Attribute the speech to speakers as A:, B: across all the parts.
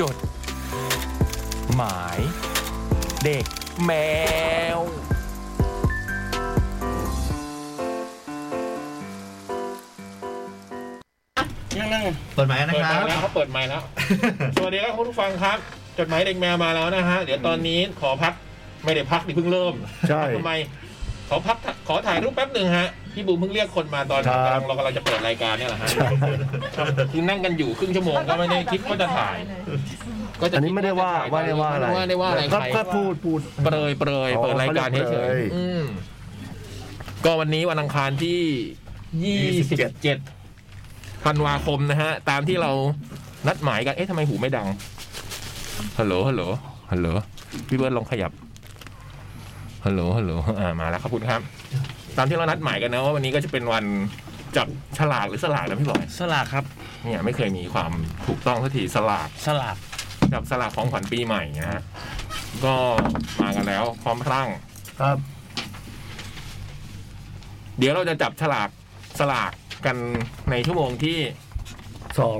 A: จด หมาย เด็กแมว
B: นั่งนั่ง
C: เปิดหมายนะ
B: เปิด
C: ค
B: ไม
C: รับ
B: ค์แล้วเขาเปิดไมค์แล้ว สวัสดีครับคุณผู้ฟังครับ จดหมายเด็กแมวมาแล้วนะฮะ เดี๋ยวตอนนี้ขอพักไม่ได้พักนี่เพิ่งเริ่ม
D: ใช่
B: ทำไม ขอพักขอถ่ายรูปแป๊บหนึ่งฮะ พี่บูมเพิ่งเรียกคนมาตอน
D: ครับ
B: กำลังเรากำลังจะเปิดรายการเนี่ยแหละฮะ
D: ใช่
B: คือนั่งกันอยู่ครึ่งชั่วโมงก็ไม่ได้คิดว่าจะถ่าย ก็จะ
D: อันนี้ไม่ได้ว่าว่าได้ว่าอะไร
B: ม่ได้ว่าอะไร
D: ก็
B: ใคร
D: ก็พูดพูด
B: เปรยเปรย
D: อ๋อ
B: เปิดรายการ
D: เขาเรียกเป
B: เฉ
D: ร
B: ย
D: ย
B: ๆอืมก็วันนี้วันอังคารที่ยี่สิบเจ็ดธันวาคมนะฮะ ตามที่เรานัดหมายกัน เอ๊ะทำไมหูไม่ดัง ฮัลโหล ฮัลโหล ฮัลโหล พี่เบิร์ดลองขยับ ฮัลโหล ฮัลโหล อ่า มาแล้วครับคุณครับ ตามที่เรานัดหมายกันนะว่าวันนี้ก็จะเป็นวันจับฉลากหรือสลากนะพี่บอย
E: สลากครับ
B: เนี่ยไม่เคยมีความถูกต้องสักทีสลาก
E: สลาก
B: กับสลากของขวัญปีใหม่นะฮะ ก็มากันแล้วพร้อมพรั่ง
D: ครับ
B: เดี๋ยวเราจะจับฉลากสลากกันในชั่วโมงที่
D: สอง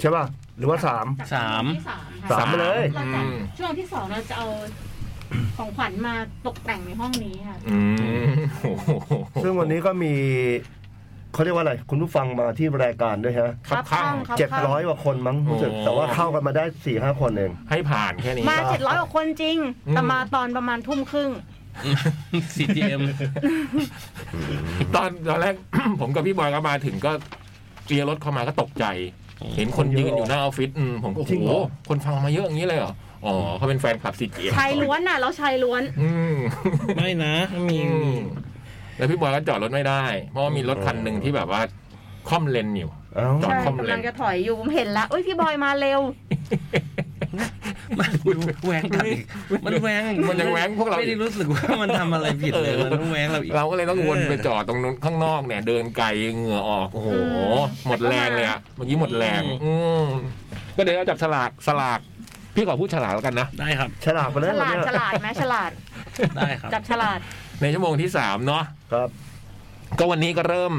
D: ใช่ป่ะ หรือว่าสาม
E: สาม
F: ที่สาม
D: สา
F: ค่ะ
D: มไปเลย
F: เรา
B: อื
F: จะ
B: ม
F: ช่วงที่สองเราจะเอาของขวัญมาตกแต่งในห้องนี้ค่ะ
B: อืมโอ้โห
D: ซึ่งวันนี้ก็มีเขาเรียกว่าอะไร คุณผู้ฟังมาที่รายการด้วยฮะ
B: ครับข้าง
G: ครับ
D: เจ็ดร้อยกว่าคนมั้งรู้สึก
B: โอ้
D: แต่ว่าเข้ากันมาได้สี่ห้าคนเอง
B: ให้ผ่านแค่นี้
G: มาเจ็ดร้อยกว่าคนจริง
B: อืม
G: แต่มาตอนประมาณทุ่มครึ่ง
E: ซีที เอ็ม
B: ตอนตอนแรก ผมกับพี่บอยก็มาถึงก็เลียร์รถเข้ามาก็ตกใจ เห็นคนยืนอยู่หน้าออฟฟิศอืมผมก็โอ้
D: จริง
B: โห
D: เหรอ
B: คนฟังมาเยอะอย่างนี้เลยเหรออ๋อเขาเป็นแฟนคลับสิเกีย
G: ชายล้วนน่ะ เราชายล้วน
B: อืม
E: ไม่นะ มี
B: อืมแล้วพี่บอยก็จอดรถไม่ได้ เพราะว่ามีรถคันหนึ่งที่แบบว่าคล่อมเลนอยู่
D: เอ้า
B: จอด
G: ใช่
B: คล่อมเล
G: กำลั
B: น
G: งจะถอยอยู่ผมเห็นแล้วอุ้ยพี่บอยมาเร็ว
E: มันแหวงกันอีกมันแหวงอีก
B: มันยังแหวงพวกเราอีก
E: ไม่ได้รู้สึกว่ามันทำอะไรผิดเลยมันต้องแหวงเราอีก
B: เราก็เลยต้องวนไปจอดตรงนู้นข้างนอกเนี่ย เดินไกลเหงื่อออกโอ้โห
G: อืม
B: หมดแรงเลยอะเมื่อกี้หมดแรง
E: อืม
B: อืมก็เดี๋ยวเราจับฉลากสลาก พี่ขอพูดฉลากแล้วกันนะ
E: ได้ครับ
D: ฉลาดไปเล
G: ฉ
D: ยเหรอ
G: ลาด
D: เนี่ย
G: ฉลาดไหมฉลาด
E: ได้ครับ
G: จับฉลาด
B: ในชั่วโมงที่สามเนาะ
D: ครับ
B: ก็วันนี้ก็เริ่ม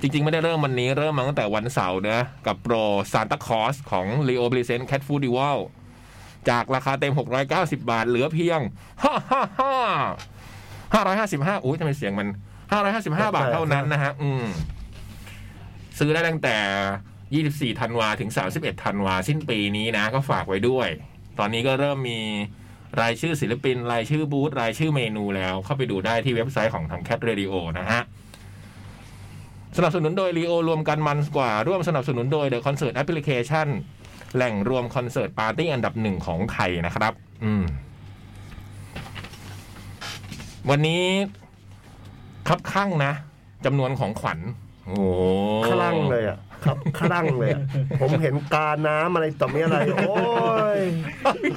B: จริง ๆ ไม่ได้เริ่มวันนี้เริ่มมาตั้งแต่วันเสาร์นะ กับโปรซานตาคอสของ Leo p r e s e n t Cat Food d e v a l จากราคาเต็ม 690 บาท เหลือเพียงฮ่าฮ่าฮ่าห้าร้อยห้าสิบห้าอุ้ยทำไมเสียงมันห้าร้อยห้าสิบห้าบาทเท่านั้นนะฮะ อืม ซื้อได้ตั้งแต่ 24 ธันวาถึง 31 ธันวาสิ้นปีนี้นะ ก็ฝากไว้ด้วย ตอนนี้ก็เริ่มมีรายชื่อศิลปิน รายชื่อบูธรายชื่อเมนูแล้ว เข้าไปดูได้ที่เว็บไซต์ของทาง Cat Radio นะฮะ สนับสนุนโดย Leo รวมกันมันกว่า ร่วมสนับสนุนโดย The Concert Application แหล่งรวมคอนเสิร์ตปาร์ตี้อันดับหนึ่งของไทยนะครับ อืม วันนี้ครับข้างนะจำนวนของขวัญ โอ้โห
D: คลั่งเลยอ่ะ ครับคลั่งเลยอะผมเห็นกาน้ำอะไรต่อมีอะไร โอ้ย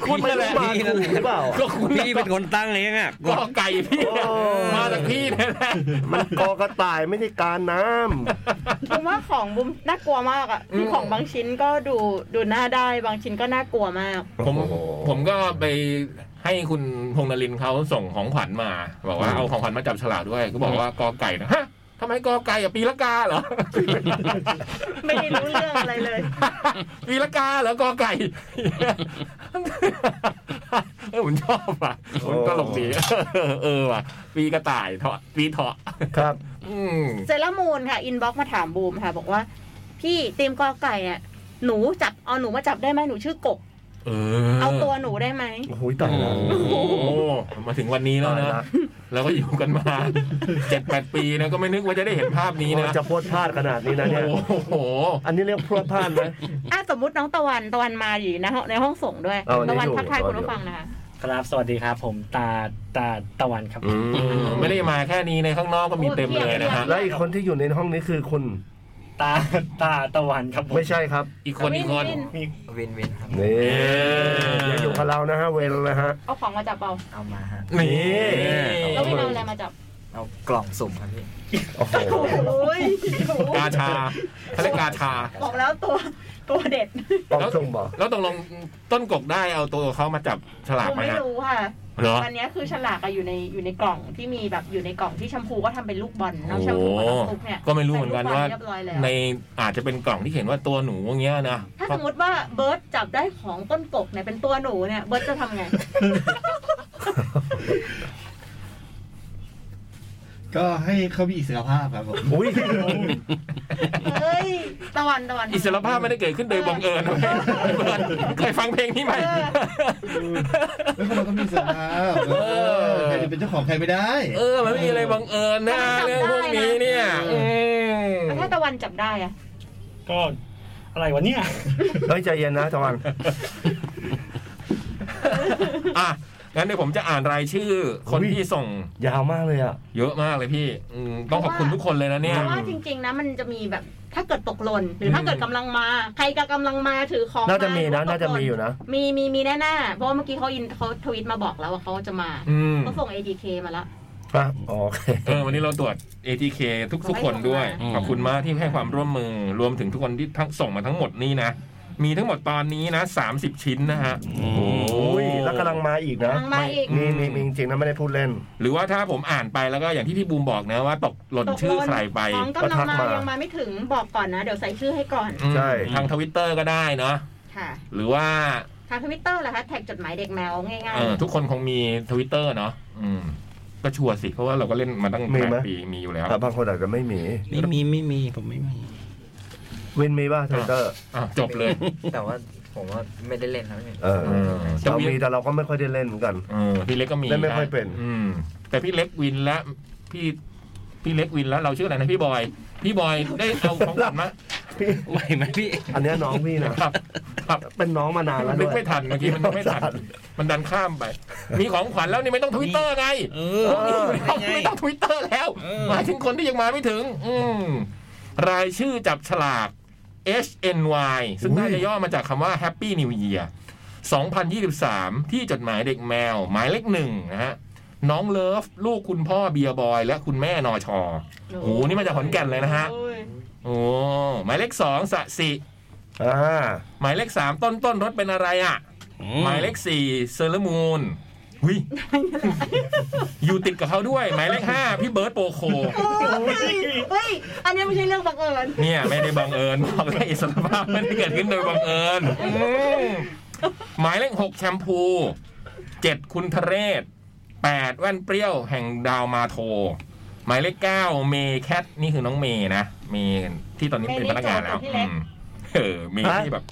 B: คุณ
D: ไม่
B: นั่นแห
D: ได้
B: ละ
D: มาถูกหรือเปล่า
B: ก็คุณ
E: พี่เป็นคนตั้งเองอ่ะ
B: ก็ไก่พี่เนี่ย
D: โอ้
B: มาจากพี่เนี่ยแหละ
D: มันกอกระต่ายไม่ใช่กาน้
G: ผมว่าของบุมน่ากลัวมากอ่ะคือของบางชิ้นก็ดูดูน่าได้บางชิ้นก็น่ากลัวมาก
D: ำ
B: ผมผมก็ไปให้คุณพงษ์นรินทร์เขาส่งของขวัญมา บอกว่าเอาของขวัญมาจับฉลากด้วย ก็บอกว่ากอไก่นะฮะทำไมกอไก่อะปีละกาเหรอ
G: ไม่ได้รู้เรื่องอะไรเลย
B: ปีละกาเหรอกอไก่ เออผมชอบอ่ะมันตลกดีเออเออว่ะปีกระต่ายเถาะปีเถาะ
D: ครับ
B: อืม
G: เซรามูนค่ะ อินบ็อกมาถามบูมค่ะ บอกว่า พี่ตีมกอไก่เนี่ยหนูจับเอาหนูมาจับได้ไหมหนูชื่อกบ
B: เอ
G: เอาตัวหนูได้ไหม
D: โอ้โหตายแล้ว
B: โอ้โหมาถึงวันนี้แล้ว
D: ตาย
B: นะ
D: ละ
B: แล้วก็อยู่กันมา เจ็ดแปดปีนะก็ไม่นึกว่าจะได้เห็นภาพนี้นะ
D: จะโพสพลาดขนาดนี้นะเนี่ย
B: โอ้โห
D: อันนี้เรียกพรวดพลาดไหม
G: อ่ะสมมติน้องตะวันตะวันมาอยู่ในห้องในห้องส่งด้วย
D: เอาวันนี้
G: ตะวัน
D: อยู่
G: ทักทายคุณผู้ฟังนะคะ
H: ครับ สวัสดีครับ ผมตาตาตะวันครับ
B: อืมไม่ได้มาแค่นี้ในข้างนอกก็มีเต็มเลยนะฮะ
D: และอีกคนที่อยู่ในห้องนี้คือคุณ
H: ตาตาตะวันครับผม
D: ไม่ใช่ครับ
B: อีกคนอีกคน
H: มี
I: เวนเวนครับ
D: นี่
B: เอ
D: ยังอยู่กับเรานะฮะเวลนะฮะ
G: เอาของมาจับเปล่า
I: เอามาฮะ
B: นี่
G: แล้ววินเอาอะไรมาจับ
I: เอากล่องสุ่มครับพี่
D: โอ้โห
G: โอ้ย
B: กาชาเขาเรียกกาชา
G: บอกแล้วตัวตัวเด็ด
D: ต้องส่งบอก
B: แล้วตกลงต้นกกได้เอาตัวเขามาจับฉลาก
G: กู
B: ไหม
G: ไม่
B: ฮะ
G: รู้ค่ะ
B: เหรอ
G: วันเนี้ยคือฉลากอะอยู่ในอยู่ในกล่องที่มีแบบอยู่ในกล่องที่แชมพูก็ทำเป็นลูกบอลน้องแชมพูกับน้องฟลุกเนี่ย
B: ก็ไม่รู้เหมือนกันว่า
G: ใส่ลูบอลเรียบร้อยแล้ว
B: ในอาจจะเป็นกล่องที่เห็นว่าตัวหนูอย่างเงี้ยนะ
G: ถ้าสมมติว่าเบิร์ดจับได้ของต้นกกเนี่ยเป็นตัวหนูเนี่ยเบิร์ดจะทำไง
C: ก็ให้เขามีอิสรภาพครับผม
D: อุ้ย
G: เฮ้ยตะวันตะวัน
B: อิสรภาพไม่ได้เกิดขึ้นโดยบังเอิญเว้ยเพื่อนเคยฟังเพลงนี้ไหม
C: แล้วคนเราก็มีอิสรภาพเออใครจะเป็นเจ้าของใครไม่ได้
B: เออ มันไม่มีอะไรบังเอิญนะ
G: แต่มันจำได้นะ
B: เรื่องพวกนี้เนี่ย
C: เอ
G: แล้วถ้าตะวันจับได้อะ
H: ก็อะไรวะเนี่ย
D: เฮ้ยใจเย็นนะตะวัน
B: อ่ะ งั้นเดี๋ยวผมจะอ่านรายชื่อ คน
D: อุ๊ย
B: ที่ส่ง
D: ยาวมากเลยอ่ะ
B: เยอะมากเลยพี่อืมต้องขอบคุณทุกคนเลยนะเนี่ย
G: เพราะว่าจริงๆนะมันจะมีแบบถ้าเกิดตกหล่นหรือถ้าเกิดกำลังมา ใครก็กำลังมาถือของ
D: น่าจะมี
G: หรือ
D: นะ
G: ว่
D: น่าจะ
G: ตกหล่
D: มีอยู่นะ
G: มีมีมีแน่ๆเพราะว่าเมื่อกี้เขาอินเขาทวิตมาบอกแล้วว่าเขาจะมา
B: อืม
G: เขาส่ง ATK มาแล้ว
D: อ่ะอ๋อโอเค
B: เออ วันนี้เราตรวจ ATK ทุกทุกๆคนด้วย
E: อืม
B: ขอบคุณมากที่ให้ความร่วมมือ รวมถึงทุกคนที่ทั้งส่งมาทั้งหมดนี่นะ มีทั้งหมดตอนนี้นะ 30 ชิ้นนะฮะ
E: โอ้
D: อุ้ยแล้วกำลังมาอีกนะ
G: กำลังมาอีก
D: มีมีมีจริงๆนะไม่ได้พูดเล่น
B: หรือว่าถ้าผมอ่านไปแล้วก็อย่างที่พี่บูมบอกนะว่าตกหล่น
G: ตก
B: ชื่
G: ห
B: อ
G: ล่น
B: ใครไป
G: ของกำลั
D: ก็
G: งมา
D: ทักมา
G: ยังมาไม่ถึงบอกก่อนนะ เดี๋ยวใส่ชื่อให้ก่อน
B: อืม
D: ใช่
B: ทางทวิตเตอร์ก็ได้เนาะ
G: ค่ะ
B: หรือว่า
G: ทางทวิตเตอร์เหรอคะแท็กจดหมายเด็กแมวง่าย
B: เออทุกคนคงมีทวิตเตอร์เนาะอืม ก็ชัวร์สิ เพราะว่าเราก็เล่นมาตั้ง
D: มี
B: แปด
D: ไหม
B: ปีมีอยู่แล้ว
D: แต่บางคนอาจจะไม่มี
E: ไม่มีไม่มีผมไม่มี
D: วินมีป่ะทวิตเตอร์
B: อ่ะ จบเลย
I: แต่ว่าผมว่าไม่ได้เล่นครับพี่
D: เออ
B: เออ
D: เรามีแต่เราก็ไม่ค่อยได้เล่นเหมือนกัน
B: เออพี่เล็กก็มี
D: เล่นไม่ค่อยเป็น
B: อืม แต่พี่เล็กวินและพี่ พี่เล็กวินแล้วเราชื่ออะไรนะพี่บอย พี่บอยได้เอาของขวัญมา
E: ไหวไหมพี่
D: อันเนี้ยน้องพี่นะ
B: ครับ ครับ
D: เป็นน้องมานานแล้ว
B: นึ
D: ด้ว
B: ก
D: ย
B: ไม่ทันเมื่อกี้มันนึกไม่ทัน มันดันข้ามไป มีของขวัญแล้วนี่ไม่ต้องทวิตเตอร์ไง
E: เออ
B: พวกนี้อยู่แล้วไม่ต้องทวิตเตอร์แล้ว
E: เออ
B: หมายถึงคนที่ยังมาไม่ถึง อืมรายชื่อจับฉลาก HNY ซึ่งน่าจะย่อมาจากคำว่า Happy New Year 2023 ที่จดหมายเด็กแมว หมายเลขหนึ่งนะฮะ น้องเลิฟ ลูกคุณพ่อเบียร์บอย และคุณแม่นอชอ
G: ๆ
B: โอ้โหนี่มาจากขอนแก่นเลยนะฮะ
G: โอ้ย
B: โอ้หมายเลขสองสะสิ
D: อ่า
B: หมายเลขสามต้นต้นรถเป็นอะไรอ่ะ หมายเลขสี่เซอร์มูนหุยอยู่ติดกับเขาด้วย หมายเลขห้าพี่เบิร์ตโปโค
G: เฮ้ยอันนี้ไม่ใช่เรื่องบังเอิญ
B: เนี่ยไม่ได้บังเอิญบอกเลยอิสรภาพไม่ได้เกิดขึ้นโดยบังเอิญอืมหมายเลขหกแชมพูเจ็ดคุณทะเรศแปดแว่นเปรี้ยวแห่งดาวมาโท หมายเลขเก้าเมย์แคทนี่คือน้องเมย์นะเมย์ที่ตอนนี้เป็นพนักงานแล้วอืมเออเมย์ที่แบบ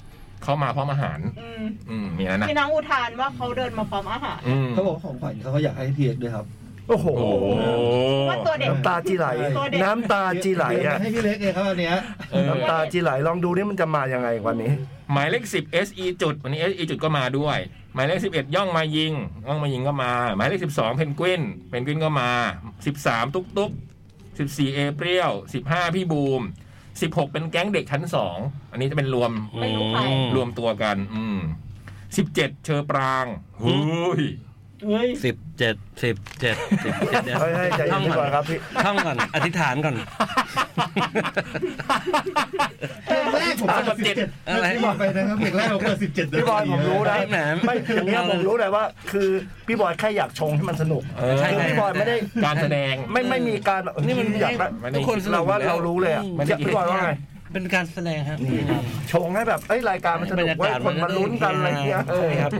B: เขามาพร้อมอาหาร
G: อืม
B: อืมมีแล้วนะ
G: พี่น้องอุทานว่าเขาเดินมาพร้อมอาหาร
B: อืม
C: เขาบอกว่าของขวัญเขาก็อยากให้พีเอ็กซ์ด้วยครับ
D: โอ้โห
B: โอ้โห
G: ว่าตัวเด็ก
D: น้ำตาจีไหล
G: ตัวเด็ก
D: น้ำตาจีไหล
C: เดี๋ยว
D: อ่ะ
C: มาให้พี่เล็กเองครับอันเนี้ย
B: เออ
D: น้ำตาจีไหล ลองดูนี่มันจะมายังไงวันนี้
B: หมายเลขสิบ SE จุดวันนี้ SE จุดก็มาด้วย หมายเลขสิบเอ็ดย่องมายิงย่องมายิงก็มา หมายเลขสิบสองเพนกวินเพนกวินก็มาสิบสามตุ๊กตุ๊กสิบสี่เอเปรียวสิบห้าพี่บูมสิบหกเป็นแก๊งเด็กชั้นสองอันนี้จะเป็นรวม
G: ไม่รู้ใคร
B: รวมตัวกัน อืมสิบเจ็ดเชอปรางหูย
E: สิบเจ็ดสิบเจ็ดสิบเจ็ดเดี๋ยว
D: เฮ้ยเฮ้ยใจเย็
E: ท่อน ง
D: ดีก
E: ก่อ
D: ว่าน ครับพี่
E: ท่องก่อน อธิษฐาน ก่อน
C: เพลงแรกผมเปิดสิบเจ็ด
E: อะไร
C: ที่บอกไปนะครับเพลงแรกผมเปิดสิบเจ็ด
D: พี่บอยผมรู้นะ
E: แหนม
D: ไม่อย่างเงี้ยผมรู้เลยว่า คือพี่บอยแค่อยากชงให้มันสนุก
B: เออ
E: ใช่
D: คือพี่บอยไม่ได้
B: การแสดง
D: ไม่ไม่มีการแบบ
E: นี่มัน
D: อยากได้
B: ไม่ได้
E: ทุกคนสนุก
D: เราว่า
E: อยู่แล้ว
D: เรารู้เลยอ่ะ
E: อืม
B: ไม่ได้
D: พี่บอยว่าไง
E: เป็นการแสดงครับ
D: ชงให้แบบเอ้ยรายการมันสนุกไว้ยคนมาลุ้นกันอะไรเงี้ย
E: ใช่ครับ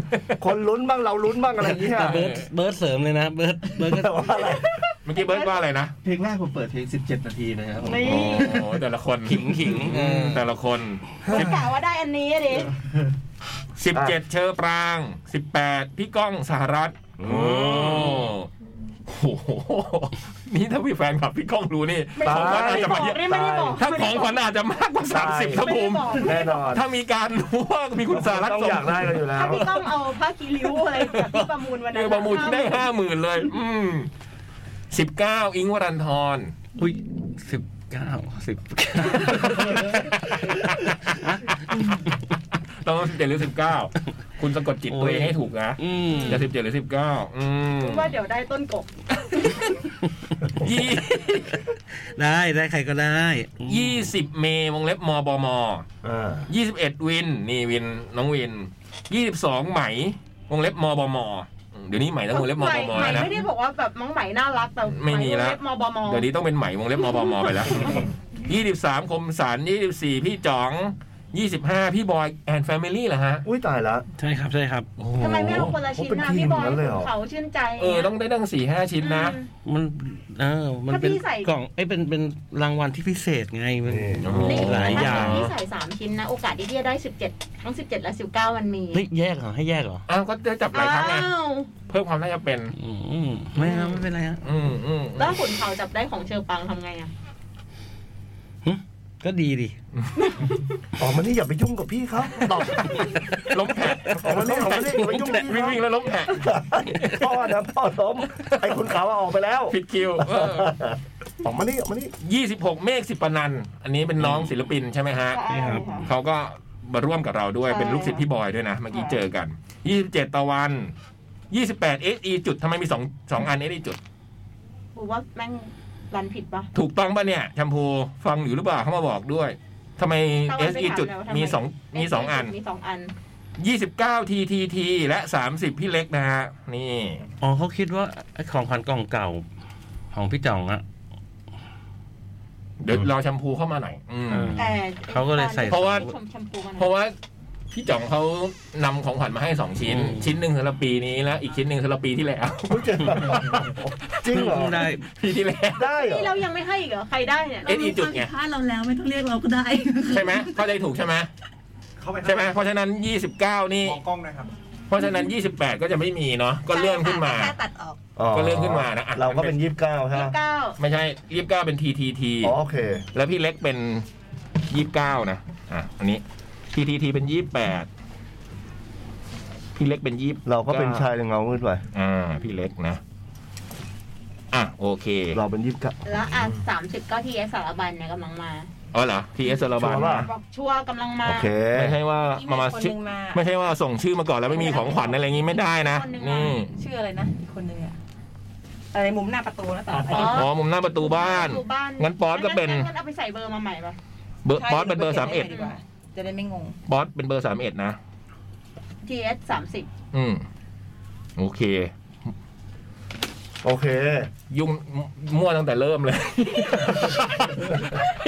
D: คนลุ้นบ้างเราลุ้นบ้างอะไรเงี้ย
E: แต่เบิร์ดเบิร์ดเสริมเลยนะ เบิร์ดเบิร์ดก็
D: แต่ว่าอะไร
B: เมื่อกี้เบิร์ดว่าอะไรนะ
C: เพลงแรกผมเปิดเพลง 17 นาทีนะครับผม
B: โอ้โหแต่ละคน
E: ขิงขิงเออ
B: แต่ละคน
G: ก็กะว่าได้อันนี้อะดิ
B: สิบเจ็ดเชอปรางสิบแปดพี่ก้องสหรัฐโอ้โหนี่ถ้าพี่แฟนขับพี่ก้องรู้นี่
D: ไม่ได้
B: ของขวัญอาจจะมาเย
G: ไม่
B: อะ
G: ได้บอก
B: ถ้าของขวัญอาจจะมากกว่า
D: ไม่
B: สามสิบ
D: ได้
B: ครับผม
D: แน่นอน
B: ถ้ามีการรู้ว่ามีคุณสหรัฐ
D: ต้อง
B: ส่ง
D: อยากได้กันอยู่แล้
G: ถ้าว พี่ต้องเอาผ้าคีริ้วอะไรจากที่ประมูลวัน
B: เอ
G: นั้
B: อน ประมูลที่ได้ห้าหมื่นเลย อืมสิบเก้าอิงค์วรันทร
E: อุ้ยสิบเก้าสิบเก้า
B: ต้องสิบเจ็ดหรือสิบเก้าคุณสะกดจิตตัวเองให้ถูกนะ
E: อืม
B: จะสิบเจ็ดหรือสิบเก้าอืม
G: ว่าเดี๋ยวได้ต้นกบ
B: ยี่
E: ได้ได้ใครก็ได้
B: ยี่สิบเมย์วงเล็บมบม
D: อ่า
B: ยี่สิบเอ็ดวิน นี่วิน น้องวินยี่สิบสองไหม วงเล็บมบม อื เดี๋ยวนี้ใหม่ต้องวงเล็บม
G: ไห
B: บม
G: ไห
B: แล้วนะ
G: ไม่ได้บอกว่าแบบน้องไหมน่ารักแต่
B: ไม่มีแล้ว
G: เบมบม
B: เดี๋ยวนี้ต้องเป็นใหม่วงเล็บมบมไปแล้ว ยี่สิบสามคมสันยี่สิบสี่พี่จ๋องยี่สิบห้าพี่บอยแอนด์แฟมิลี่เหรอฮะ
D: อุ้ยตายละ
E: ใช่ครับใช่ครับ
B: โอ้โห
G: ทำไมไม่เอาคนละชิ้นนะ
D: โอ้โหเป็นทีม
G: พี่บอย
D: อย่างนั้นเลยเหรอ
G: เขาชื่นใจ
B: เออต้องได้ตั้งสี่ห้าชิ้นนะ
G: อืม
E: มันเออมันเป็น
G: ถ้าพี่ใส่
E: กล่องไอ้ยเป็นเป็นรางวัลที่พิเศษไงมัน
D: นี่
B: โอ้โห
E: หลายอย่าง
G: นี่ใส่สามชิ้นนะ โอกาสที่จะได้สิบเจ็ดทั้งสิบเจ็ดและสิบเก้ามันมี
E: เฮ้ยแยกเหรอให้แยกเหรอ
B: อ้าวก็ได้จับหลายครั้งไง
G: อ้าว
B: เพิ่มความน่าจะเป็น
E: อืมไม่ครับไม่เป็นไรฮะ
B: อืมอืมอืม
G: แล้วขุนเขาจับได้ของเชอปังทำไงอ่ะ
E: ก็ดีดิ
D: ออกมานี่อย่าไปยุ่งกับพี่เขาตอบ
B: ล้มแผะ
D: ออกมานี่ออกมานี่อย่าไปยุ่งกับพี่
B: วิ่งวิ่ง
D: เขา
B: ๆแล้วล้มแผะ
D: พ่อนะพ่อล้มไอ้คุณขาวอะออกไปแล้ว
B: ผิดคิว
D: ออกมานี่ออกมานี่
B: ยี่สิบหกเมฆสิปนันท์อันนี้เป็นน้องศิลปินใช่ไหมฮะ
E: นี่ครับ
B: เขาก็มาร่วมกับเราด้วย
G: ใช่
B: เป็นลูกศิษย์พี่บอยด้วยนะ เมื่อกี้เจอกัน 27 ตะวัน 28 SE จุดทำไมมี 2 2 อัน SE จุด
G: กูว่าแม่งรันผิดปะ
B: ถูกต้องปะเนี่ยแชมพูฟังอยู่หรือเปล่าเขามาบอกด้วยทำไม
G: ตะวันไป
B: SE จุด
G: ถามแล้วทำไม
B: มี2มี 2 อัน
G: มีสองอัน
B: 29 TTT และ 30 พี่เล็กนะฮะ นี่
E: อ๋อเขาคิดว่าไอ้ของขวัญกล่องเก่า ของพี่จ่องอะ
B: เดี๋ยวรอแชมพูเข้ามาหน่อยอืม
E: เออ
G: แต่
E: เขาก็เลยใส่
B: เพราะว่า
G: ชมชมพูกันนะ
B: เพราะว่าพี่จ่องเขานำของขวัญมาให้สองชิ้น
E: อืม
B: ชิ้นหนึ่งสำหรับปีนี้และอีกชิ้นหนึ่งสำหรับปีที่แล้ว
D: จริงเหรอ
E: เพิ่ได้
B: ปีที่แล้ว
D: ได้เหรอ
G: นี่เรายังไม่ให้อีกเหรอ ใครได้เนี่ย
B: เอ็ดอีจุดไง
F: รารู้ข้อผิพลาดเราแล้วไม่ต้องเรียกเราก็ได้
B: ใช่ไหมเข้าใจถูกใช่ไหม
I: เขาไป
B: ใช่ไหมเพราะฉะนั้น 29 นี่
I: มองกล้องนะครับ
B: เพราะฉะนั้น 28 ก็จะไม่มีเนาะก็เลื่อนขึ้นมา
F: แค่ตัดออก
B: ก็เลื่อนขึ้นมานะอ่ะ
D: เราก็เป็นยี่สิบเก้าใช่ไหม
G: เก้า
B: ไม่ใช่ยี่สิบเก้าเป็น TTT
D: อ๋อโอเค
B: แล้วพี่เล็กเป็น 29 นะอ่ะอันนี้ TTT เป็น 28 พี่เล็กเป็นยี่
D: เราก็เป็นชายเงามืดไป
B: อ่าพี่เล็กนะ อ่ะโอเค
D: เราเป็นยี่สิบเก้า
G: แล้วอ่ะสามสิบก็ทีเอสสารบัญเนี่ยกำลังมา
B: อ๋อเหรอ TS สลาบัน
D: ชัวร์ป่ะ
G: บอกชัวร์กำลังมา
D: โอเค
B: ไม่ใช่ว่ามามาชื่อไม่ใช่ว่าส่งชื่อมาก่อนแล้วไม่มีของขวัญอะไรอย่างงี้ไม่ได้นะ
G: คนหนึ่งมา
B: นี่
J: ชื่ออะไรนะอีกคนนึงอะอะไรมุมหน้าประตูนะต่อไป
G: อ๋อ
B: อ๋อมุมหน้าประตูบ้าน
G: อยู่บ้าน
B: งั้นป๊อตก็เป็น
G: งั้งั้เอาไปใส่เบอร์มาใหม่ปะ
B: เบอร์บอสเป็นเบอร์สามเอ็ด
J: ดีกว่า จะได้ไม่งง
B: บอสเป็นเบอร์สามเอ็ดนะ
G: TS สามสิบ
B: อืม โอเค
D: โอเค
B: ยุ่งมมั่วตั้งแต่เริ่ม เลย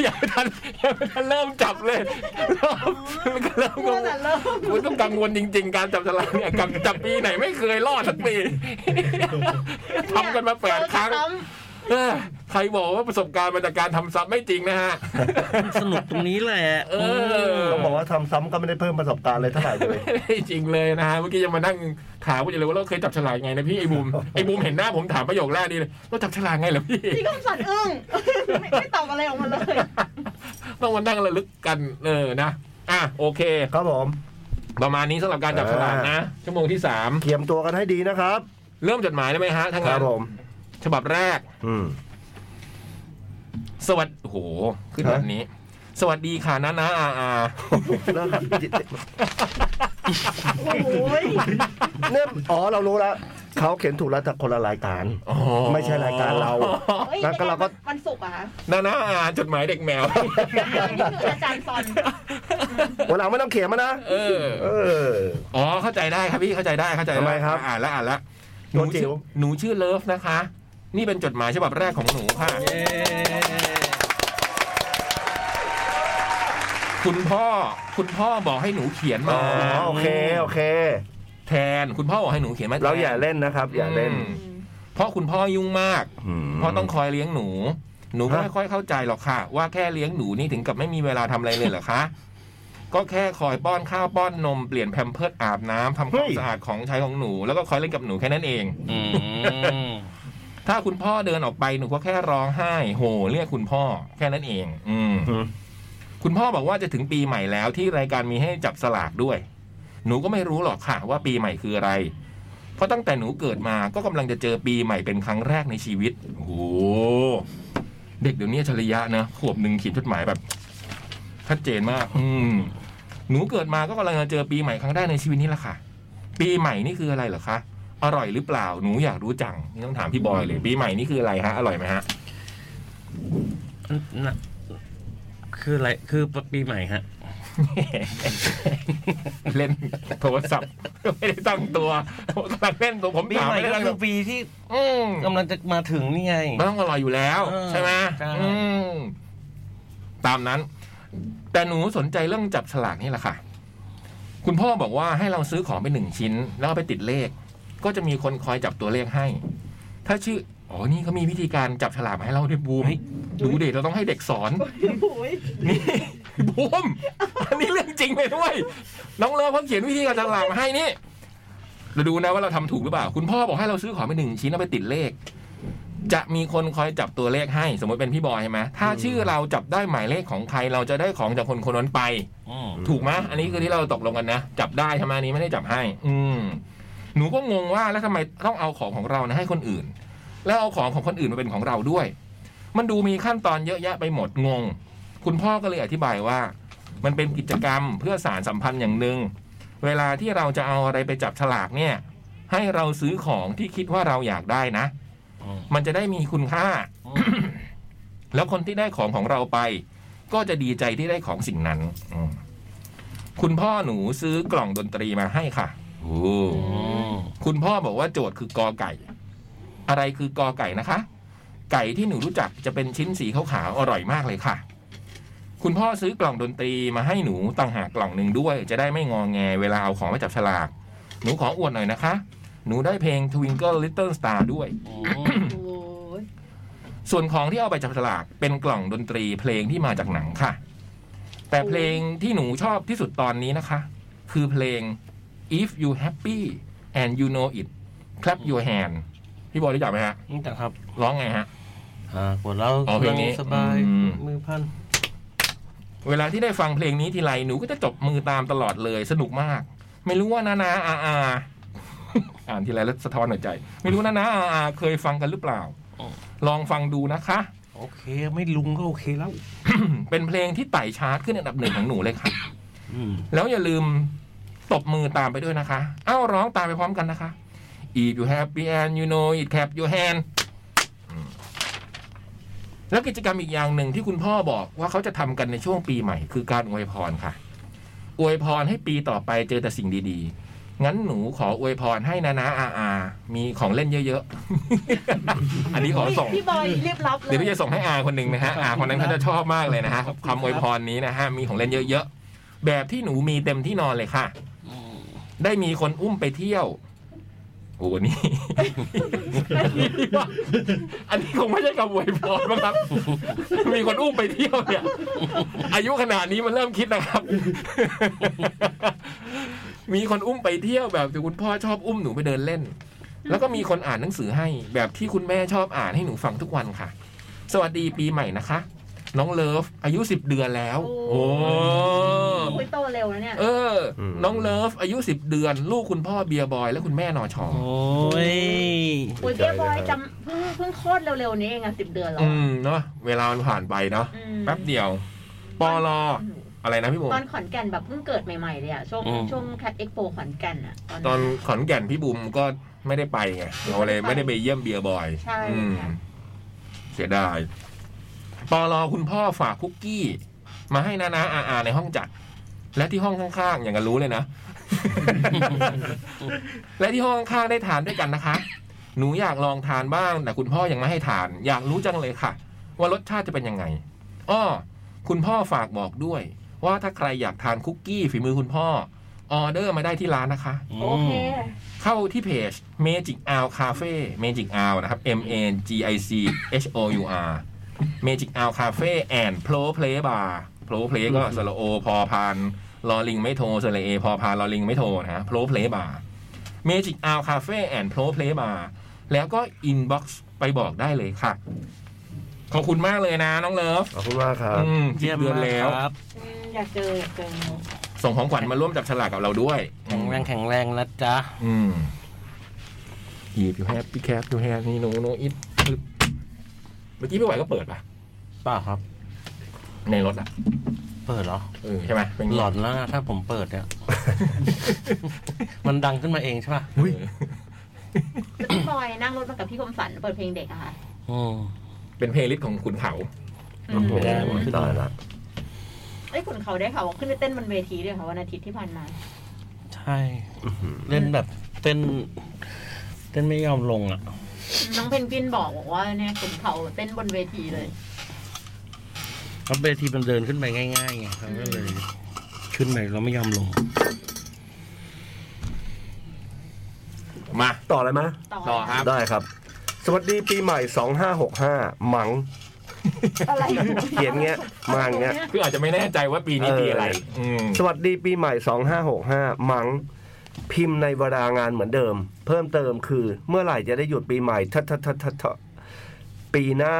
B: ยังไม่ทันยังไม่ทันเริ่มจับเลยเริ่มเริ่ม
G: มั่วแต่เริ่ม
B: คุณต้องกังวลจริง ๆ การจับสลากเนี่ยกับจับปีไหนไม่เคยรอดสักปีทำกันมาแปดครั้งเออใครบอกว่าประสบการณ์มาจากการทำซับไม่จริงนะฮะ
E: สนุกตรงนี้แหละ
B: เออ
D: ต้องบอกว่าทำซ้ำก็ไม่ได้เพิ่มประสบการณ์เลยเท่าไหร่เลย
B: ไม่จริงเลยนะฮะเมื่อกี้ยังมานั่งถามกันอยู่เลยว่าเราเคยจับฉลากไงนะพี่ไอ้บูมไอ้บูมเห็นหน้าผมถามประโยคแรกนี่เลยเราจับฉลากไงเหรอพี่
G: พี่ก็สัตว์อึ้ง ไม่ไม่ตอบอะไรออกมาเลย
B: ต้องมานั่งระลึกกันเออนะอ่ะโอเค
D: ครับผม
B: ประมาณนี้สำหรับการจับฉลากนะ ชั่วโมงที่สาม
D: เตรียมตัวกันให้ดีนะครับ
B: เริ่มจดหมายได้ไหมฮะทาง
D: ครั
B: งาน
D: บผม
B: ฉบับแรก
D: อืม
B: สวัสดีโอ้โห ขึ้นแบบนี้ สวัสดีค่ะนะนะอาอา
D: แล้วครับ
G: โอ้โหย
D: เนี่ยอ๋อ เรารู้ละเขาเขียนถูกแล้วแต่คนละรายการ
B: อ๋อ
D: ไม่ใช่รายการเรา
G: เฮ้ย
D: แล้วก็เราก็
G: วันศุกร์อ่ะ
B: นะนะอาอาจดหมายเด็กแมว
G: นี่คืออาจารย์ซอน
D: วันหลังไม่ต้องเขียนมานะ
B: เออ
D: เออ
B: อ๋อเข้าใจได้ครับพี่เข้าใจได้เข้าใจด้
D: ทำไมครับ
B: อ่านแล้วอ่านแล้ว
D: ตั
B: หนู
D: วจิ๋
B: ชื่อ
D: ว
B: หนูชื่อเลิฟนะคะ นี่เป็นจดหมายฉบับแรกของหนูค่ะ คุณพ่อคุณพ่อบอกให้หนูเขียน
D: อ๋
B: มา
D: อโอเค โอเค
B: แทนคุณพ่อบอกให้หนูเขียนมาแทน
D: เราอย่าเล่นนะครับ อย่าเล่น
B: มเพราะคุณพ่อยุ่งมาก เพราะต้องคอยเลี้ยงหนู หนูก็ไม่
D: ฮะ
B: ค่อยเข้าใจหรอกค่ะ ว่าแค่เลี้ยงหนูนี่ถึงกับไม่มีเวลาทำอะไรเลยเหรอคะ ก็แค่คอยป้อนข้าวป้อนนมเปลี่ยนแพมเพิร์ดอาบน้ำทำความสะอาดของใช้ของหนู แล้วก็คอยเล่นกับหนูแค่นั้นเอง
E: อืม
B: ถ้าคุณพ่อเดินออกไปหนูก็แค่ร้องไห้ โห เรียกคุณพ่อแค่นั้นเอง อืม
D: อืม
B: คุณพ่อบอกว่าจะถึงปีใหม่แล้วที่รายการมีให้จับสลากด้วย หนูก็ไม่รู้หรอกค่ะ ว่าปีใหม่คืออะไร เพราะตั้งแต่หนูเกิดมาก็กำลังจะเจอปีใหม่เป็นครั้งแรกในชีวิต โอ้โหเด็กเดี๋ยวนี้ฉริยะนะขวบหนึ่งเขียนจดหมายแบบชัดเจนมาก อืม หนูเกิดมาก็กำลังจะเจอปีใหม่ครั้งแรกในชีวิตนี่แหละค่ะ ปีใหม่นี่คืออะไรเหรอคะอร่อยหรือเปล่าหนูอยากรู้จังนี่ต้องถามพี่บอยเลย ปีใหม่นี่คืออะไรฮะอร่อยไหม ฮะ
E: น่ะคืออะไร คือปีใหม่ฮะ
B: เล่นโทรศัพท์ไม่ได้ตั้งตัวผมกำลังเล่นตัวผม
E: ปี
B: ถาม
E: ใหม่
B: ไม่
E: ก็
B: ได้ตั้ง
E: คื
B: ตัว
E: อปีที่
B: อืม
E: กำลังจะมาถึงนี่ไง
B: มันต้องอร่อยอยู่แล้ว
E: เออ
B: ใช่ไหม
E: ใช่
B: อืมตามนั้น แต่หนูสนใจเรื่องจับฉลากนี่แหละค่ะ คุณพ่อบอกว่าให้เราซื้อของไปหนึ่งชิ้น แล้วเอาไปติดเลข ก็จะมีคนคอยจับตัวเลขให้ ถ้าชื่ออ๋อนี่เขามีวิธีการจับฉลากมาให้เราด้วยบูมดูเด็กเราต้องให้เด็กสอน
J: โอ้ย
B: นี่บูมอันนี้เรื่องจริงเลยด้วย น้องเลิฟเขาเขียนวิธีการจับฉลากมาให้นี่เราดูนะว่าเราทำถูกหรือเปล่า คุณพ่อบอกให้เราซื้อของไปหนึ่งชิ้นแล้วไปติดเลข จะมีคนคอยจับตัวเลขให้ สมมติเป็นพี่บอยใช่ไหมถ้าชื่อเราจับได้หมายเลขของใคร เราจะได้ของจากคนคนนั้นไป
E: อืม
B: ถูกไหมอันนี้คือที่เราตกลงกันนะ จับได้ทำไมอันนี้ไม่ได้จับให้ อืม หนูก็งงว่าแล้วทำไมต้องเอาของของเรานะให้คนอื่น แล้วเอาของของคนอื่นมาเป็นของเราด้วย มันดูมีขั้นตอนเยอะแยะไปหมดงง คุณพ่อก็เลยอธิบายว่า มันเป็นกิจกรรมเพื่อสารสัมพันธ์อย่างหนึ่งเวลาที่เราจะเอาอะไรไปจับฉลากเนี่ย ให้เราซื้อของที่คิดว่าเราอยากได้นะ
E: อืม
B: มันจะได้มีคุณค่า แล้วคนที่ได้ของของเราไป ก็จะดีใจที่ได้ของสิ่งนั้นอืมคุณพ่อหนูซื้อกล่องดนตรีมาให้ค่ะ โอ้
E: อืม
B: คุณพ่อบอกว่าโจทย์คือกอไก่ อะไรคือกอไก่นะคะ ไก่ที่หนูรู้จักจะเป็นชิ้นสีขาวๆอร่อยมากเลยค่ะ คุณพ่อซื้อกล่องดนตรีมาให้หนูต่างหากกล่องหนึ่งด้วย จะได้ไม่งองแงเวลาเอาของมาจับฉลาก หนูขออวดหน่อยนะคะ หนูได้เพลง Twinkle Little Star ด้วย
G: โอ้ย
B: ส่วนของที่เอาไปจับฉลากเป็นกล่องดนตรีเพลงที่มาจากหนังค่ะ แต่เพลงที่หนูชอบที่สุดตอนนี้นะคะ คือเพลง if you happy and you know it clap your hand พี่บอยรู้จักไหมฮะ
E: นี่แต่ครับ
B: ร้องไงฮะ
E: อ่าปวดแล้ว
B: อ๋อเพลงนี้
E: สบาย
B: อืม
E: มือพัน
B: เวลาที่ได้ฟังเพลงนี้ทีไรหนูก็จะจบมือตามตลอดเลยสนุกมาก ไม่รู้ว่านานาอาอา อ่านทีไรแล้วสะท้อนหัวใจ ไม่รู้นานาอาอาเคยฟังกันหรือเปล่า
E: อ๋อ
B: ลองฟังดูนะคะ
E: โอเค ไม่ลุงก็โอเคแล้ว
B: เป็นเพลงที่ไต่ชาร์ตขึ้นอันดับหนึ่งของหนูเลยค่ะ
E: อืม
B: แล้วอย่าลืมตบมือตามไปด้วยนะคะ เอ้าร้องตามไปพร้อมกันนะคะ If you happy and you know it clap your hand อืมแล้วกิจกรรมอีกอย่างหนึ่งที่คุณพ่อบอกว่าเขาจะทำกันในช่วงปีใหม่ คือการอวยพรค่ะ อวยพรให้ปีต่อไปเจอแต่สิ่งดีๆ งั้นหนูขออวยพรให้นานาอาอามีของเล่นเยอะๆ อันนี้ขอส่ง
G: พี่บอยรีบรับเล
B: เดี๋ย
G: ยว
B: พี่จะส่งให้อาคนหนึ่งนะฮะอาคนนั้นเขาจะชอบมากเลยนะฮะคำอวยพรนี้นะฮะ มีของเล่นเยอะๆ แบบที่หนูมีเต็มที่นอนเลยค่ะ ได้มีคนอุ้มไปเที่ยวโอ้โหนี่ อันนี้คงไม่ใช่คำอวยพรมั้งครับ มีคนอุ้มไปเที่ยวเนี่ย อายุขนาดนี้มันเริ่มคิดนะครับ มีคนอุ้มไปเที่ยวแบบที่คุณพ่อชอบอุ้มหนูไปเดินเล่น แล้วก็มีคนอ่านหนังสือให้ แบบที่คุณแม่ชอบอ่านให้หนูฟังทุกวันค่ะ สวัสดีปีใหม่นะคะ น้องเลิฟ อายุสิบเดือนแล้ว โอ้
G: คุยโตเร็วนะเนี่ย
B: เออ
D: อืม
B: น้องเลิฟอายุ 10 เดือน ลูกคุณพ่อเบียร์บอย และคุณแม่นอชอ
E: โอ้ย
G: โอ้ยเบี้ยบอยจำเพิ่งเพิ่งคลอดเร็วๆนี้เองอะสิบเดือนแล้ว
B: อื
G: อะ
B: มเนาะเวลามันผ่านไปเนาะ
G: อืม
B: แป๊บเดียวปอลออะไรนะพี่บูม
G: ตอนขอนแก่นแบบเพิ่งเกิดใหม่ๆเลยอะช่วง
E: อืม
G: ช่วงแคดเอ็กโปขอนแก่นอะ
B: ต
G: ต
B: อ
G: อน น
B: ขอนแก่นพี่บูมก็ไม่ได้ไปไงเราเลยไม่ได้ไปเยี่ยมเบียร์บอย
G: ใช่
B: อืม
G: ค่ะ
B: เสียดายปอลอคุณพ่อฝากคุกกี้ มาให้นานาอาอาในห้องจัด และที่ห้องข้างๆ อย่างกันรู้เลยนะ และที่ห้องข้างๆได้ทานด้วยกันนะคะ หนูอยากลองทานบ้าง แต่คุณพ่อยังไม่ให้ทาน อยากรู้จังเลยค่ะ ว่ารสชาติจะเป็นยังไงอ้อคุณพ่อฝากบอกด้วย ว่าถ้าใครอยากทานคุกกี้ฝีมือคุณพ่อ ออเดอร์มาได้ที่ร้านนะคะ
G: โอเค
B: เข้าที่เพจ Magic Hour Cafe Magic Hour นะครับ M A G I C H O U R Magic Hour Cafe and Pro Play Bar Pro Play ก็สระโอพอพานลอลิงไม่โทสระเอพอพานลอลิงไม่โทนะฮะ Pro Play Bar Magic Hour Cafe and Pro Play Bar แล้วก็ Inbox ไปบอกได้เลยค่ะ ขอบคุณมากเลยนะน้องเลิฟ
D: ขอบคุณมากครับ
B: อืมสิบ
E: เยี่ยม
B: เดือน
E: มาก
B: แล้ว
E: ครับ
G: อืมอยากเจออย ากเจอ
B: ส่งของขวัญมาร่วมจับฉลากกับเราด้วย
E: แข็งแรงแข็งแรงนะจ๊ะ
B: อืม If you happy cat you have no no it ปึ๊บเมื่อกี้พี่ไหวก็เปิดป่ะ
E: ป้าครับ
B: ในรถอ่ะ
E: เปิดเหรอ
B: เออใช่ไหมเป็น
E: หลอนแล้วนะถ้าผมเปิดเนี่ย มันดังขึ้นมาเองใช่ป่ะ
B: อุ้ย
G: พี่บอยนั่งรถมากับพี่คมสันเปิดเพลงเด็กอะค่ะ
E: อืม
B: เป็นเพลย์ลิสต์ของคุณเขา
G: อืม
D: โอ้โหตายละ
G: เอ้ยขุนเขาได้ค่ะว่าขึ้นไปเต้นบนเวทีด้วยค่ะวันอาทิตย์ที่ผ่านมา
E: ใช่เล่นแบบเต้น เต้นไม่ยอมลงอ่ะ
G: น้องเพนกวินบอกบอกว่าเนี่ยขุนเขาเต้นบนเวทีเลย
E: เพราะเวทีมันเดินขึ้นไปง่ายๆไงเขาก็เลย ขึ้นไปแล้วไม่ยอมลง
B: มา
D: ต่ออะไรมะ
G: ต่อ
B: ต่อครับ
D: ได้ครับ สวัสดีปีใหม่ 2565หมัง
G: อะไร
D: เขียนเงี้ย มาอย่างเงี้ย
B: คืออาจจะไม่แน่ใจว่าปีนี้ปีอะไร อืม
D: สวัสดีปีใหม่ 2565หมัง พิมพ์ในเวลางานเหมือนเดิม เพิ่มเติมคือ เมื่อไหร่จะได้หยุดปีใหม่ทะทะทะทะทะปีหน้า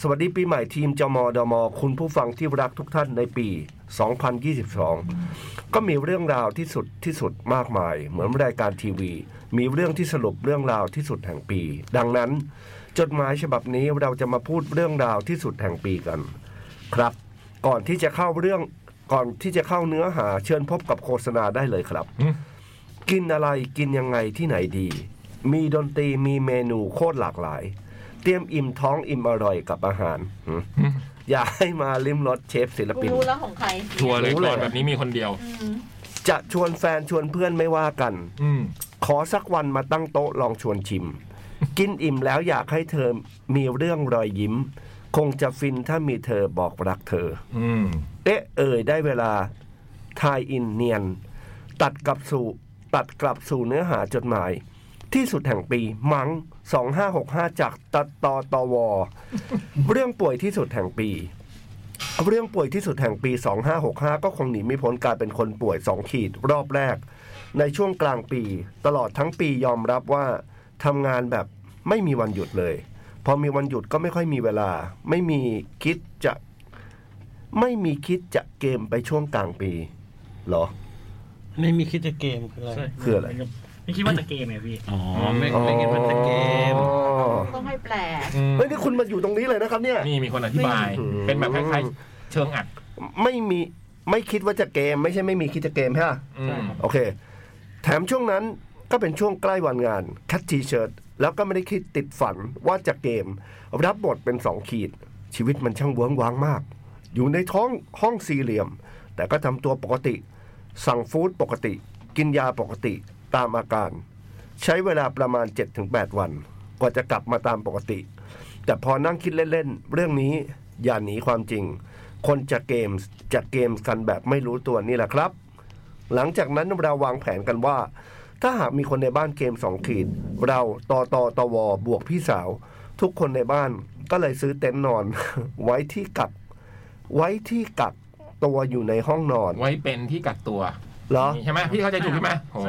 D: สวัสดีปีใหม่ทีมจมดม คุณผู้ฟังที่รักทุกท่านในปี 2022 ก็มีเรื่องราวที่สุดที่สุดมากมาย เหมือนรายการทีวี มีเรื่องที่สรุปเรื่องราวที่สุดแห่งปี ดังนั้น จดหมายฉบับนี้เราจะมาพูดเรื่องราวที่สุดแห่งปีกัน ครับ ก่อนที่จะเข้าเรื่องก่อนที่จะเข้าเนื้อหา เชิญพบกับโฆษณาได้เลยครับ กินอะไรกินยังไงที่ไหนดี มีดนตรีมีเมนูโคตรหลากหลาย เตรียมอิ่มท้องอิ่มอร่อยกับอาหารหืมอย่าให้มาลิ้มรสเชฟศิล
G: กู
D: ปิน
G: รู้แล้วของใคร
B: ทัวร์เลย
D: รู้
B: ก
D: เลย
B: อนแบบนี้มีคนเดียว
D: จะชวนแฟนชวนเพื่อนไม่ว่ากัน
B: อืม
D: ขอสักวันมาตั้งโต๊ะลองชวนชิม กินอิ่มแล้วอยากให้เธอมีเรื่องรอยยิ้ม คงจะฟินถ้ามีเธอบอกรักเธอ
B: อืม
D: เอ๊ะเอ่ยได้เวลาทายอินเนียน ตัดกลับสู่ตัดกลับสู่เนื้อหาจดหมาย ที่สุดแห่งปีมัง2565 จากตตตว เรื่องป่วยที่สุดแห่งปี เรื่องป่วยที่สุดแห่งปี 2565 ก็คงหนีไม่พ้นการเป็นคนป่วย 2 ขีดรอบแรก ในช่วงกลางปี ตลอดทั้งปียอมรับว่าทำงานแบบไม่มีวันหยุดเลย พอมีวันหยุดก็ไม่ค่อยมีเวลา ไม่มีคิดจะ ไม่มีคิดจะเกมไปช่วงกลางปีเหรอ
E: ไม่มีคิดจะเกมคืออะไร
D: คืออะไร
H: ไม่คิดว่าจะเกมไงพี่
E: อ๋อ ไม่ไม่คิดมันจะเกม
D: อ๋อ
G: ต้องให้แปล
B: อืม
D: เฮ้ยนี่คุณมาอยู่ตรงนี้เลยนะครับเนี่ย
B: นี่มีคนอธิบาย
D: อืม
B: เป็นแบบคล้ายๆเชิงอัด
D: ไม่มีไม่คิดว่าจะเกม ไม่ใช่ไม่มีคิดจะเกมใช่ปะ
B: อืม
D: โอเค แถมช่วงนั้นก็เป็นช่วงใกล้วันงานคัดทีเชิร์ตแล้วก็ไม่ได้คิดติดฝันว่าจะเกม รับบทเป็นสองขีด ชีวิตมันช่างเวิ้งว้างมาก อยู่ในท้องห้องสี่เหลี่ยม แต่ก็ทำตัวปกติ สั่งฟู้ดปกติ กินยาปกติตามอาการ ใช้เวลาประมาณ 7-8 วัน กว่าจะกลับมาตามปกติ แต่พอนั่งคิดเล่น ๆ เรื่องนี้อย่าหนีความจริง คนจะเกมส์จะเกมส์กันแบบไม่รู้ตัวนี่แหละครับ หลังจากนั้นเราวางแผนกันว่า ถ้าหากมีคนในบ้านเกมสองขีด เราตอตอตวบวกพี่สาว ทุกคนในบ้านก็เลยซื้อเต็นท์นอน ไว้ที่กักไว้ที่กักตัวอยู่ในห้องนอน
B: ไว้เป็นที่กักตัว
D: เหรอ
B: ใช่ไหมพี่เข้าใจถูกใช่ไหมโอ้โห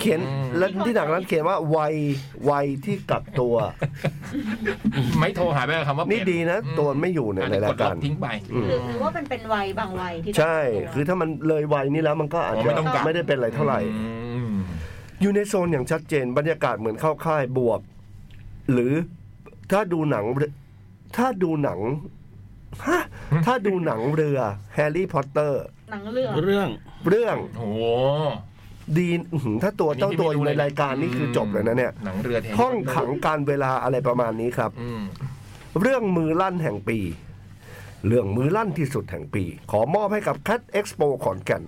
D: เขียน
B: อืม
D: แล้วที่หนังนั้นเขียนว่าวัยวัยที่กักตัว
B: ไม่โทรหาไปกับคำว่าเป็
D: นี่ดีนะ ตัวมันไม่อยู่เนี่ย
B: อัน
D: ในราย
B: นี้กดล
D: การ
B: บทิ้งไป
D: อืม
G: หรือหรือว่าเป็นเป็นวัยบางวัยที่
D: ใช่
G: ต้งกลัว
D: คือถ้ามันเลยวัยนี้แล้วมันก็อาจจะ
B: อ๋อไม่ต้องกัก
D: ไม่ได้เป็นอะไรเท่าไหร่
B: อืม
D: อยู่ในโซนอย่างชัดเจนบรรยากาศเหมือนเข้าค่ายบวก หรือถ้าดูหนังถ้าดูหนังฮะถ้าดูหนังเรือแฮร์รี่พอตเตอร์
G: หนังเรื่อง
E: เรื่อง
D: เรื่อง
B: โอ้โห
D: ดีนอื้อหือถ้าตัวเจ้าตัวอยู่ในรายการนี่คือจบเลยนะเนี่ย
B: หนังเรือเทนนิส
D: ห้องขังการเวลาอะไรประมาณนี้ครับ
B: อืม
D: เรื่องมือลั่นแห่งปี เรื่องมือลั่นที่สุดแห่งปี ขอมอบให้กับ Cat Expo ขอนแก่น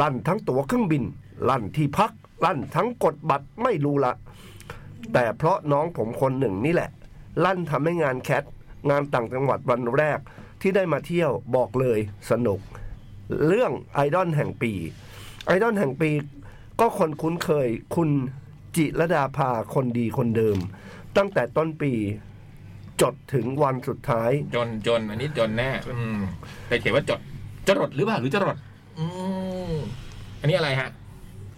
D: ลั่นทั้งตั๋วเครื่องบิน ลั่นที่พัก ลั่นทั้งกดบัตรไม่รู้ละ แต่เพราะน้องผมคนหนึ่งนี่แหละ ลั่นทำให้งานแคทงานต่างจังหวัดวันแรกที่ได้มาเที่ยวบอกเลยสนุก เรื่องไอดอลแห่งปี ไอดอลแห่งปี ก็คนคุ้นเคยคุณจิรดาภาคนดีคนเดิม ตั้งแต่ต้นปี จดถึงวันสุดท้าย
B: จนจนอันนี้จนแน่อืมแต่เขียนว่าจดจรดหรือเปล่าหรือจรดอืมอันนี้อะไรฮะ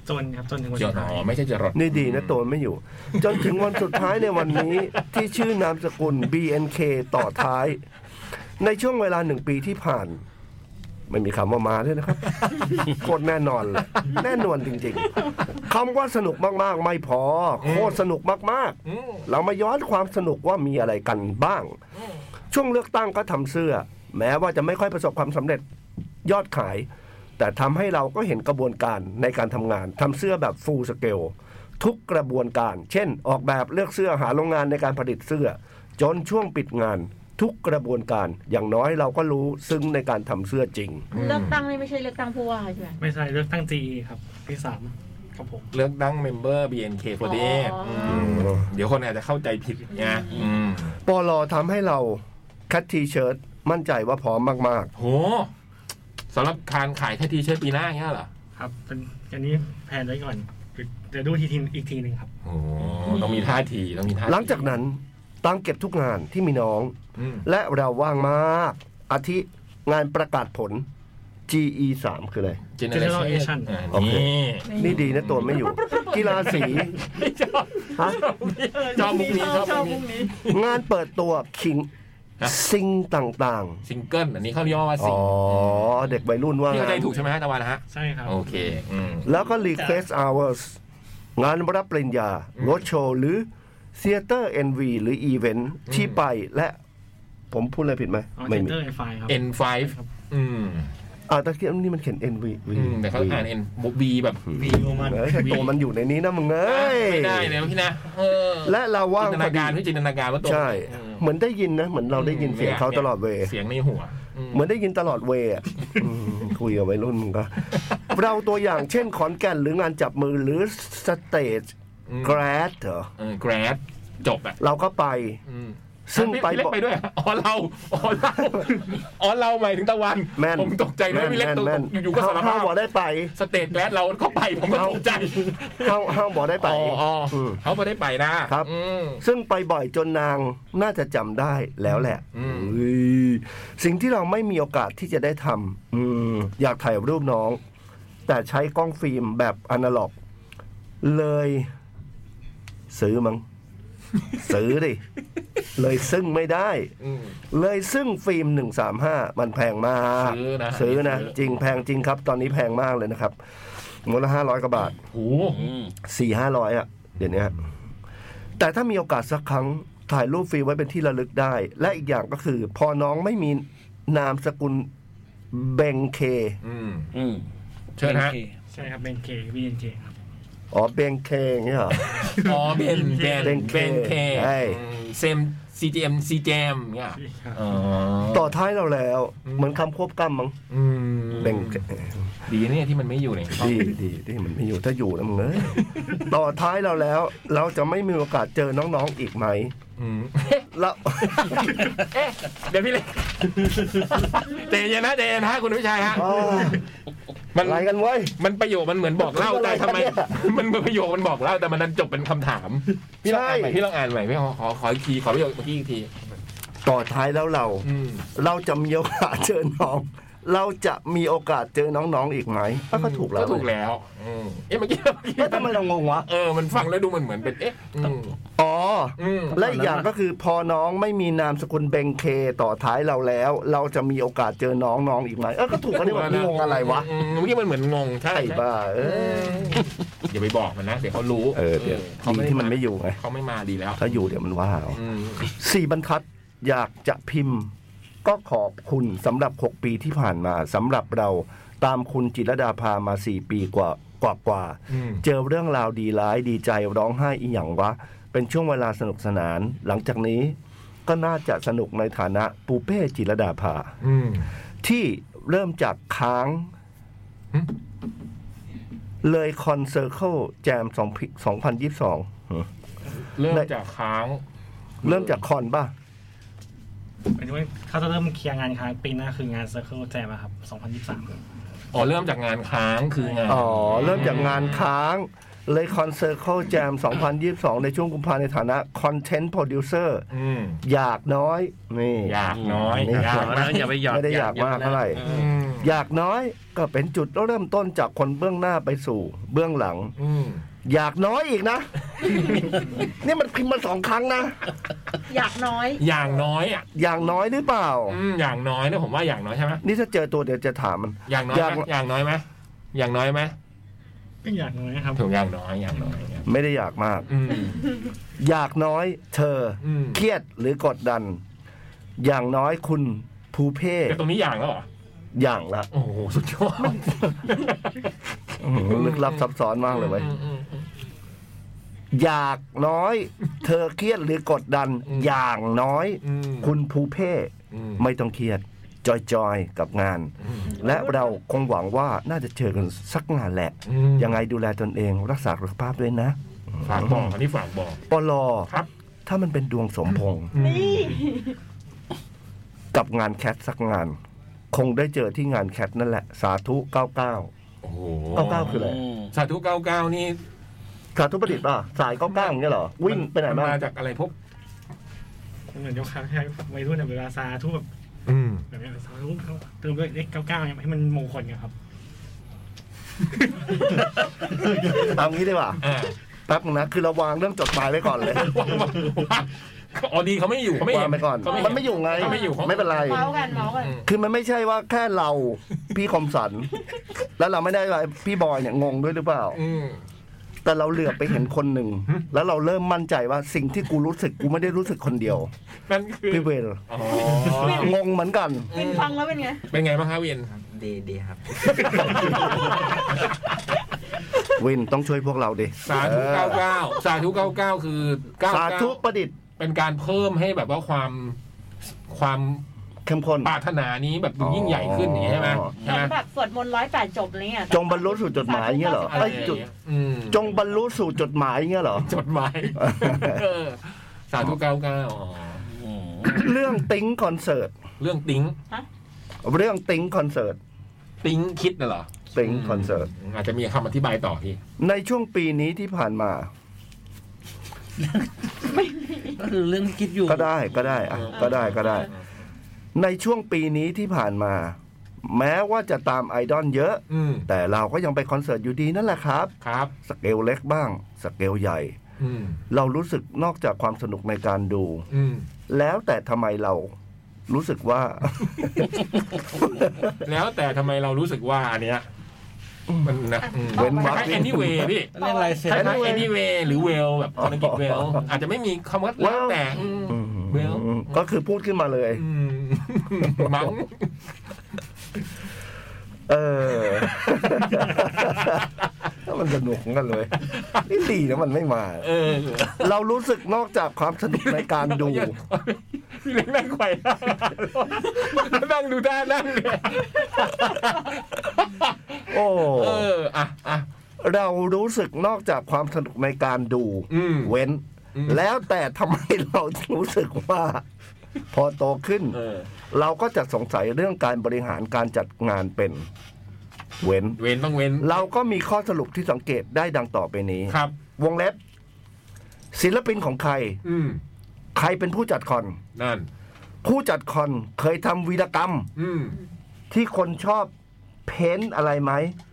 H: จนครับจนถึงวัน
B: จ
H: สุ
B: ด
H: ดท้าย
B: อ๋อไม่ใช่จรด
D: นี่ดีนะโตนไม่อยู่ จนถึงวันสุดท้ายในวันนี้ ที่ชื่อนามสกุล BNK ต่อท้าย ในช่วงเวลาหนึ่งปีที่ผ่าน ไม่มีคำว่ามาด้วยนะครับ โคตรแน่นอนเลยแน่นอนจริงๆคำว่าสนุกมากๆ ไม่พอ โคตรสนุกมากๆ
B: อืม
D: เรามาย้อนความสนุกว่ามีอะไรกันบ้าง ช่วงเลือกตั้งก็ทำเสื้อ แม้ว่าจะไม่ค่อยประสบความสำเร็จยอดขาย แต่ทำให้เราก็เห็นกระบวนการในการทำงานทำเสื้อแบบ full scale ทุกกระบวนการ เช่น ออกแบบเลือกเสื้อหาโรงงานในการผลิตเสื้อ จนช่วงปิดงาน ทุกกระบวนการ อย่างน้อยเราก็รู้ซึ้งในการทำเสื้อจริง
G: เลือกตั้งนี่ไม่ใช่เลือกตั้งผู้ว่าใช่ไหม
H: ไม่ใช่เลือกตั้งจีครับที่สามครับผม
B: เลือกตั้งเมมเบอร์ BNK48
G: อ๋ออื
B: มเดี๋ยวคนอาจจะเข้าใจผิดไงอืม
D: ปลอทำให้เราคัดทีเชิ้ตมั่นใจว่าพร้อมมาก
B: โหสำหรับการขายแค่ทีเชิตปีหน้าเงี้ยเหรอ
H: ครับเป็นอันนี้แผนไว้ก่อนเดี๋ยวดูทีทีอีกทีหนึ่งครับ
B: โอ้ต้องมีท่าทีต้องมีท่าที
D: ๆ หลังจากนั้นตามเก็บทุกงานที่มีน้อง
B: อืม
D: และเราว่างมาก อาทิงานประกาศผล GE 3คืออะไร
B: เจเนอเร
H: Generation
B: อ่า
D: โอเค
B: นี่
D: นี่ดีนะตัวไม่อยู่ กีฬาสี
B: ชอบ
D: ฮะ
B: ชอบมุกนี้ชอบมุกนี้
D: งานเปิดตัวคิง
B: ฮะ
D: ซิงต่าง
B: ซิงเกิลอันนี้เขาเรียกว่า
D: ๆ
B: ซิ
D: อ๋
B: ง
D: อ เด็กวัยรุ่นว่า
B: พี่
D: งา
B: เข้าใจ
D: น
B: ถูกใช่ไหมฮะตะวันฮะ
H: ใช่ครับ
B: โอเค อืม
D: แล้วก็ Request Hours งานรับปริญญา รถโชว์ หรือเซียเตอร์ NV หรืออีเวนท์ที่ไปและผมพูดอะไรผิดไหม
H: อ๋อ
D: ไม่
H: เจน
D: มี
H: เตอร์ไอไฟครับ
B: N5 อืม
D: อ่าตะเกียบนี่มันเขียน NV
B: อืมแต่เขาอ่าน N บุ๊บีแบบ
E: วีโอมัน
D: เอ้ยแต่ตัวมันอยู่ในนี้นะมึงเอ้ย
B: ไม่ได้เลยพี่นะเออ
D: และเราว่าง
B: จิน
D: พ
B: ตนา
D: อดี
B: การพี่จินตนาการว่าตัว
D: ใช่
B: อืม
D: เหมือนได้ยินนะ เหมือนเราได้ยินเสียงเขาตลอดเว
B: เสียงในหัวม
D: เหมือนได้ยินตลอดเว อะอืมคุยกับวัยรุ่นก็ เราตัวอย่างเช่นขอนแก่นหรืองานจับมือหรือสเตจ
B: อืม
D: แกรดเหรอ
B: เออแกรดจบอ่ะ
D: เราก็ไป
B: อืม
D: ซึ่งไป
B: พี่เล็ก
D: บอก
B: ไปด้วยอ๋อเราอ๋อเราอ๋อเราหมายถึงตะวัน
D: แม่น
B: ผมตกใจด้วยพี่เล็กตก
D: แม่น
B: อยู่ๆก็สาร
D: ห้า
B: ภาว พ
D: บอกได้ไป
B: สเตจแกรดเราเข้าไปผมก็ตกใจ
D: ห้าวห้าวบอกได้ไป
B: อ๋ออ๋ออ
D: ม
B: เขาไม่ได้ไปนะครับ อืม
D: ซึ่งไปบ่อยจนนางน่าจะจำได้แล้วแหละ
B: อืม
D: เฮ้ยสิ่งที่เราไม่มีโอกาสที่จะได้ทำอืมอยากถ่ายรูปน้อง แต่ใช้กล้องฟิล์มแบบอนาล็อก เลย ซื้อมั้ง ซื้อดิ เลยซึ่งไม่ได้
B: อืม
D: เลยซึ่งฟิล์ม 135 มันแพงมาก
B: ซื้อนะ
D: ซื้อนะ
B: ซื้อ
D: จริงแพงจริงครับ ตอนนี้แพงมากเลยนะครับมูลค่าร้อยกว่าบาท
B: โห
D: สี่ห้าร้อยอะเดี๋ยวนี้ฮะแต่ถ้ามีโอกาสสักครั้งถ่ายรูปฟรีไว้เป็นที่ระลึกได้ และอีกอย่างก็คือ พอน้องไม่มีนามสกุลเบงเค
B: อืม
E: อืม
B: เชิญฮะ
H: ใช่ครับเบนเคบีเนเคครับ
D: อ๋อเบงเคอย่างเงี้ยเหร อ
B: อ๋อเบนเจน
D: เบ
B: เบ
D: น
B: น
D: เค
B: เค
D: ใช่
B: เซมซีเจมซีเจมเนี่ยอ๋อ
D: ต่อท้ายเราแล้ว เหมือนคำควบกล้ำมั้ง
B: อืม
D: เบงเค
B: ดีเนี่ยที่มันไม่อยู่ในช่อง
D: ดีดีดีมันไม่อยู่ถ้าอยู่นะมึงเอ้ย ต่อท้ายเราแล้ว เราจะไม่มีโอกาสเจอน้องๆอีกไหม
B: อืม
D: แล้ว
B: เอ๊ะเดี๋ยวพี่เล็กเจเย็นนะเจเย็นนะคุณวิชัยฮะ
D: อ้าว
B: มั น
D: อะไรกันเว้ย
B: มันประโยคมันเหมือนบอกเล่าแต่ทำไม
D: มันคืออะไรครับเนี่ย
B: มันประโยคมันบอกเล่าแต่มันดันจบเป็นคำถามพี่ลองอ่านใหม่
D: ใช่
B: พี่ลองอ่านใหม่พี่ขอขอขออีกทีขอประโยคเมื่อกี้อีกที
D: ต่อท้ายแล้วเรา
B: อืม
D: เราจะมีโอกาสเจอน้อง เราจะมีโอกาสเจอน้องๆอีกไหมอ่ะก็ถูกแล้ว
B: ก็ถูกแล้วอืมเอ๊ะเมื่อกี้เมื่อกี้
D: แล้วทำไมเรางงวะ
B: เออมันฟังแล้วดูมันเหมือนเป็นเอ๊ะอืม
D: อ๋อ
B: อืม
D: และอีกอย่างก็คือพอน้องไม่มีนามสกุลเบงเคต่อท้ายเราแล้ว เราจะมีโอกาสเจอน้องๆอีกไหมเออก็ถูกอันนี้มันงงอะไรวะ
B: มเมื่อกี้มันเหมือนงงใช่
D: ไอ้บ้าเอ
B: เอ
D: อ
B: ออย่าไปบอกมันนะ เดี๋ยวเขารู้
D: เออเดี๋ยวดีที่มันไม่อยู่ไง
B: เขาไม่มาดีแล้ว
D: ถ้าอยู่เดี๋ยวมันว่าเอา
B: อืม
D: สี่บรรทัดอยากจะพิมพ์ ก็ขอบคุณสำหรับ 6 ปีที่ผ่านมาสำหรับเราตามคุณจิรดาพามา 4 ปีกว่ากว่ากว่า
B: อืม
D: เจอเรื่องราวดีร้ายดีใจร้องไห้อีหยังวะ เป็นช่วงเวลาสนุกสนาน หลังจากนี้ก็น่าจะสนุกในฐานะปูเป้จิรดาภา
B: อืม
D: ที่เริ่มจากค้าง
B: หึ
D: เลยคอนเซอร์เคิลแจม2022
B: เริ่ม
D: ใน
B: จากค้าง
D: เริ่มจากคอนป่ะ
H: หมายถึงว่าเขาจะเริ่มเคลียร์งานค้างปีหน้าคืองานเซอร์เคิลแจมครับ 2023
B: อ๋อเริ่มจากงานค้างคืองาน
D: อ๋อ เริ่มจากงานค้าง เลยคอนเซอร์เคิลแจม2022 ในช่วงกุมภาในฐานะคอนเทนต์โปรดิวเซอร์
B: อืม
D: อยากน้อย นี่
B: อยากน้อย
D: ไม่
B: อยาก
D: น้
B: มาก
E: อย่าไปหยอด
D: ไม่ได้อยากมากเท่าไหร่
B: อืม
D: อยากน้อยก็เป็นจุดเริ่มต้นจากคนเบื้องหน้าไปสู่เบื้องหลัง
B: อืม
D: อยากน้อยอีกนะ นี่มันพิมพ์มาสองครั้งนะ
G: อยากน้อย
B: อย่างน้อยอ่ะ
D: อย่างน้อยหรือเปล่า
B: อืมอย่างน้อยนะผมว่าอย่างน้อยใช่ไหม
D: นี่ถ้าเจอตัวเดี๋ยวจะถามมัน
B: อย่างน้อยไหมอย่างน้อยไหมอย่างน้อยไหม
H: ก็อยากน้อยครับ
B: ถูกอย่างน้อยอย่างน้อยอย่างน้อย
D: ไม่ได้อยากมาก
B: อืม
D: อยากน้อย เธอ
B: อืม
D: เครียดหรือกดดัน อย่างน้อยคุณภูเพ่
B: แต่ตรงนี้อย่างแล้วเหรอ
D: อย่างละ
B: โอ้โหสุดยอด
D: ลึกลับซับซ้อนมากเลยเว้ย
B: อืมอืมอืม
D: อยากน้อย เธอเครียดหรือกดดัน
B: อืม
D: อย่างน้อย
B: อืม
D: คุณภูเพ่
B: อืม
D: ไม่ต้องเครียด จอยๆ กับงาน
B: อืม
D: และเราคงหวังว่าน่าจะเจอกันสักงานแหละ
B: อืม
D: ยังไงดูแลตนเองรักษาสุขภาพด้วยนะ
B: ฝากบอกอันนี้ฝากบอก
D: ปลอ
B: ครับ
D: ถ้ามันเป็นดวงสมพงษ์
B: นี่
D: กับงานแคทสักงาน คงได้เจอที่งานแคทนั่นแหละ สาธุ 99
B: โอ้โห
D: 99 คืออะไร
B: สาธุเก้าเก้านี่
D: สาธุประดิษฐ์ป่ะ สาย 99อย่างเงี้ยเหรอ วิ่งไปไหน
B: มั
D: บ้าง
B: มาจากอะไรพบ
H: เหมือนยกครั้งให้วัยรุ่นเนี่ยเวลาซาทุกแบบ
B: อืม
H: แบบเนี้ยซาทุกเขาเติมด้วยเลขเก้าเก้าเนี่ยให้มันมงคลไงครับ
D: เอางี้ดีกว่า
B: อ่า
D: แป๊บนึงนะ คือเราวางเรื่องจดหมายไว้ก่อนเลย
B: อ๋อดีเขาไม่อยู่เขาไม่
D: วา
B: เห็
D: ง
B: น
D: ไปก่อน
B: เขาไม่
D: มัน
B: เห็น
D: ไม่อยู่ไง
B: เขาไม่อยู่เขา
D: ไม่เป็นไร
F: เมาส์กันเมาส์กัน
B: อืม
D: คือมันไม่ใช่ว่าแค่เรา พี่คมสัน แล้วเราไม่ได้ว่าพี่บอยเนี่ยงงด้วยหรือเปล่า
B: อืม
D: แต่เราเหลือบไปเห็นคนหนึ่ง
B: หึ
D: แล้วเราเริ่มมั่นใจว่าสิ่งที่กูรู้สึกกูไม่ได้รู้สึกคนเดียว
B: นั่นคือ
D: พี่เวล
B: อ๋อง
D: งเหมือนกัน
F: กินฟังแล้วเป็นไง
B: เป็นไงบ้างฮะเวียน
I: ครับดีดีครับ
D: วินต้องช่วยพวกเราดิ
B: สาธุ
D: เออ
B: เก้าเก้าสาธุเก้าเก้าคือเก้า
D: สา
B: เก้า
D: ธุประดิษฐ์
B: เป็นการเพิ่มให้แบบว่าความความ
D: เข้มข้น
B: ปรารถนานี้แบบดูยิ่งใหญ่ขึ้นอย่างนี้ใช่ไหม
D: อ๋อ
B: ใช่ไหม
G: แบบสวดมนต์ร้อยแปดจบอะไรเงี้ย
D: จงบรรลุสู่จดหมายอย่างเงี้ยเหรอ
B: อะไร
D: เอ้ย
B: อย่าง
D: จุด
B: เงี้ยอืม
D: จงบรรลุสู่จดหมายอย่างเงี้ยเหรอ
B: จดหมายเออสาธุเก้าเก้าอ๋อ
D: เรื่องติ้งคอนเสิร์ต
B: เรื่องติ้ง
D: เรื่องติ้งคอนเสิร์ต
B: ติ้งคิดน่ะเหรอ
D: ติ้งคอนเสิร์ต
B: มอาจจะมีคำอธิบายต่อพี่
D: ในช่วงปีนี้ที่ผ่านมา
E: ก็คือเรื่องที่คิดอยู่
D: ก็ได้ก็ได้อะก็ได้ก็ได้ ในช่วงปีนี้ที่ผ่านมา แม้ว่าจะตามไอดอลเยอะ
B: อืม
D: แต่เราก็ยังไปคอนเสิร์ตอยู่ดีนั่นแหละครับ
B: ครับ
D: สเกลเล็กบ้าง สเกลใหญ่
B: อืม
D: เรารู้สึกนอกจากความสนุกในการดู
B: อืม
D: แล้วแต่ทำไมเรารู้สึกว่า
B: แล้วแต่ทำไมเรารู้สึกว่าอันเนี้ยมันนะอืม
D: เว้นวรรค
B: คล้ายๆ anyway พี่
E: เรื่องอะไรเสร็จ
B: ใช้
E: แล้ว
B: คำ anyway หรือ well แบบภาษาอังกฤษ well อาจจะไม่มีคำว่าแล้ว
D: Well
B: แต่อืม well
D: อืมก็คือพูดขึ้นมาเลย
B: อืมมั้ง
D: เออ มันสนุกเหมือนกันเลยนี่ดีนะมันไม่มา
B: เออ
D: เรารู้สึกนอกจากความสนุกในการดู
B: พี่เล็กนั่งไขว่หน้านั่งดูด้านนั่งเนี่ย
D: โอ้
B: เอออ่ะอ่ะ
D: เรารู้สึกนอกจากความสนุกในการดู
B: อืม
D: เว้น
B: อืม
D: แล้วแต่ทำไมเรารู้สึกว่า พอโตขึ้น
B: เออ
D: เราก็จะสงสัยเรื่องการบริหารการจัดงานเป็น เว้น
B: เว้นต้องเว้น
D: เราก็มีข้อสรุปที่สังเกตได้ดังต่อไปนี้
B: ครับ
D: วงเล็บ ศิลปินของใคร
B: อืม
D: ใครเป็นผู้จัดคอน
B: นั่น
D: ผู้จัดคอนเคยทำวีรกรรม
B: อืม
D: ที่คนชอบเพ้นท์อะไรไหม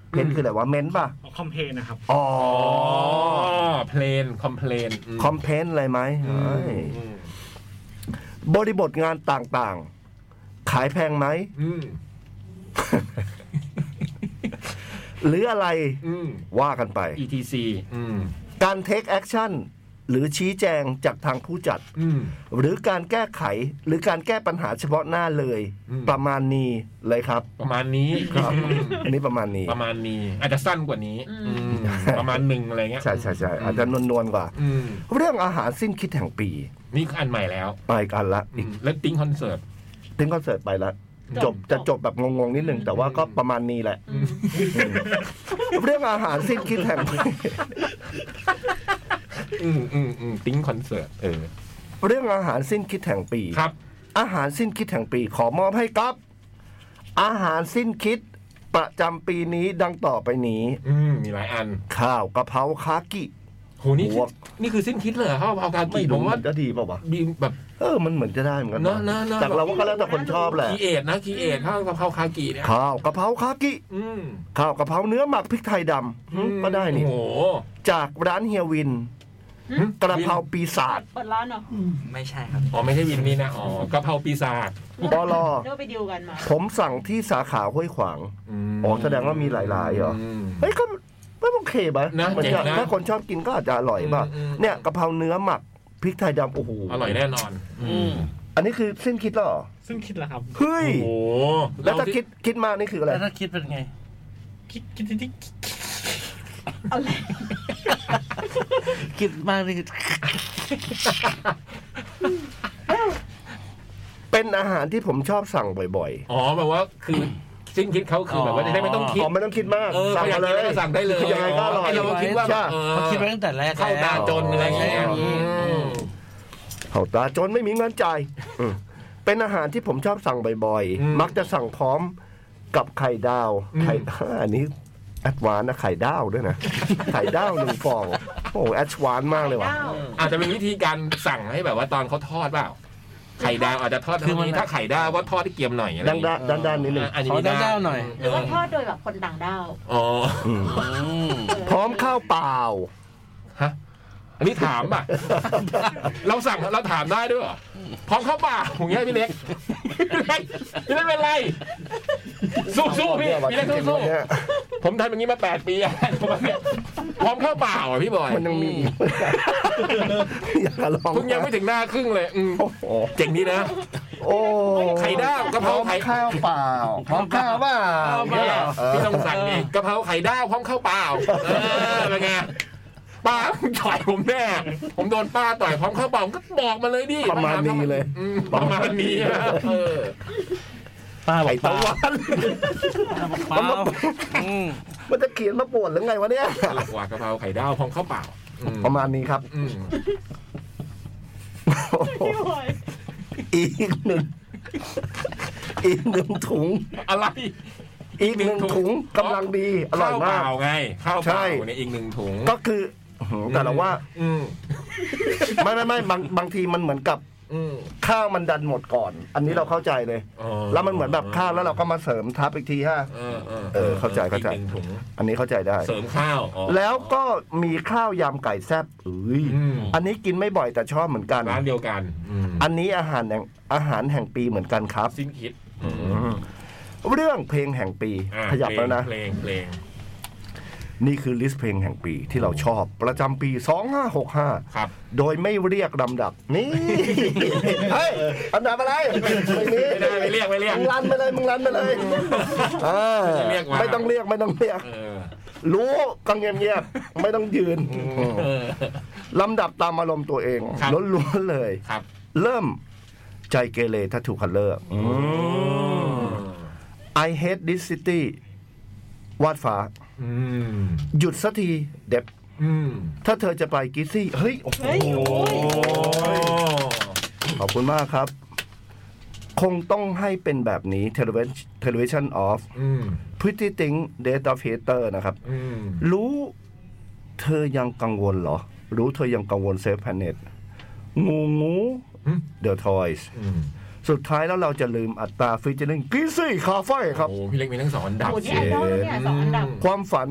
D: เพ้นท์คืออะไรวะเม้นท์ป่ะ
H: คอมเพลนนะครับ
D: อ๋อ
B: อ๋อเพลนคอมเพลน
D: คอมเพนอะไรไหมเอ้ยบริบทงานต่างๆ ขายแพงไหม
B: อืม
D: หรืออะไร
B: อืม
D: ว่ากันไป
B: etc อืม
D: การเทคแอคชั่นหรือชี้แจงจากทางผู้จัด
B: อืม
D: หรือการแก้ไขหรือการแก้ปัญหาเฉพาะหน้าเลย
B: อืม
D: ประมาณนี้เลยครับ
B: ประมาณนี้
D: ครับ อันนี้ประมาณนี้
B: ประมาณนี้ อาจจะสั้นกว่านี้ อืมประมาณหนึ่งอะไรเงี้ย
D: ใช่ใช่ใช่อาจจะนวลๆกว่า
B: อืม
D: เรื่องอาหารสิ้นคิดแห่งปี
B: นี่คืออันใหม่แล้ว
D: ไปกันละ
B: อื
D: อีก
B: มแล้วติ้งคอนเสิร์ต
D: ถึงคอนเสิร์ตไปละจบจะจบแบบงงๆนิดนึงแต่ว่าก็ประมาณนี้แหละ เรื่องอาหารสิ้นคิดแห่งปี
B: อืมอืมอืมติ้งคอนเสิร์ตเออ
D: เรื่องอาหารสิ้นคิดแห่งปี
B: ครับ
D: อาหารสิ้นคิดแห่งปี ขอมอบให้กับ อาหารสิ้นคิดประจำปีนี้ดังต่อไปนี้
B: อืมมีหลายอัน
D: ข้าวกะเพราคากิ
B: โหนี่
D: โห
B: คิดนี่คือสิ้นคิดเลยเหรอข้าวเผากากี
D: ไม่
B: ผ
D: รู้
B: มว่า
D: ว่าจะดีเปล่าวะ
B: ดีแบบ
D: เออมันเหมือนจะได้เหมือนกัน
B: เนอะเนอะเนอะ
D: แต่เราว่าก็แล้วแต่คนชอบแหละ
B: คีเอทนะคีเอทข้าวกะเพราคากีเนี่ย
D: ข้าวกะเพราคากิ
B: อืม
D: ข้าวกะเพราเนื้อหมักพริกไทยดำหึก็ได้นี่
B: โอ้โห
D: จากร้านเฮียวิน กระเพราปีศาจ
G: เปิดร้านเหรอ
I: ไม่ใช่ครับ
B: อ๋อไม่ใช่วินนี่นะอ๋ อกะเพราปีศาจ
D: ปลอ
G: เดี๋ยวไปดิวกันมา
D: ผมสั่งที่สาขาห้วยขวาง
B: ม
D: อ๋อแสดงว่ามีหลายๆเหรอ
B: ม
D: เฮ้ยก็ก็โอเคปะ
B: นะ
D: มัน
B: เจ๋ง
D: จะ
B: นะ
D: ถ้าคนชอบกินก็อาจจะอร่อยป่ะ
B: อืมอืม
D: เนี่ยกะเพราเนื้อหมักพริกไทยดำโอ้โห
B: อร่อยแน่นอน
E: อืม
D: อันนี้คือสิ้นคิดแล้วเหรอ
H: ซึ่งคิดแล้วครับ
D: เฮ้ย
B: โอ้โห
D: แล้วถ้าคิดคิดมากนี่คืออะไร
E: แล้วถ้าคิดเป็นไง
H: คิดคิดที่
J: เอาเลย
E: คิดมากเลย
D: เป็นอาหารที่ผมชอบสั่งบ่อย
B: อ๋อแบบว่าคือสิ้นคิดเขาคือแบบว่าจะได้ไม่ต้อง
D: ๆ
B: คิด
D: อ๋อไม่ต้องคิดมาก
B: เออ
D: สั่งมาเล
B: อย ยากกินอะไรก็สั่งได้เลย
D: ยังไงก็อร่อย
B: ไอ้เราก็คิดว่าแบบ เออ
E: เขาคิดมาตั้งแต่แรก
B: เข้าตา
E: แล้ว
B: จนอะไรอย่างเงี้ย
E: อ๋ออื
B: ม
D: เขาตาจนไม่มีเงิน จ่ายอืมเป็นอาหารที่ผมชอบสั่งบ่อยๆ มักจะสั่งพร้อมกับไข่ดาว ไข่ อันนี้แอดวานซ์นะไข่ดาวด้วยนะ ไข่ดาวหนึ่งฟอง โอ้แอดวานซ์มากเลยว่ะ
J: เก้า
B: อาจจะเป็นวิธีการสั่งให้แบบว่าตอนเขาทอดเปล่า ไข่ดาวอาจจะทอด
E: คือ
B: เท่า
E: มัน
B: นี้ถ้าไข่ดาวว่าทอดที่เกรียมหน่อยอะไรอ
D: ด้าน
B: ย่างเงี้ย
D: ด้านด้านๆนิดหนึ่ง
B: อันนี้
E: ขอ
B: ไม่ได้
E: ด้านๆหน่อย
B: เห
G: รือว่าทอดโดยแบบคนต่างด้าว
B: อ๋อ
D: อืม
E: อืม
D: พร้อมข้าวเปล่า
B: ฮะอันนี้ถามป่ะ เราสั่งเราถามได้ด้วยเหรอพร้อมเข้าป่าอย่างเงี้ยพี่เล็กพี่เล็กพี่เล็กเป็นไร สู้ๆพี่พี่เล็กสู้ๆ ผมทำอย่างนี้มาแปดปีอะ พร้อมเข้าเปล่าอ่ะพี่บอย
D: มันยังมีอีกอยากลอง
B: คุณยังไม่ถึงหน้าครึ่งเลยอืม
D: โอ้โห
B: เจ๋งดีนะ
D: โอ้
B: ไข่ดาวกะเพ
D: พร้
B: รา
D: อม
B: ไข่
D: ข้าวเปล่าพร้อมข้าวเปล่า
B: เนี่ยพี่ต้องสั่งเองกะเพราไข่ดาวพร้อมข้าวเปล่าเออเป็นไงป้าต่อยผมแน่ผมโดนป้าต่อยพร้อมข้าวเปล่าก็บอกมาเลยดิ
D: ประมาณนี้เลย
B: อืมประมาณนี้นะเออ
E: ป้าบอ
D: ไข่
E: ก
D: ตะ
E: ป้า
D: วัน
E: ป้าบอกอืม
D: มันจะเขียนมาปวดหรือไงวะเนี่ย
B: ตลกว่ากะเพราไข่ดาวพร้อมข้าวเปล่าอืม
D: ประมาณนี้ครับ
B: อืม
D: อีกหนึ่ง อีกหนึ่งถุง
B: อะไร
D: อีกหนึ่งถุงกำลังดี อร่อย
B: ข้าวเป
D: มาก
B: ล่าไงข้าวเปล่า
D: ใช่
B: เนี่ยอีกหนึ่งถุง
D: ก็คือแต่เราว่า
B: อืม
D: ไม่ไม่ไม่บางบางทีมันเหมือนกับ
B: อืม
D: ข้าวมันดันหมดก่อน อันนี้เราเข้าใจเลย แล้วมันเหมือนแบบข้าวแล้วเราก็มาเสริมทับอีกทีฮะ
B: เออเออ
D: เออเข้าใจเข้าใจ
B: อีกหนึ่งถุง
D: อันนี้เข้าใจได้
B: เสริมข้าวอ๋อ
D: แล้วก็มีข้าวยำไก่แซ่บอุ้ย
B: อืม
D: อันนี้กินไม่บ่อยแต่ชอบเหมือนกัน
B: ร้านเดียวกันม
D: อันนี้อาหารแห่งอาหารแห่งปีเหมือนกันครับ
B: สิ้นคิด
D: เรื่องเพลงแห่งปี
B: อ่ะ
D: ขยับแล้วนะ
B: เพลงเพลง
D: นี่คือลิสต์เพลงแห่งปีที่เราชอบประจำปี 2565
B: ครับ
D: โดยไม่เรียกลำดับ นี่ เฮ้ยอันดับอะไรไม่มี
B: ไม่ได้ไม่เรียกไม่เรียก
D: มึงรันไปเลยมึงรันไปเลยเออ
B: ไม่เรียกมา
D: ไม่ต้องเรียกไม่ต้องเรียก
B: เออ
D: รู้ก็เงียบๆไม่ต้องยืน
B: เออ
D: ลำดับตามอารมณ์ตัวเอง
B: ครับ
D: ล้วนๆเลย
B: ครับ
D: เริ่มใจเกเรทัถูคัลเลอร์ I hate this city วาดฟ้า
B: อืม
D: หยุดสักทีเด็บ
B: อืม
D: ถ้าเธอจะไปกิซซี่ เฮ้ย โอ้โห
B: โอ้
D: ขอบคุณมากครับ คงต้องให้เป็นแบบนี้ Television- Television of
B: อืม
D: Pretty Thing Date of Hater นะครับ
B: อืม
D: รู้เธอยังกังวลเหรอ รู้เธอยังกังวลเซฟแพนเน็ตงูงู The Toys
B: อืม
D: สุดท้ายแล้วเราจะลืมอัตราฟิชเชอร์ลิงกิซซี่คาเฟ่ครับ
B: โอ้พี่เล็กมีทั้งสองอันดับ
F: โอ้นี่อันดับแล้วเนี่ยสองอันดับ
D: ความฝัน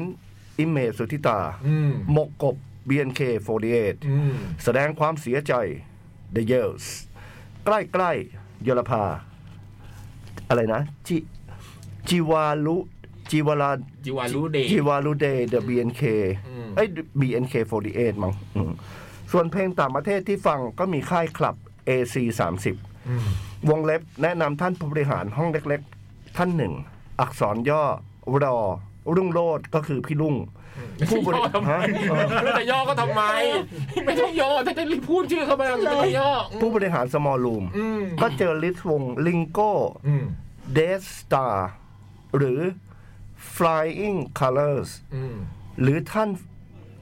D: อิมเมจสุทธิตา
B: อืม
D: หมกกบ BNK48
B: อืม
D: แสดงความเสียใจ The Yells ใกล้ๆยลภา อะไรนะ จิจิวาลุจิวาลา
B: จิวารุเดช
D: จิวาลุเดย์ The BNK
B: อืม
D: เอ้ย BNK48 มั้งอืมส่วนเพลงต่างประเทศที่ฟังก็มีค่ายคลับ AC 30
B: อืม
D: วงเล็บแนะนำท่านผู้บริหารห้องเล็กๆ ท่านหนึ่ง อักษรย่อ รอ รุ่งโรดก็คือพี่รุ่ง ผู้บริ
B: ย่อทำไม
D: ฮะเออ
B: ไม่ได้ย่อก็ทำไม ไม่ต้องย่อถ้าจะรีบพูดชื่อเขามาไม่ต้องย่ออืม
D: ผู้บริหารสมอลรูม
B: อืม
D: ก็เจอลิสต์วงลิงโก้
B: อืม
D: d e a t Star หรือ Flying Colors
B: อืม
D: หรือท่าน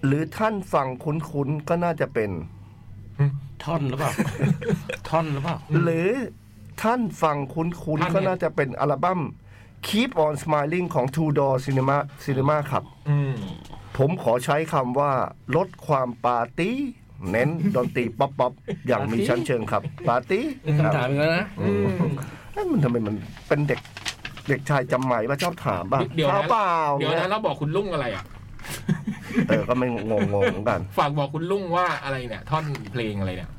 D: หรือท่านฟังคุ้นๆ ก็น่าจะเป็น
E: ท่อนหรือเปล่า ท่อนหรือเปล่า
D: หรือท่านฟังคุ้นๆ
B: ท่านเนี่ย
D: ก็น่าจะเป็นอัลบั้ม Keep on Smiling ของ Two Door Cinema Cinema ครับ
B: อืม
D: ผมขอใช้คำว่าลดความปาร์ตี้เน้นดนตรีป๊อปๆ อย่างมีชั้นเชิงครับ ปาร์ตี้
E: เป็น
D: ครับ
E: คำถามอีกแล้วนะ
B: อืม
D: เอ้ยมันทำไมมันเป็นเด็กเด็กชายจำไหมว่าชอบถามบ้าง
B: เดี๋ยวนะ
D: เปล่าๆ
B: เดี๋ยว
D: เนี่
B: นะ
D: ย
B: เราบอกคุณลุงอะไรอ่ะ
D: เออก็ไม่งงๆเหมือนกัน
B: ฝากบอกคุณลุงว่าอะไรเนี่ย ท่อนเพลงอะไรเนี่ย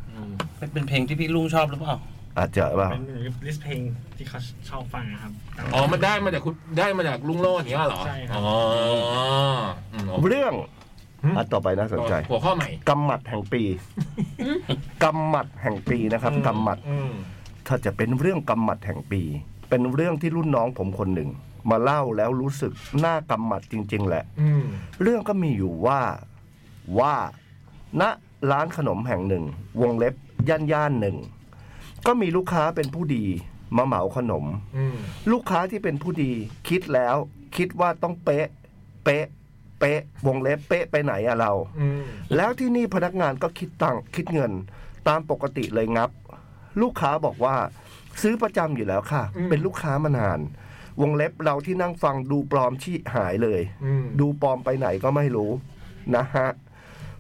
E: เป็นเป็นเพลงที่พี่ลุงชอบหรือเปล่า
D: อาจจะเปล่า
H: เป็นลิสต์เพลงที่เขาชอบฟังนะครับ
B: อ๋อ มันได้มาจากคุณได้มาจากลุงโลดอย่างเงี้ยเหรอ
H: ใช่ครับ
B: อ๋ออืมโอเค
D: เรื่องอ่ะต่อไปน่าสนใจ
B: หัวข้อใหม่
D: กำหมัดแห่งปีกำหมัดแห่งปีนะครับกำหมัด
B: อืม
D: ถ้าจะเป็นเรื่องกำหมัดแห่งปี เป็นเรื่องที่รุ่นน้องผมคนหนึ่ง มาเล่าแล้วรู้สึกน่ากำหมัดจริง ๆ แหละ
B: อืม
D: เรื่องก็มีอยู่ว่าว่าณร้านขนมแห่งหนึ่ง วงเล็บย่านย่านหนึ่ง ก็มีลูกค้าเป็นผู้ดีมาเหมาขนม
B: อืม
D: ลูกค้าที่เป็นผู้ดีคิดแล้ว คิดว่าต้องเป๊ะ เป๊ะ เป๊ะ วงเล็บเป๊ะไปไหนอะเรา
B: อืม
D: แล้วที่นี่พนักงานก็คิดตังค์คิดเงินตามปกติเลยงับ ลูกค้าบอกว่า ซื้อประจำอยู่แล้วค่ะ
B: อืม
D: เป็นลูกค้ามานาน วงเล็บเราที่นั่งฟังดูปลอมที่หายเลย
B: อืม
D: ดูปลอมไปไหนก็ไม่รู้นะฮะ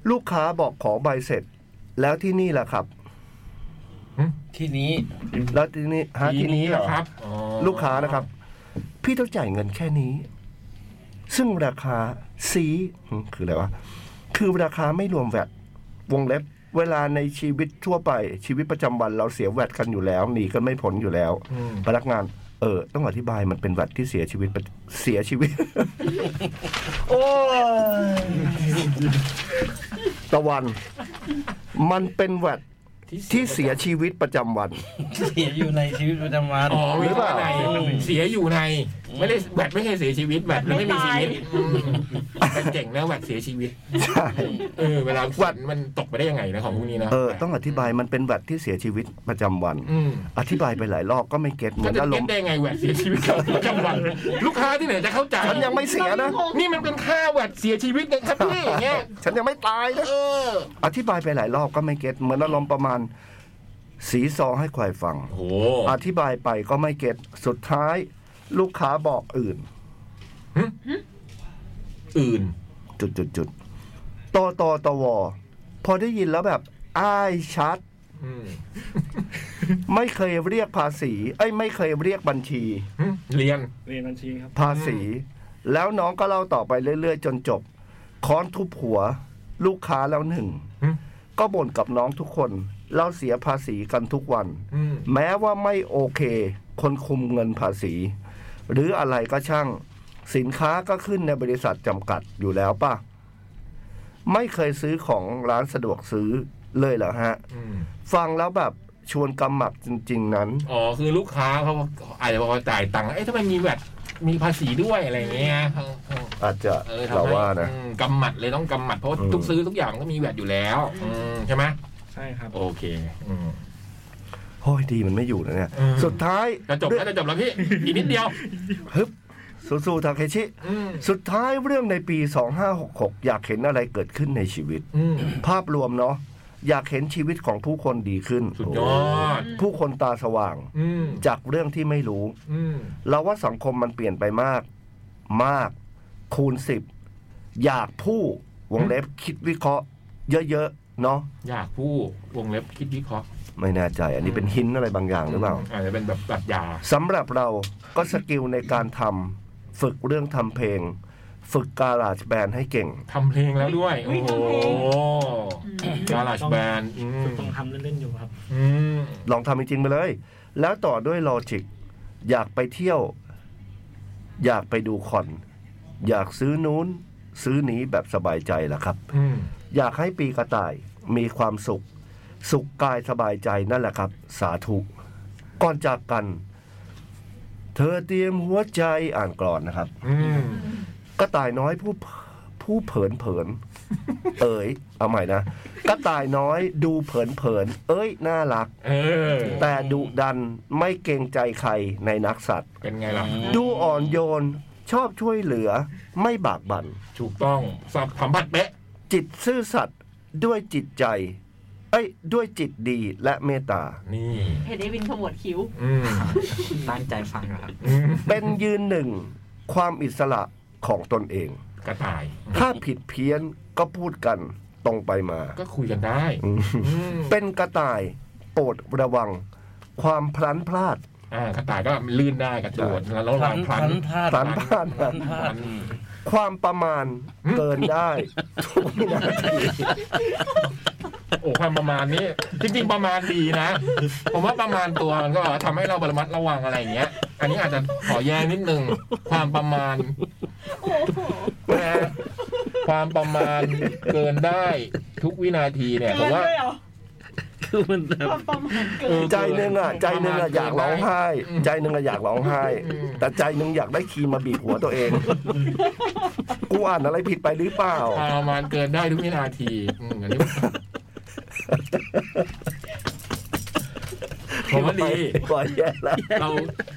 D: ลูกค้าบอกขอใบเสร็จ แล้วที่นี่แหละครับ
E: ที่นี้
D: แล้วที่นี่ฮะที่นี่เหรอ
B: นะครับ
D: ลูกค้านะครับ พี่ต้องจ่ายเงินแค่นี้ ซึ่งราคาซีอืมคืออะไรวะ คือราคาไม่รวมแวดวงเล็บ เวลาในชีวิตทั่วไป ชีวิตประจำวันเราเสียแวดกันอยู่แล้วหนีก็ไม่พ้นอยู่แล้ว
B: อืม
D: พนักงาน เออ ต้องอธิบายมันเป็นแวดที่เสียชีวิตประเสียชีวิต โอ้ยตะวัน มันเป็นแวดที่เสียชีวิตประจำวัน
E: เสียอยู่ในชีวิตประจำวัน
B: อ๋อ
D: หรือ
B: ไม่
D: เปล่า
B: ในเสียอยู่ใน ไม่ได้แบตไม่ใช่เสียชีวิตแบตมันไม่มีชีวิตอืมแต่เจ๋งนะแบตเสียชีวิต
D: ใช่
B: เออเวลาแบตมันตกไปได้ยังไงนะของพวกนี้นะ
D: เออ ต้องอธิบายมันเป็นแวดที่เสียชีวิตประจำวัน
B: อืม
D: อธิบายไปหลายรอบก็ไม่เก็ตเหมื
B: ก็
D: อน
B: จะ
D: อาร
B: เก็
D: ม
B: ต
D: ณ์
B: ได้ไงแหวด เสียชีวิตกับจังหวัด ลูกค้าที่ไหนจะเข้าใจ
D: ฉันยังไม่เสียนะ
B: นี่มันเป็นค่าแหวดเสียชีวิตนะครับพี่ อย่างเงี้ย
D: ฉันยังไม่ตายนะ
B: เออ
D: อธิบายไปหลายรอบก็ไม่เก็ตเหมือนอารมณ์ประมาณ สีซอให้ควายฟัง
B: โอ้โห
D: อธิบายไปก็ไม่เก็ตสุดท้าย ลูกค้าบอกอื่น
B: อื่น
D: จุดจุดจุดตอตอตอวอพอได้ยินแล้วแบบ อ้ายชัด
B: อืม
D: ไม่เคยเรียกภาษีเอ้ยไม่เคยเรียกบัญชี
B: หึเรียน
H: เรียนบัญชีครับ
D: ภาษี แล้วน้องก็เล่าต่อไปเรื่อยๆ จนจบ ค้อนทุบหัว ลูกค้าแล้วหนึ่ง
B: หึ
D: ก็บ่นกับน้องทุกคน เราเสียภาษีกันทุกวัน
B: อืม
D: แม้ว่าไม่โอเค คนคุมเงินภาษี หรืออะไรก็ช่าง สินค้าก็ขึ้นในบริษัทจำกัดอยู่แล้วป่ะ ไม่เคยซื้อของร้านสะดวกซื้อเลยเหรอฮะ
B: อืม
D: ฟังแล้วแบบชวนกำหมัดจริง ๆ นั้น
B: อ๋อคือลูกค้าเขาอาจจะพอจ่ายตังค์เอ๊ะทำไมมีแบบมีภาษีด้วยอะไรอย่างเงี้ย
D: อาจจะ
B: เออ
D: เรา
B: ทำให้
D: ว่านะ
B: อืมกำหมัดเลยต้องกำหมัดเพราะว่า
D: อืม
B: ทุกซื้อทุกอย่างมันก็มีแบบอยู่แล้วอืมใช่ไหม
H: ใช่ครับ
B: โอเคอืม
D: โอ้ยดีมันไม่อยู่นะเนี่ย
B: อืม
D: สุดท้าย
B: จะจบแล้วจะจบแล้วพี่ อีกนิดเดียว
D: ฮึบสู้ๆทาเคชิ
B: อืม
D: สุดท้ายเรื่องในปี 2566 อยากเห็นอะไรเกิดขึ้นในชีวิต
B: อืม
D: ภาพรวมเนาะอยากเห็นชีวิตของผู้คนดีขึ้น
B: สุดยอด
D: ผู้คนตาสว่าง
B: อืม
D: จากเรื่องที่ไม่รู้
B: อืม
D: เราว่าสังคมมันเปลี่ยนไปมาก มาก คูณสิบอยากผู้วงเล็บคิดวิเคราะห์ เยอะๆเนาะ
B: อยากพูดวงเล็บคิดวิเคราะห์
D: ไม่แน่ใจ อันนี้เป็นหินอะไรบางอย่างหรือเปล่า
B: อาจจะเป็นแบบปรัชญา
D: สำหรับเราก็สกิลในการทำฝึกเรื่องทำเพลง ฝึกการาจแบนให้เก่ง
B: ทำเพลงแล้วด้วย
J: อุ๊
B: โอ้
J: ย
B: โห
J: ทำเพลง
B: กาลาชแบนอืม
H: ต้องทำเล่นๆอยู่ครับ
B: อืม
D: ลองทำจริงๆไปเลย แล้วต่อด้วยลอจิก อยากไปเที่ยว อยากไปดูคอน อยากซื้อนู้น ซื้อนี้แบบสบายใจล่ะครับ
B: อืม
D: อยากให้ปีกระต่ายมีความสุข สุขกายสบายใจนั่นแหละครับ สาธุ ก่อนจากกัน เธอเตรียมหัวใจอ่านกรอนนะครับ
B: อืม
D: กระต่ายน้อยผู้ผู้เผินเผิน เอ๋ยเอาใหม่นะกระต่ายน้อยดูเผินเผิน เอ้ยน่ารัก
B: เออ
D: แต่ดุดันไม่เกรงใจใครในนักสัตว์
B: เป็นไงล่ะ
D: ดูอ่อนโยนชอบช่วยเหลือไม่บากบั่น
B: ถูกต้องสับสัมผัสเป๊ะ
D: จิตซื่อสัตย์ด้วยจิตใจ เอ้ย ด้วยจิตดีและเมตตา
B: นี่
J: เห็นไอ้วินขมวดคิ้ว
B: อืม
I: ตั้งใจฟังนะครับ
B: อืม
D: เป็นยืนหนึ่งความอิสระของตนเอง
B: กระต่าย
D: ถ้าผิดเพี้ยนก็พูดกันตรงไปมา
B: ก็คุยกันได้อืม
D: เป็นกระต่ายโปรดระวัง ความพลันพลาด
B: อ่ากระต่ายก็ลื่นได้กระโดดแล้ว
E: พ
B: ระห
E: ลั
B: ว่าง
E: น
B: พ
E: พ
B: ลั
E: ลั
B: น
E: นพลาด
D: พลันพลาด
E: พลันพลาด
D: ความประมาณเกินได้ทุกวินาที
B: โอ้ความประมาณนี้ จริง ๆ ประมาณดีนะ ผมว่าประมาณตัวมันก็ทำให้เราระมัดระวังอะไรอย่างเงี้ย อันนี้อาจจะขอแย้งนิดนึง ความประมาณนะความประมาณเกินได้ทุกวินาทีเนี่ยผมว่า
J: เ
E: คือมันแบบ
F: ความประมาทเกิน
D: ใจหนึ่งอ่ะ ใจหนึ่งอ่ะอยากร้องไห้
B: อืม
D: ใจหนึ่งอ่ะอยากร้องไห้
B: อืม
D: แต่ใจหนึ่งอยากได้ครีมมาบีบหัวตัวเอง กูอ่านอะไรผิดไปหรือเปล่า
B: ทรมานเกินได้ทุกวินาทีอืมอันนี้ผมว่าดี
D: ปล่อยแย่แล้ว
B: เรา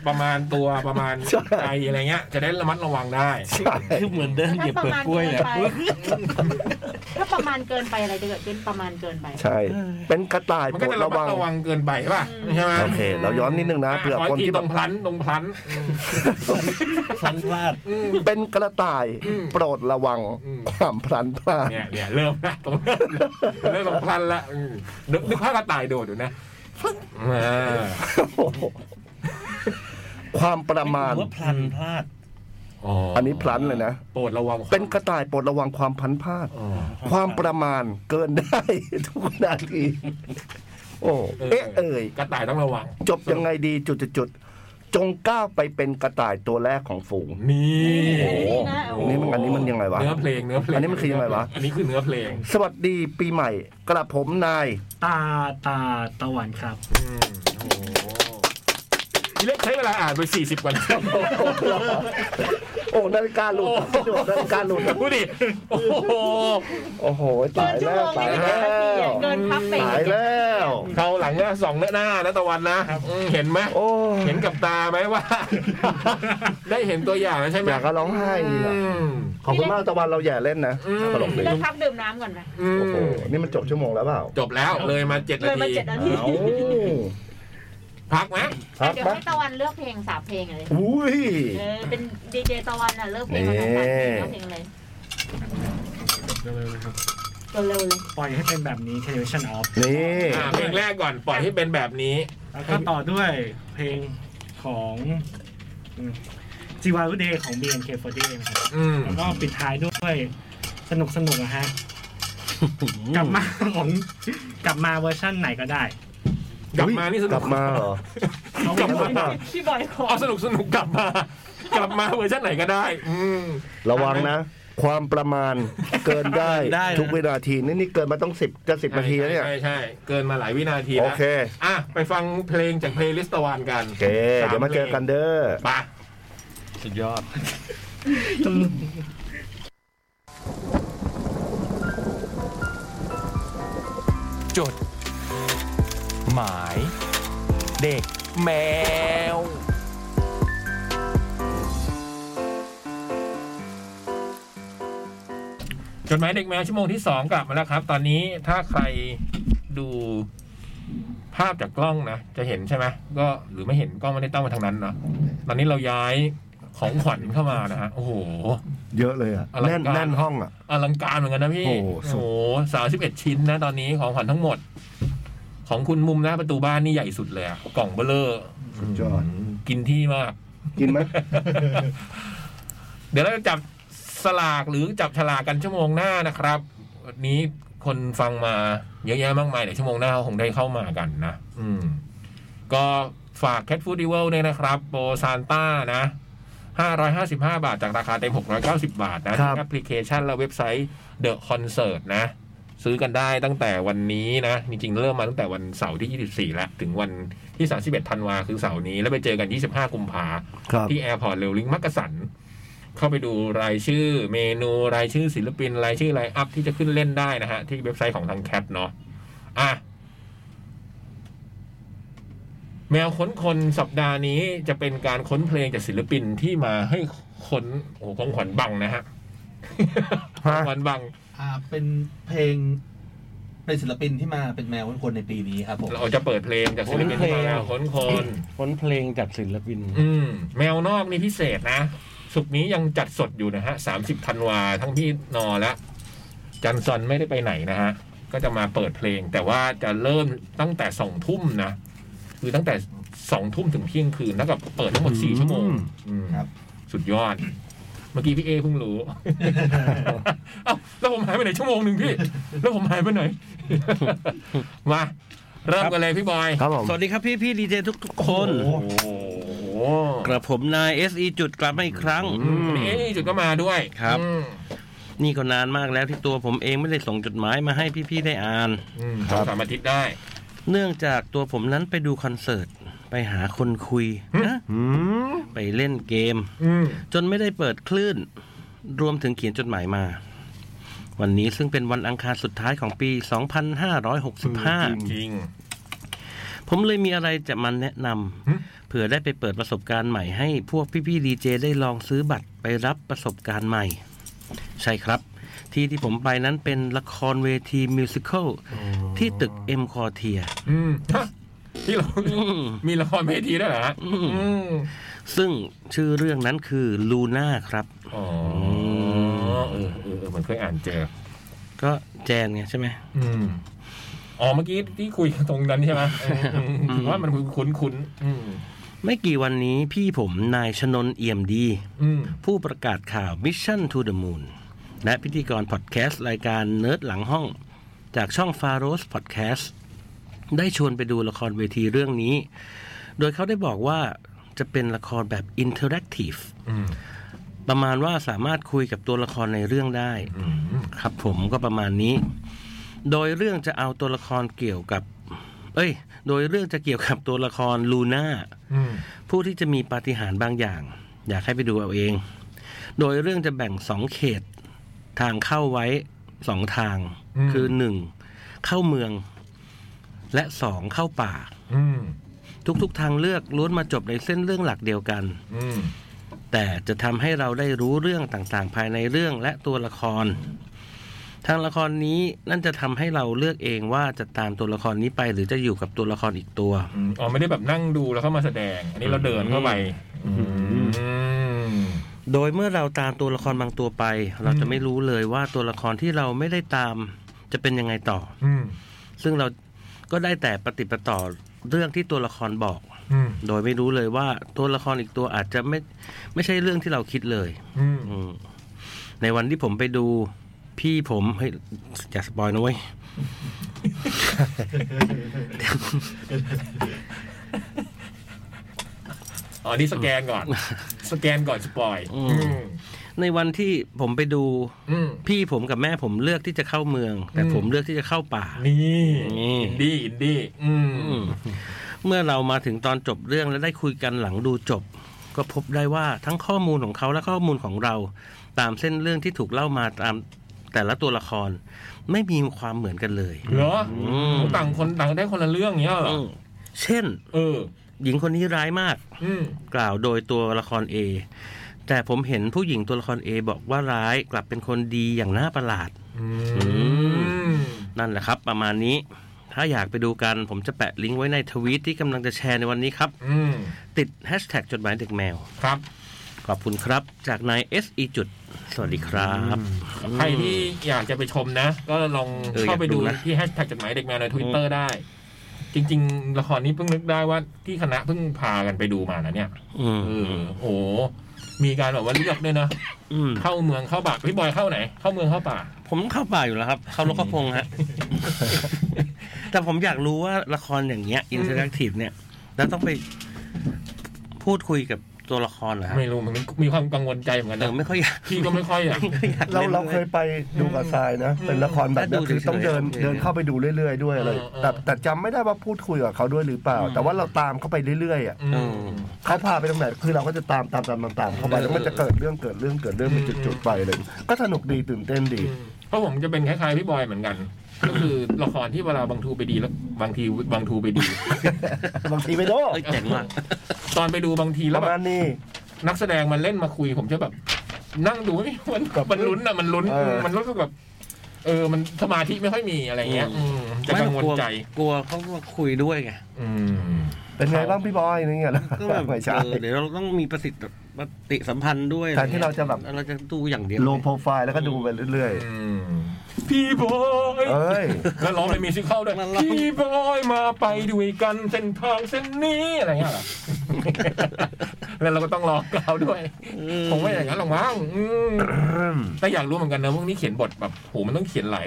B: ประมาณตัวประมาณ
D: ใช่
B: ใจอะไรเงี้ย จะได้ระมัดระวังได้
D: ใช่
E: คือเหมือนเดินเหยียบเปลือกกล้วยเนี่ย
G: ถ้าประมาณเกินไปอะไรจะเกิดขึ้นประมาณเกินไป
D: ใช่ เป็นกระต่าย
B: มัน
D: โปร
B: ก็
D: ด
B: จะระ
D: ระ
B: มั
D: วั
B: ด
D: ง
B: ระวังเกินไปป่ะใช่ไหม
D: โอเคเราย้อนนิดนึงนะเผื่อ
B: ข
D: คนที่
B: ตรงพลันตรงพลัน
E: ฟันพลาด
B: อืม
D: เป็นกระต่าย
B: อืม
D: โปรดระวัง
B: อืม
D: ความพลันพลาด
B: เนี่ยเนี่ยเริ่มละตรงเริ่มละเริ่มตรงพลันละอืมนึกนึกภาพกระต่ายโดดอยู่นะอ่า
D: ความประมาณ
E: ว่าพลันพลาด
D: อันนี้พลันเลยนะ
B: โปรดระวัง
D: เป็นกระต่ายโปรดระวังความพลันพลาด
B: อ๋อ
D: ความประมาณเกินได้ ทุกนาที โอ้
B: เออ
D: เอ๊ะเอ่ย
B: กระต่ายต้องระวัง
D: จบยังไงดีจุดจุดจุดๆๆจงก้าวไปเป็นกระต่ายตัวแรกของฝูง
B: นี่
F: โอ้โห
B: โโห
D: นี่มันอันนี้มันยังไงวะ
B: เนื้อเพลงเนื้อเพลง
D: อั
B: อั
D: นนี้มันคือยังไงวะ
B: อันนี้คือเนื้อเพลง
D: สวัสดีปีใหม่ กระผม นาย
H: ตาตาตะวันครับ
B: อืมโอ้โหพี่เล็กใช้เวลาอ่านไปสี่สิบกว่านาที
D: โอ้นาฬิกาหลุดนาฬิกาหลุด
B: ดูดิโอ้โห
D: โอ้โห ตายแล้วตายแล้ว
G: เกินพักไป
D: ตายแล้ว
B: เขาหลังเนี่ยสองเนื้อหน้านะตะวันนะอืมเห็นไหม
D: โอ้
B: เห็นกับตาไหมว่า ได้เห็นตัวอย่างแล้วใช่ไหม
D: อยากก็ร้องไห้จริงๆอะ
B: อืม
D: ขอบคุณมากตะวันเราอย่าเล่นนะ
B: อืม
D: ตลกดี
G: เลิกพักดื่มน้ำก่อนไหม
B: อืม
D: โอ้โหนี่มันจบชั่วโมงแล้วเปล่า
B: จบแล้วเลยมาเจ็ด
G: เล
B: นาย
G: มา
B: ที
G: เจ็ดนาที
D: เอ้า
B: พักไหม
D: พัก
G: เดี๋ยว
D: ปะ
G: ให้ตะวันเลือกเพลงสามเพลงเลย
D: อุ้ย
G: เออ เป็นดีเจตะวันอ่ะ เลือกเพลงมาสามเพลงเลือกเพลงเลย
H: เร็วๆนะครับ
G: เร็วๆเลย
H: ปล่อยให้เป็นแบบนี้ television off
D: นี่
B: อ่าเพลงแรกก่อนปล่อยให้เป็นแบบนี้
H: แล้วก็ต่อด้วยเพลงของจีวารุเดย์ของ BNK48 นะครับ
B: อืม
H: แล้วก็ปิดท้ายด้วยสนุกสนุกๆนะฮะ กลับมา ของกลับมาเวอร์ชั่นไหนก็ได้
B: กลับมานี่สนุก
D: กลับมาเหรอ
H: เขาบอกว่า
D: อ่ะ
G: พี่บอยขอ
B: เอาสนุกสนุกกลับมา กลับมาเวอร์ชันไหนก็ได้ อืม
D: ระวังนะ ความประมาณเกินได้
E: ได้นะ
D: ทุกวินาที นี่นี่เกินมาต้องสิบจะสิบนาทีแล้วเนี่ย
B: ใช่ใช่ใช่เกินมาหลายวินาที
D: โอ
B: แล้ว
D: เค
B: อ่ะไปฟังเพลงจากเพลย์ลิสต์ตะวันกัน
D: โอเค เดี๋ยวมาเจอกันเด้อ
B: ไป
E: สุดยอด
A: จด หมาย เด็กแมว
B: จดหมายเด็กแมวชั่วโมงที่สองกลับมาแล้วครับ ตอนนี้ถ้าใครดูภาพจากกล้องนะ จะเห็นใช่ไหมก็หรือไม่เห็นก็ไม่ได้ต้องมาทางนั้นเนอะตอนนี้เราย้ายของขวัญเข้ามานะฮะโอ้โห
D: เยอะเลยอ่ะ
B: อลัง
D: แน่น
B: การ
D: แน่นห้องอ่ะ
B: อลังการเหมือนกันนะพี่
D: โอ้โหสุด
B: สามสิบเอ็ดชิ้นนะ ตอนนี้ของขวัญทั้งหมด ของคุณมุมหน้าประตูบ้านนี่ใหญ่สุดเลยอะกล่องเบลเลอร์
D: จอด
B: กินที่มาก
D: กินไหม
B: เดี๋ยวเราจะจับสลากหรือจับฉลากกันชั่วโมงหน้านะครับวันนี้คนฟังมาเยอะแยะมากมายเดี๋ยวชั่วโมงหน้าคงได้เข้ามากันนะ อืม ก็ฝาก Cat Food d e v i l ด้วยนะครับ โปรซานต้านะ 555 บาทจากราคาเต็ม 690 บาทนะครับ ที่แอปพลิเคชันและเว็บไซต์ The Concert นะ ซื้อกันได้ตั้งแต่วันนี้นะ จริงๆ เริ่มมาตั้งแต่วันเสาร์ที่ 24 แล้ว ถึงวันที่ 31ธันวาคือเสาร์นี้ แล้วไปเจอกัน 25 กุมภา
D: ครับ
B: ที่แอร์พอร์ตเรลลิงมักกะสัน เข้าไปดูรายชื่อเมนูรายชื่อศิลปิน รายชื่อไลน์อัพที่จะขึ้นเล่นได้นะฮะ ที่เว็บไซต์ของทางแคทเนาะอ่ะ แมวค้นคนสัปดาห์นี้จะเป็นการค้นเพลงจากศิลปินที่มาให้ค้นโอ้โหของขวัญบังนะฮะข
D: ฮะ
B: องขวัญบัง
K: อ่าเป็นเพลง เป็นศิลปินที่มาเป็นแมวคนๆในปีนี้ครับผม
B: เราจะเปิดเพลงจากศิลปินที่มาแมวค้นคน
E: พ้นเพลงจากศิลปิน
B: อืมแมวนอกนี่พิเศษนะ สุกร์นี้ยังจัดสดอยู่นะฮะสามสิบธันวาทั้งพี่นอและ จันซอนไม่ได้ไปไหนนะฮะ ก็จะมาเปิดเพลง แต่ว่าจะเริ่มตั้งแต่สองทุ่มนะ คือตั้งแต่สองทุ่มถึงเที่ยงคืนเท่ากับเปิดทั้งหมดสี่ชั่วโมงอืม
K: ครับ
B: สุดยอด เมื่อกี้พี่เอเพิ่งรู้ เอ้าแล้วผมหายไปไหนชั่วโมงหนึ่งพี่ แล้วผมหายไป ไหน มาเริ่มกันเลยพี่บอย
D: ครับผม
E: สวัสดีครับพี่พี่ดีเจทุกทุกๆคน
B: โอ้โห
E: กระผมนาย SE จุดกลับมาอีกครั้ง
B: อืมนี่จุดก็มาด้วย
E: ครับ
B: อืม
E: นี่ก็นานมากแล้วที่ตัวผมเองไม่ได้ส่งจดหมายมาให้พี่ๆได้อ่าน
B: อืม
D: ครับ
B: สามอาทิตย์ได้
E: เนื่องจากตัวผมนั้นไปดูคอนเสิร์ต ไปหาคนคุยนะไปเล่นเกม จนไม่ได้เปิดคลื่น รวมถึงเขียนจดหมายมา วันนี้ซึ่งเป็นวันอังคารสุดท้ายของปี 2565
B: จริง
E: ผมเลยมีอะไรจะมันแนะนำเผื่อได้ไปเปิดประสบการณ์ใหม่ให้พวกพี่ๆดีเจได้ลองซื้อบัตรไปรับประสบการณ์ใหม่ ใช่ครับ ที่ที่ผมไปนั้นเป็นละครเวทีมิวสิควลที่ตึกเอ็มคอเทีย
B: อืมฮะที่เรามีละครเวทีด้วยเหรอฮะอืม
E: ซึ่งชื่อเรื่องนั้นคือลูน่าครับ
B: อ๋อเออเออเออเหมือนเคยอ่านเจอ
E: ก็แจนไงใช่ไหม
B: อืมอ๋อเมื่อกี้ที่คุยกันตรงนั้นใช่ไหมเอออืม
E: อืม
B: ว่ามันคุ้นๆคุ้นอืม
E: ไม่กี่วันนี้พี่ผมนายชนนเอี่ยมดี
B: อืม
E: ผู้ประกาศข่าว Mission to the Moon และพิธีกรพอดแคสต์รายการเนิร์ดหลังห้อง จากช่อง f a r o s Podcast ได้ชวนไปดูละครเวทีเรื่องนี้ โดยเขาได้บอกว่าจะเป็นละครแบบอินเทอร์แอคทีฟ
B: อืม
E: ประมาณว่าสามารถคุยกับตัวละครในเรื่องได้ ครับผมก็ประมาณนี้ โดยเรื่องจะเอาตัวละครเกี่ยวกับ เอ้ย โดยเรื่องจะเกี่ยวกับตัวละครลูน่า
B: อืม
E: ผู้ที่จะมีปาฏิหาริย์บางอย่าง อยากให้ไปดูเอาเอง โดยเรื่องจะแบ่งสองเขต ทางเข้าไว้สองทาง
B: อืม
E: คือหนึ่งเข้าเมือง และสองเข้าป่า
B: อืม
E: ทุกๆทางเลือกล้วนมาจบในเส้นเรื่องหลักเดียวกัน
B: อืม
E: แต่จะทำให้เราได้รู้เรื่องต่างๆ ภายในเรื่องและตัวละคร ทางละครนี้นั่นจะทำให้เราเลือกเองว่าจะตามตัวละครนี้ไป หรือจะอยู่กับตัวละครอีกตัว
B: อืมอ๋อไม่ได้แบบนั่งดูแล้วเข้ามาแสดง อันนี้เราเดินเข้าไปอืม
E: โดยเมื่อเราตามตัวละครบางตัวไป เราจะไม่รู้เลยว่าตัวละครที่เราไม่ได้ตาม จะเป็นยังไงต่อ
B: อืม
E: ซึ่งเราก็ได้แต่ปฏิดปะต่อเรื่องที่ตัวละครบอก
B: อืม
E: โดยไม่รู้เลยว่าตัวละครอีกตัวอาจจะไม่ไม่ใช่เรื่องที่เราคิดเลย
B: อืม
E: อืมในวันที่ผมไปดู พี่ผมเฮ้ยอย่าสปอยนะเว้ย
B: อ๋อนี่สแกน ก่อน สแกนก่อนสปอย
E: อืม ในวันที่ผมไปดู
B: อืม
E: พี่ผมกับแม่ผมเลือกที่จะเข้าเมือง แต่
B: อืม
E: ผมเลือกที่จะเข้าป่า
B: นี่
E: นี่
B: อินดี้อินดี้อืม
E: อืมเมื่อเรามาถึงตอนจบเรื่องและได้คุยกันหลังดูจบ ก็พบได้ว่าทั้งข้อมูลของเขาและข้อมูลของเรา ตามเส้นเรื่องที่ถูกเล่ามาตามแต่ละตัวละคร ไม่มีความเหมือนกันเลย
B: เหรอ
E: อืม
B: ต่างคนต่างได้คนละเรื่องเนี้ยเหรอ
E: อืมเช่น
B: เออ
E: หญิงคนนี้ร้ายมาก
B: อืม
E: กล่าวโดยตัวละคร A แต่ผมเห็นผู้หญิงตัวละคร A บอกว่าร้ายกลับเป็นคนดีอย่างน่าประหลาด
B: อืม
E: นั่นแหละครับ ประมาณนี้ ถ้าอยากไปดูกัน ผมจะแปะลิงก์ไว้ในทวีตที่กำลังจะแชร์ในวันนี้ครับ
B: อืม
E: ติดแฮชแท็กจดหมายเด็กแมว
B: ครับ
E: ขอบคุณครับ จากนาย SE จุด สวัสดีครับ
B: ใครที่อยากจะไปชมนะ ก็ลอง
E: เออ
B: เข้าไปดู
E: อยากดูนะ
B: ที่แฮชแท็กจดหมายเด็กแมวในทวิตเตอร์ได้ จริง ๆ ละครนี้เพิ่งนึกได้ว่าที่คณะเพิ่งพากันไปดูมานะเนี่ย
E: อืม
B: เออโอ้โหมีการแบบว่าเลือกด้วยนะ
E: อืม
B: เข้าเมืองเข้าป่าพี่บอยเข้าไหน เข้าเมืองเข้าป่า
E: ผมเข้าป่าอยู่แล้วครับ เข้ารถเข้าพง ฮะ แต่ผมอยากรู้ว่าละครอย่างเงี้ยอินเทอร์แอคทีฟเนี่ย แล้วต้องไปพูดคุยกับตัวละครเหรอฮะ
B: ไม่รู้มันมีความกังวลใจเหมือนกัน
E: เอ
B: นะ
E: อไม่ค่อยอยาก
B: พี่ก็ไม่ค่อยอ่ะ
E: ไม่ค่อยอยาก
D: เรา
E: ล่น
D: เรา
E: ล
D: เคยไปดูกับทรายนะ เป็นละครแบบ
E: ดู
D: นั้นคือ
E: เฉยๆ
D: ต้องเดิน
E: โอเค
D: เดินเข้าไปดูเรื่อยๆด้วยอะไร
B: เออเออ
D: แต่แต่จำไม่ได้ว่าพูดคุยกับเขาด้วยหรือเปล่า แต่ว่าเราตามเข้าไปเรื่อยๆอ่ะ
B: อื
E: เอ
B: ม
E: อ
D: เขาพาไปตรงไหนคือเราก็จะตามตามตามตามตามเข้าไป
B: เออ
D: แล้วมันจะเกิดเรื่องเกิดเรื่องเกิดเรื่องเป็นจุดๆไปเลยก็สนุกดีตื่นเต้นดี
B: เพราะผมจะเป็นคล้ายๆพี่บอยเหมือนกัน ก็คือละครที่เวลาบางทูไปดีแล้วบางทีบางทูไปดี
D: บางทีไปโด
E: เอ้ยเจ๋งมาก
B: ตอนไปดูบางที
D: ป
B: แล้ว
D: ระ
B: แบบ
D: มาณนี้
B: นักแสดงมันเล่นมาคุยผมจะแบบ นั่งดูไม่มัน
D: แบบ
B: มันลุ้นอะมันลุ้น
D: เออ
B: มันรู้สึกแบบ เออ มันสมาธิไม่ค่อยมีอะไรเงี้ย
E: อืม
B: อืมจะกังวลใจ
E: ไม่กลัวกลัวเขามาคุยด้วยไง
B: อืม
D: เป็นไงบ้างพี่บอยนี่ไงล่ะ
E: ก็แบบ
D: ไม่ใช่
E: เออเดี๋ยวเราต้องมีประสิทธิปฏิสัมพันธ์ด้วย
D: แทนที่เราจะแบบ
E: เราจะดูอย่างเดียว
D: โลโปรไฟล์แล้วก็ดูไปเรื่อย
B: อืม พี่บอย
D: ๆ เอ้ย
B: แล้วร้องเป็นมิวสิคัลด้วย พี่บอยมาไปด้วยกันเส้นทางเส้นนี้อะไรเงี้ ยเหรอ แล้วเราก็ต้องร้องกับเขาด้วย คงไม่อย่างนั้นหรอกมั้งอืมแต่อยากรู้เหมือนกันนะพวกนี้เขียนบทแบบโหมันต้องเขียนหลาย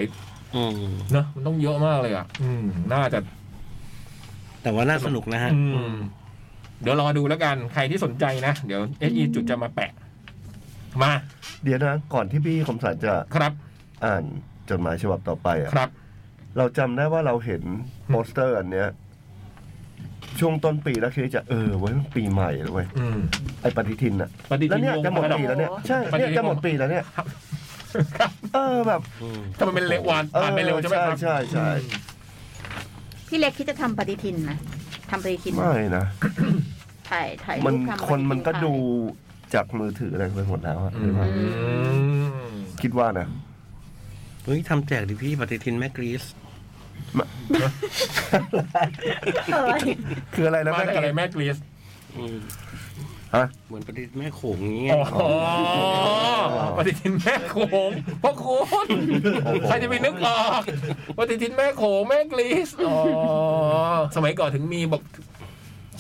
E: อืม
B: เนอะมันต้องเยอะมากเลยอ่ะ อืม น่าจะ
E: แต่ว่าน่าสนุกนะฮะ
B: อืม เดี๋ยวรอดูแล้วกัน ใครที่สนใจนะ เดี๋ยวเออีจุดจะมาแปะ มา
D: เดี๋ยวนะ ก่อนที่พี่คมสันจะ
B: ครับ
D: อ่านจดหมายฉบับต่อไปอ่ะ
B: ครับ
D: เราจำได้ว่าเราเห็นโปสเตอร์อันเนี้ย ช่วงต้นปีแล้วคิดในใจะเออเว้ยมันปีใหม่แล้วเว้ย
B: อืม
D: ไอปฏิทินอะ
B: ปฏิทิน
D: แล้วเนี่ยจะหมดปีแล้วเนี่ยใช่
B: ปฏิ
D: เนี่ย
B: ทิน
D: จะหมดปีแล้วเนี่ยเออแบบ
B: ถ้ามันเป็นเร็ววันผ่านไปเร็วใช่ไหมครับ
D: ใช่ใช่ใช่
G: พี่เล็กคิดจะทำปฏิทินนะทำปฏิทิน
D: ไม่นะ
G: ถ่ายถ่ายรูป
D: มัน
G: ทำปฏิทิ
D: คนมันก็
G: ขาย
D: ดูจากมือถืออะไรไปหมดแล้วอะ
B: อืม
D: คิดว่า นะ
E: เฮ้ยทำแจกดิพี่ปฏิทินแม่กรีซ
D: คืออะไรนะ
B: มา
D: แม่
B: ได้
D: ก
B: อะไร
D: รีน
B: แม่กรีซ
E: อืม
D: ฮะ
E: เหมือนปฏิทินแม่โขงอย่างเงี้ย
B: อ๋อปฏิทินแม่โขงเพราะคุณใครจะไปนึกออกปฏิทินแม่โขงแม่กรีซอ๋อสมัยก่อนถึงมีบอก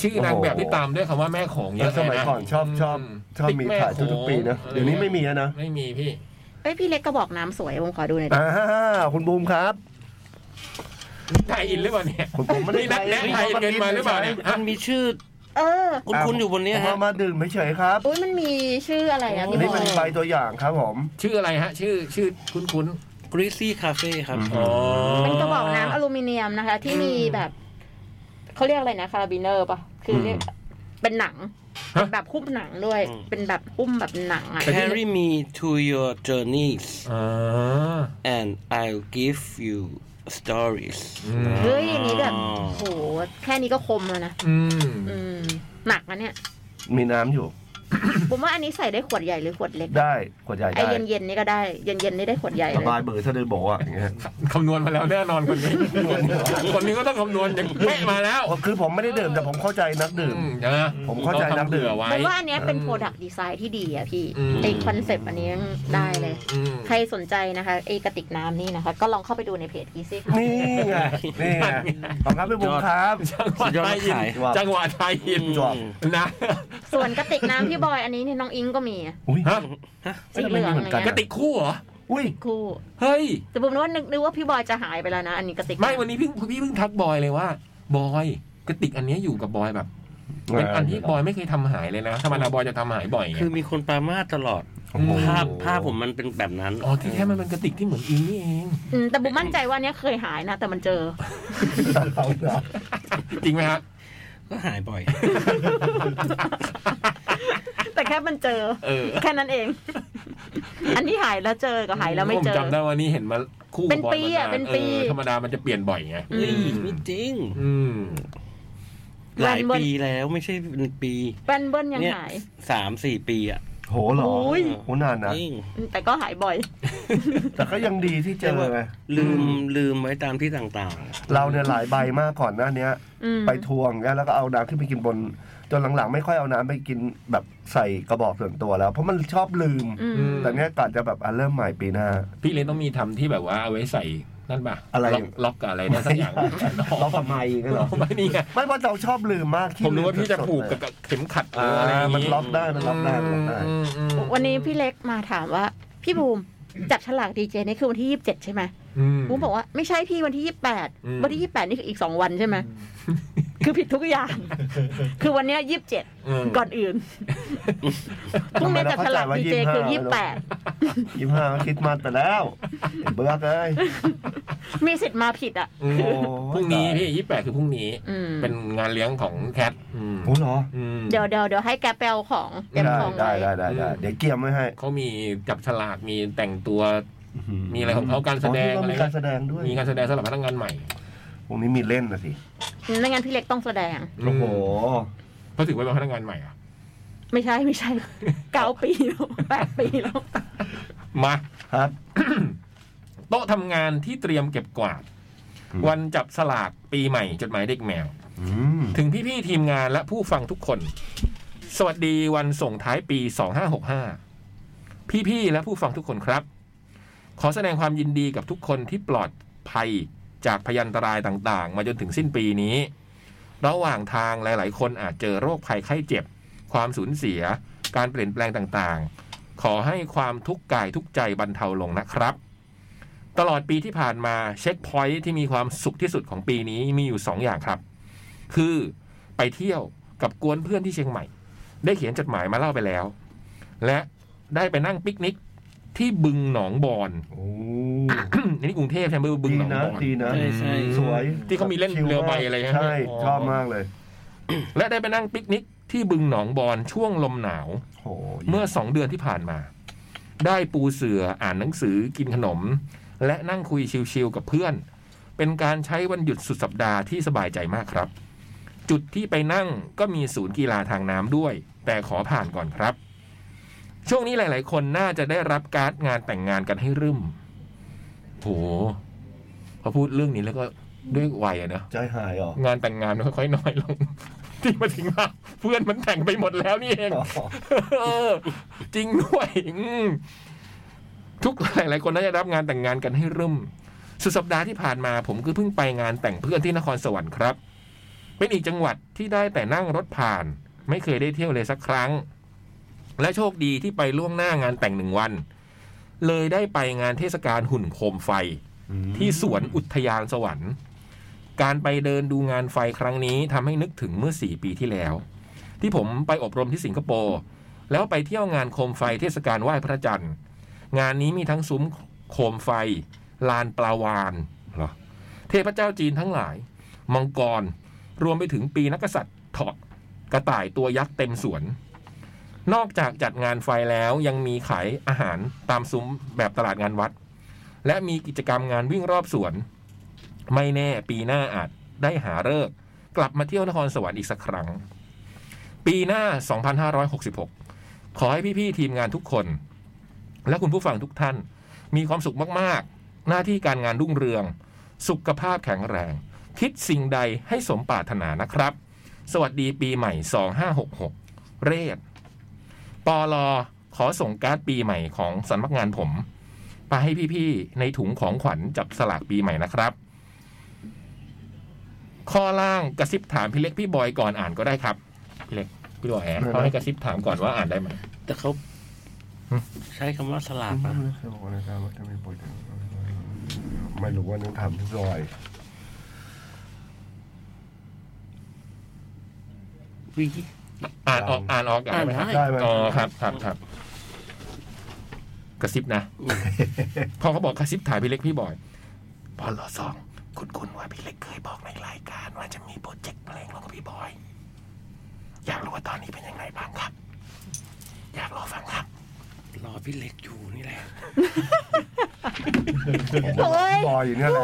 B: ชื่อนางแบบที่ตามด้วยคำว่าแม่โขงเย
D: แล้
B: อะ
D: วสมัยก่อนชอบชอบชอบมีถ่ายทุกๆปีนะ เดี๋ยวนี้ไม่มีแล้วนะ
B: ไม่มีพี่
G: เอ้ยพี่เล็กก็บอกน้ำสวยผมขอดูหน่อยดิ
D: อ่าคุณบูมครับ
B: ไทยอินหรือเปล่าเนี่ย
D: ผมผมไม่ได้
B: นี่นัดแนะไทยอินกันมาหรือเปล่าเนี่ยฮะ
E: มันมีชื่อ
G: เออ
E: คุ้นๆอยู่บนเนี้ย
D: ผม
E: ฮะ
D: มามาดื่มเฉยๆครับ
G: อุ้ยมันมีชื่ออะไรนะพี่บ
D: นี่
G: อ
D: เป็น
G: ล
D: ใบตัวอย่างครับผม
B: ชื่ออะไรฮะ ชื่อชื่อคุ้นคุ้น
E: กรีซี่คาเฟ่ครับ
D: อืม
B: ๆอ๋อ
G: เป็นกระบอกน้ำอลูมิเนียมนะคะ ที่มีแบบเขาเรียกอะไรนะคาราบิเนอร์ป่ะ คือเรียกเป็นหนัง
B: ฮะ
G: แบบคุ้มหนังด้วย
E: อืม
G: เป็นแบบอุ้มแบบหนังอ่ะ
E: Carry me to your journeys
B: อ่า
E: and I'll give you stories
B: อืม
G: เฮ้ยอย่างนี้แบบโหแค่นี้ก็คมแล้วนะ
B: อืม
G: อืมหนักนะเนี่ย
D: มีน้ำอยู่
G: ผมว่าอันนี้ใส่ได้ขวดใหญ่หรือขวดเล็ก
D: ได้ขวดใหญ่
G: ไอ
D: ได้
G: เย็นเย็นๆนี่ก็ได้ เย็นเย็นๆนี่ได้ขวดใหญ่
D: ส
G: เลย
D: บายเบอร์เสะดือโบอ่ะอย่างเงี้ย
B: คำนวณมาแล้วแน่นอนคนนี้ คนนี้ก็ต้องคำนวณอย่างเป๊ะมาแล้ว
D: คือผมไม่ได้ดื่มแต่ผมเข้าใจนักดื่ม
B: อืมนะ
D: ผมเข้าใจ
B: ต้องทำเผื่อไว้
G: ผมว่าอันเนี้ยเป็น
B: อืม
G: โปรดักต์ดีไซน์ที่ดีอะพี่
B: อืม
G: ไอคอนเซปต์อันนี้ได้เลย
B: อืม
G: ใครสนใจนะคะไอกระติกน้ำนี่นะคะ ก็ลองเข้าไปดูในเพจกีซี่ค่ะ
D: นี่ไงนี่ไงขอบครับพี่บูมครับ
B: จังหวะ
E: สุดยอด
B: ไทย
E: ขาย
B: อินจังหวะไทยอิน
D: จวบ
B: นะ
G: ส่วนกระติกน้ำพี่บอยอันนี้เนี่ยน้องอิงก็มีอะ
D: อุ้ย
B: ฮะ
G: สีเหลืองอะไร
B: กระ
G: เงี้ย
B: ติกคู่เหรอ
D: อุ้ย
G: คู่
B: เฮ้ย
G: แต่ผมนึกว่านึกนึกว่าพี่บอยจะหายไปแล้วนะ อันนี้กระติก
B: ไม่วันนี้พี่พี่เพิ่งทักบอยเลยว่า บอยกระติกอันเนี้ยอยู่กับบอยแบบ เป็นอันที่บอยไม่เคยทำหายเลยนะธรรมดาบอยจะทำหายบ่อยไง
E: คือมีคนปรามาสตลอด
D: โอ้โห
E: ภาพภาพผมมันเป็นแบบนั้น
B: อ๋อที่แท้มันเป็นกระติกที่เหมือนอิงนี่เอง
G: อืมแต่บุมมั่นใจว่าอันเนี้ยเคยหายนะ แต่มันเจอ
D: เอาเหรอ
B: จริงไหมครับ
E: ก็หายบ่อย
G: แต่แค่มันเจอ
B: เออ
G: แค่นั้นเอง อันที่หายแล้วเจอกับหายแล้วไม่เจ
B: ผม
G: อ
B: จำได้ว่านี่เห็นมาคู่กับบอย
G: เป็นปีอะ
B: มาา
G: เป็นปี
B: ออธรรมดามันจะเปลี่ยนบ่อยไง
E: เฮ้ยไม่จริง
B: อืม
E: หลายปีแล้วไม่ใช่เป็นปี
G: แป้นเบิ้ลยัง
E: เนี่ย
G: หาย
E: สามสี่ปีอ่ะ
D: โหเหรอ
G: โอ้ย
D: โหนานนะ
E: จริง
G: แต่ก็หายบ่อย
D: แต่ก็ยังดีที่เจอไง
E: ลืมลืมไว้ตามที่ต่าง
D: เราเนี่ยหลายใบมากก่อนหน้าเนี้ย
G: อืม
D: ไปทวงเนี่ยแล้วก็เอาน้ำขึ้นไปกินบน จนหลังๆ ไม่ค่อยเอาน้ำไปกินแบบใส่กระบอกส่วนตัวแล้ว เพราะมันชอบลืม
G: อืม
B: อืม
D: แต่เนี้ยก่อนจะแบบอ่ะเริ่มใหม่ปีหน้า
B: พี่เลยต้องมีทำที่แบบว่าเอาไว้ใส่นั่นป่ะ
D: อะไร
B: ล็กล็อกกับอะไรนะสักอย่าง
D: เราทำ ไมกันเหรอ
B: ไม่นี่ไง
D: ไม่เพราะเราชอบลืมมากที่
B: ผมรู้ว่าพี่จะ
D: ลืมสดๆ
B: ผูกกับ
D: เลย
B: เข็มขัดหรื
D: อ่า
B: ออะไรอย่าง
D: มัน
B: งี้
D: ล็อกได้มันล็อกได้มันล็อกได้
B: อืมอืมอืม
G: วันนี้พี่เล็กมาถามว่า พี่บูมจับฉลากดีเจนี่คือวันที่ยี่สิบเจ็ดใช่ไหม
B: อืม
G: บูมบอกว่าไม่ใช่พี่วันที่ยี่สิบแปด
B: อืม
G: วันที่ยี่สิบแปดนี่คืออีกสองวันใช่ไหมคือผิดทุกอย่าง คือวันเนี้ยยี่สิบเจ็ด
B: อืม
G: ก่อน อื่นพรุ่งนี้จับฉลากดีเจคือยี่สิบแปด
D: ยิ้มห้าก็คิดมันไปแล้วไอ้เบือกเลย
G: มีสิทธิ์มาผิดอ่ะ
B: อืม
D: โอ้
B: พรุ่งนี้พี่ยี่แปดคือพรุ่งนี้
G: อืม
B: เป็นงานเลี้ยงของแคทอืม
D: โอ้เหรอ
B: อืม
G: เดี๋ยวเดี๋ยวเดี๋ยวให้แกไปเอาของเก็บ
D: ได้
G: ของ
D: ได้
G: ไว้
D: ได้ได้ได้
B: อืม
D: เดี๋ยวเกียมไว้ให้
B: เขามีจับฉลากมีแต่งตัว มีอะไรของเขาการแสดง
D: อ๋อที่
B: อะไร
D: เมีการแสดงด้วย
B: มีการแสดงสำหรับพนักงานใหม่
D: วงนี้มีเล่นนะสิ
G: ไม่งั้นพี่เล็กต้องแสดง
D: โอ้โห
B: เพราะถือว่าเป็นพนักงานใหม่อ่ะ
G: ไม่ใช่ไม่ใช่เก้าปีแล้ว แปดปีแล้ว
B: มา
D: ครับ
B: โต๊ะทำงานที่เตรียมเก็บกวาด
D: อืม
B: วันจับสลากปีใหม่ จดหมายเด็กแมว
D: อืม
B: ถึงพี่ๆทีมงานและผู้ฟังทุกคน สวัสดีวันส่งท้ายปี 2565 พี่ๆและผู้ฟังทุกคนครับ ขอแสดงความยินดีกับทุกคนที่ปลอดภัยจากพยันตรายต่างๆ มาจนถึงสิ้นปีนี้ ระหว่างทางหลายๆ คนอาจเจอโรคภัยไข้เจ็บ ความสูญเสีย การเปลี่ยนแปลงต่างๆ ขอให้ความทุกข์กายทุกข์ใจบรรเทาลงนะครับ ตลอดปีที่ผ่านมาเช็คพอยท์ที่มีความสุขที่สุดของปีนี้มีอยู่ 2 อย่างครับ คือไปเที่ยวกับกวนเพื่อนที่เชียงใหม่ ได้เขียนจดหมายมาเล่าไปแล้ว และได้ไปนั่งปิกนิก ที่บึงหนองบอนอันนี้กรุงเทพใช่ไหมบึง
D: ดี
B: หนอง
D: นะ
B: บอน
D: ดีนะ
E: ใช่ใช่
D: สวย
B: ที่เขามีเล่นเรือใบอะไรฮะ
D: ใช่ชอบมากเลย
B: และได้ไปนั่งปิกนิกที่บึงหนองบอนช่วงลมหนาว
D: โอ้ย
B: เมื่อสองเดือนที่ผ่านมา ได้ปูเสืออ่านหนังสือกินขนม และนั่งคุยชิวๆกับเพื่อน เป็นการใช้วันหยุดสุดสัปดาห์ที่สบายใจมากครับ จุดที่ไปนั่งก็มีศูนย์กีฬาทางน้ำด้วย แต่ขอผ่านก่อนครับ ช่วงนี้หลาย ๆ คนน่าจะได้รับการ์ดงานแต่งงานกันให้รึมโหพอพูดเรื่องนี้แล้วก็ด้วยวัยอะเนอะ
D: ใจหายเหรอง
B: านแต่งงานมันค่อยๆน้อยลง ที่มาถึงว่าเพื่อนมันแต่งไปหมดแล้วนี่เอง
D: อ๋อ
B: เออจริงด้วยอืมทุกหลาย ๆ คนน่าจะรับงานแต่งงานกันให้ร่ม สุดสัปดาห์ที่ผ่านมาผมก็เพิ่งไปงานแต่งเพื่อนที่นครสวรรค์ครับ เป็นอีกจังหวัดที่ได้แต่นั่งรถผ่าน ไม่เคยได้เที่ยวเลยสักครั้ง และโชคดีที่ไปล่วงหน้างานแต่งหนึ่งวัน เลยได้ไปงานเทศกาลหุ่นโคมไฟ
D: อืม
B: ที่สวนอุทยานสวรรค์ การไปเดินดูงานไฟครั้งนี้ทำให้นึกถึงเมื่อ 4 ปีที่แล้ว ที่ผมไปอบรมที่สิงคโปร์แล้วไปเที่ยวงานโคมไฟเทศกาลไหว้พระจันทร์ งานนี้มีทั้งซุ้มโคมไฟ ลานปลาวานเหรอเทพเจ้าจีนทั้งหลาย มังกร รวมไปถึงปีนักกษัตริย์เถาะกระต่ายตัวยักษ์เต็มสวน นอกจากจัดงานไฟแล้วยังมีขายอาหารตามซุ้มแบบตลาดงานวัด และมีกิจกรรมงานวิ่งรอบสวน ไม่แน่ปีหน้าอาจได้หาเลิกษ์กลับมาเที่ยวนครสวรรค์อีกสักครั้ง ปีหน้า 2566 ขอให้พี่ ๆ ทีมงานทุกคน และคุณผู้ฟังทุกท่าน มีความสุขมาก ๆ หน้าที่การงานรุ่งเรือง สุขภาพแข็งแรง คิดสิ่งใดให้สมปรารถนานะครับ สวัสดีปีใหม่ 2566 เรศปอลอขอส่งการ์ดปีใหม่ของสำนักงานผม ไปให้พี่ๆ ในถุงของขวัญจับสลากปีใหม่นะครับ ข้อล่างกระซิบถามพี่เล็กพี่บอยก่อนอ่านก็ได้ครับ พี่เล็กพี่บอยแอนเขาให้กระซิบถามก่อนว่าอ่านได้ไหม
E: แต่เขา
B: หึ
E: ใช้คำว่าสลากนะ
D: ไม่รู้ว่านึกถามพี่ลอย
E: วิ
B: อ่านออกอ่านออก
E: อ่าน
B: ไหมครับ
E: ได้
D: ได้ไหม
B: อ๋อครับครับครับกระซิบนะพอเขาบอกกระซิบถามพี่เล็กพี่บอยพอหลอสองคุณคุณว่าพี่เล็กเคยบอกในรายการว่าจะมีโปรเจกต์เพลงแล้วก็พี่บอย อยากรู้ว่าตอนนี้เป็นยังไงบ้างครับ อยากรอฟังครับ
E: รอพี่เล็กอยู่นี่แหละ
D: ผมบอกว่าพี่บอยอยู่เนี่ยแหละ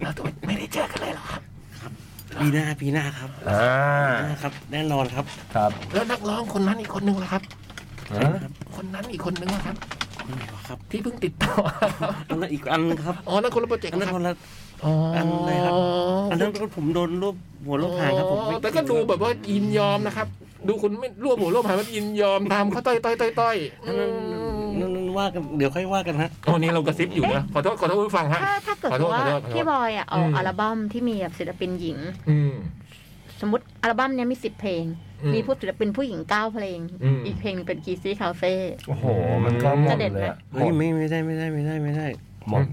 B: แล้วตัวไม่ได้เจอกันเลยเหรอครับ
E: ปีหน้าปีหน้าครับ
D: อ่า
E: ปีหน้าครับ แน่นอนครับ
D: ครับ
B: แล้วนักร้องคนนั้นอีกคนนึงล่ะครับ
E: ใช่ครับ
B: คนนั้นอีกคนนึงล่ะครับ
E: คนไหนวะครับ
B: ที่เพิ่งติดต่อ ครับ
E: อันนั้นอีกอันครับ
B: อ๋อนั่นคนละโปรเจกต์
E: อันนั้น
B: ค
E: ครับ นละ
B: อ๋ออั
E: นอะไรครับ อันนั้นผมโดนรวบหัวรวบหางครับผมไม่
B: แต่ก็ดูแบบว่ายินยอมนะครับ ดูคุณไม่ร่วมหัวร่วมหางมันยินยอมตามเขาต้อยต้อยต้อยต้อย
E: นั่นนั่นนั่นนั่นว่ากันเดี๋ยวค่อยว่ากันฮะ
B: โอ้นี่เรากระซิบอยู่นะขอโทษขอโทษผู้ฟังฮะ
G: ถ้าถ้าเกิด
B: ขอโทษข
G: ว่า
B: อโทษขอโทษ
G: พี่บอยอ่ะเอา
B: อืม
G: อัลบั้มที่มีแบบศิลปินหญิง
B: อืม
G: สมมติอัลบั้มเนี้ยมีสิบเพลง
B: อืม
G: มีผู้ศิลปินผู้หญิงเก้าเพลง
B: อืม
G: อีกเพลงหนึ่งเป็นกีซี่คาเฟ่
D: โอ้โห มันก็หมด
G: จะเด็ด
D: เล
G: ไหม
D: ยอะ
E: เฮ้ยไม่ไม่ได้ไม่ได้ไม่ได้ไม่ได้
D: หมด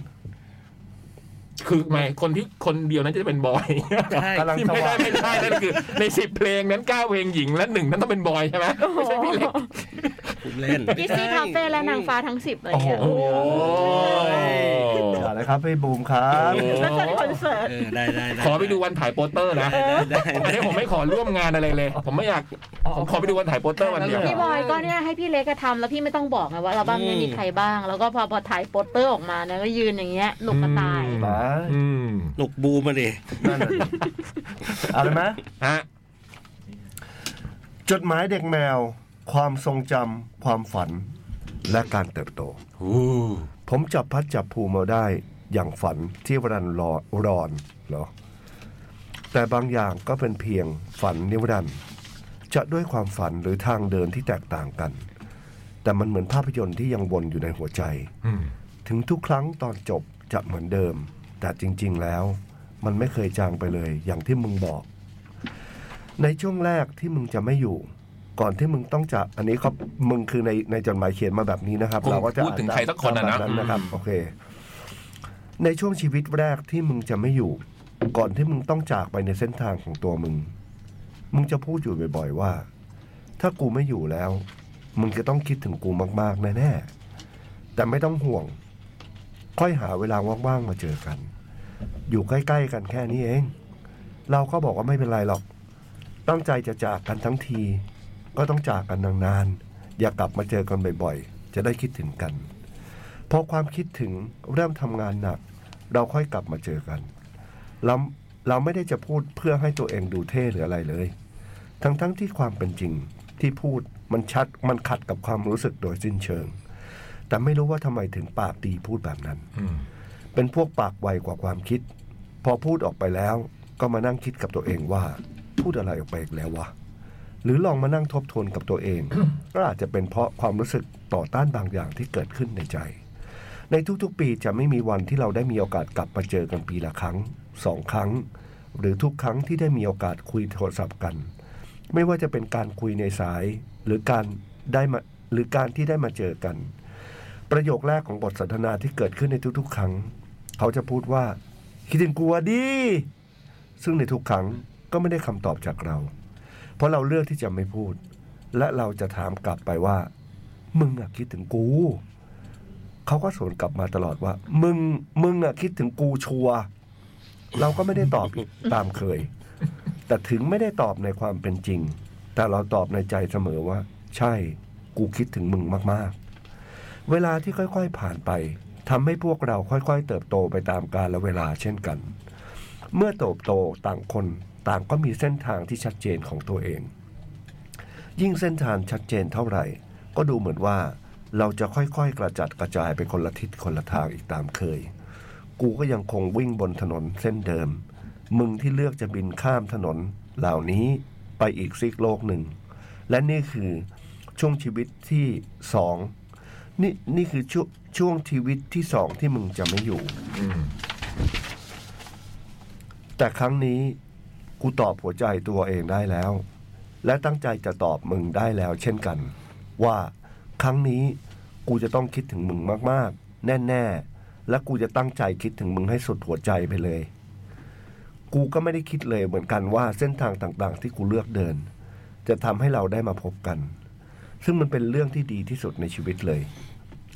B: คือหมายคนที่คนเดียวนั้นจะเป็นบอย
E: ใช่
D: กำลัง
B: ที่
D: ส
B: ไม่ได้
D: ว่าง
B: ไม่ได้นั่นคือ ในสิบเพลงนั้นเก้าเพลงหญิงและหนึ่งนั้นต้องเป็นบอยใช่ไหมไม่ใช่พี่เล็ก
E: ผมเล่น
G: กีซี่คาเฟ่และนางฟ้าทั้งสิบอะไรเงี้ย
B: โอ้โห
D: อย่าเลยครับพี่บูมครับ
G: แล้วก็คอนเสิร์ต
E: เออได้ได้
B: ขอไปดูวันถ่ายโปสเตอร์นะ
E: ได้
B: อันนี้ผมไม่ขอร่วมงานอะไรเลย ผมไม่อยาก ผมขอไปดูวันถ่ายโปสเตอร์วันเดียว
G: พี่บอยก็เนี่ยให้พี่เล็กอะทำแล้วพี่ไม่ต้องบอกไงว่าอัลบั้มเนี้ยมีใครบ้าง แล้วก็พอพอถ่ายโปสเตอร์ออกมาเนี่ยก็ยืนอย่างเงี้ยหนุกกระตาย
D: หมา
B: อืม
E: หนุกบูมมาดิ
D: นั่นน่ะดิเอาเลยไหม
B: ฮะ
D: จดหมายเด็กแมว ความทรงจำความฝัน และการเติบโต ผมจับพัดจับภูมาได้อย่างฝันที่วรันรอรอนเหรอ แต่บางอย่างก็เป็นเพียงฝันนิรันดร์จะด้วยความฝันหรือทางเดินที่แตกต่างกัน แต่มันเหมือนภาพยนตร์ที่ยังวนอยู่ในหัวใจ
B: อืม
D: ถึงทุกครั้งตอนจบจะเหมือนเดิม แต่จริง ๆ แล้ว มันไม่เคยจางไปเลยอย่างที่มึงบอก ในช่วงแรกที่มึงจะไม่อยู่ ก่อนที่มึงต้องจะอันนี้เขามึงคือในในจดหมายเขียนมาแบบนี้นะครับ
B: ผม
D: เราก็จะ
B: พูดถึงใครสักคนน่ะนะ
D: ตามแบบนะครับ
B: อืม
D: โอเค ในช่วงชีวิตแรกที่มึงจะไม่อยู่ ก่อนที่มึงต้องจากไปในเส้นทางของตัวมึง มึงจะพูดอยู่บ่อย ๆ ว่า ถ้ากูไม่อยู่แล้ว มึงจะต้องคิดถึงกูมากๆแน่ๆ แต่ไม่ต้องห่วง ค่อยหาเวลาว่างๆมาเจอกัน อยู่ใกล้ ๆ กันแค่นี้เอง เราก็บอกว่าไม่เป็นไรหรอก ตั้งใจจะจากกันทั้งที ก็ต้องจากกันนานๆ อย่ากลับมาเจอกันบ่อยๆ จะได้คิดถึงกัน พอความคิดถึงเริ่มทำงานหนัก เราค่อยกลับมาเจอกัน เราเราไม่ได้จะพูดเพื่อให้ตัวเองดูเท่หรืออะไรเลย ทั้งๆทที่ความเป็นจริงที่พูดมันชัดมันขัดกับความรู้สึกโดยสิ้นเชิง แต่ไม่รู้ว่าทำไมถึงปากดีพูดแบบนั้น เป็นพวกปากไวกว่าความคิด พอพูดออกไปแล้วก็มานั่งคิดกับตัวเองว่า พูดอะไรออกไปอีกแล้ววะ หรือลองมานั่งทบทวนกับตัวเอง ก็อาจจะเป็นเพราะความรู้สึกต่อต้านบางอย่างที่เกิดขึ้นในใจ ในทุกๆปีจะไม่มีวันที่เราได้มีโอกาสกลับมาเจอกันปีละครั้งสองครั้ง หรือทุกครั้งที่ได้มีโอกาสคุยโทรศัพท์กัน ไม่ว่าจะเป็นการคุยในสาย หรือการได้มาหรือการที่ได้มาเจอกัน ประโยคแรกของบทสนทนาที่เกิดขึ้นในทุกๆ ครั้ง เขาจะพูดว่า คิดถึงกลัวดิซึ่งในทุกครั้งก็ไม่ได้คำตอบจากเรา เพราะเราเลือกที่จะไม่พูด และเราจะถามกลับไปว่า มึงอะคิดถึงกู เขาก็สวนกลับมาตลอดว่า มึง มึงอะคิดถึงกูชัวร์เราก็ไม่ได้ตอบอีก ตามเคย แต่ถึงไม่ได้ตอบในความเป็นจริง แต่เราตอบในใจเสมอว่า ใช่ กูคิดถึงมึงมากๆ เวลาที่ค่อยๆผ่านไปทำให้พวกเราค่อยๆ เติบโตไปตามกาลเวลาเช่นกัน เมื่อเติบโตต่างคนต่างก็มีเส้นทางที่ชัดเจนของตัวเอง ยิ่งเส้นทางชัดเจนเท่าไหร่ ก็ดูเหมือนว่า เราจะค่อยๆ กระจัดกระจายไปคนละทิศคนละทางอีกตามเคย กูก็ยังคงวิ่งบนถนนเส้นเดิม มึงที่เลือกจะบินข้ามถนน เหล่านี้ไปอีกซีกโลกหนึ่ง และนี่คือช่วงชีวิตที่สองนี่นี่คือช่วงช่วงชีวิตที่สองที่มึงจะไม่อยู่ แต่ครั้งนี้กูตอบหัวใจตัวเองได้แล้ว และตั้งใจจะตอบมึงได้แล้วเช่นกัน ว่าครั้งนี้กูจะต้องคิดถึงมึงมากๆ แน่ๆ และกูจะตั้งใจคิดถึงมึงให้สุดหัวใจไปเลย กูก็ไม่ได้คิดเลยเหมือนกันว่าเส้นทางต่างๆ ที่กูเลือกเดิน จะทำให้เราได้มาพบกัน ซึ่งมันเป็นเรื่องที่ดีที่สุดในชีวิตเลย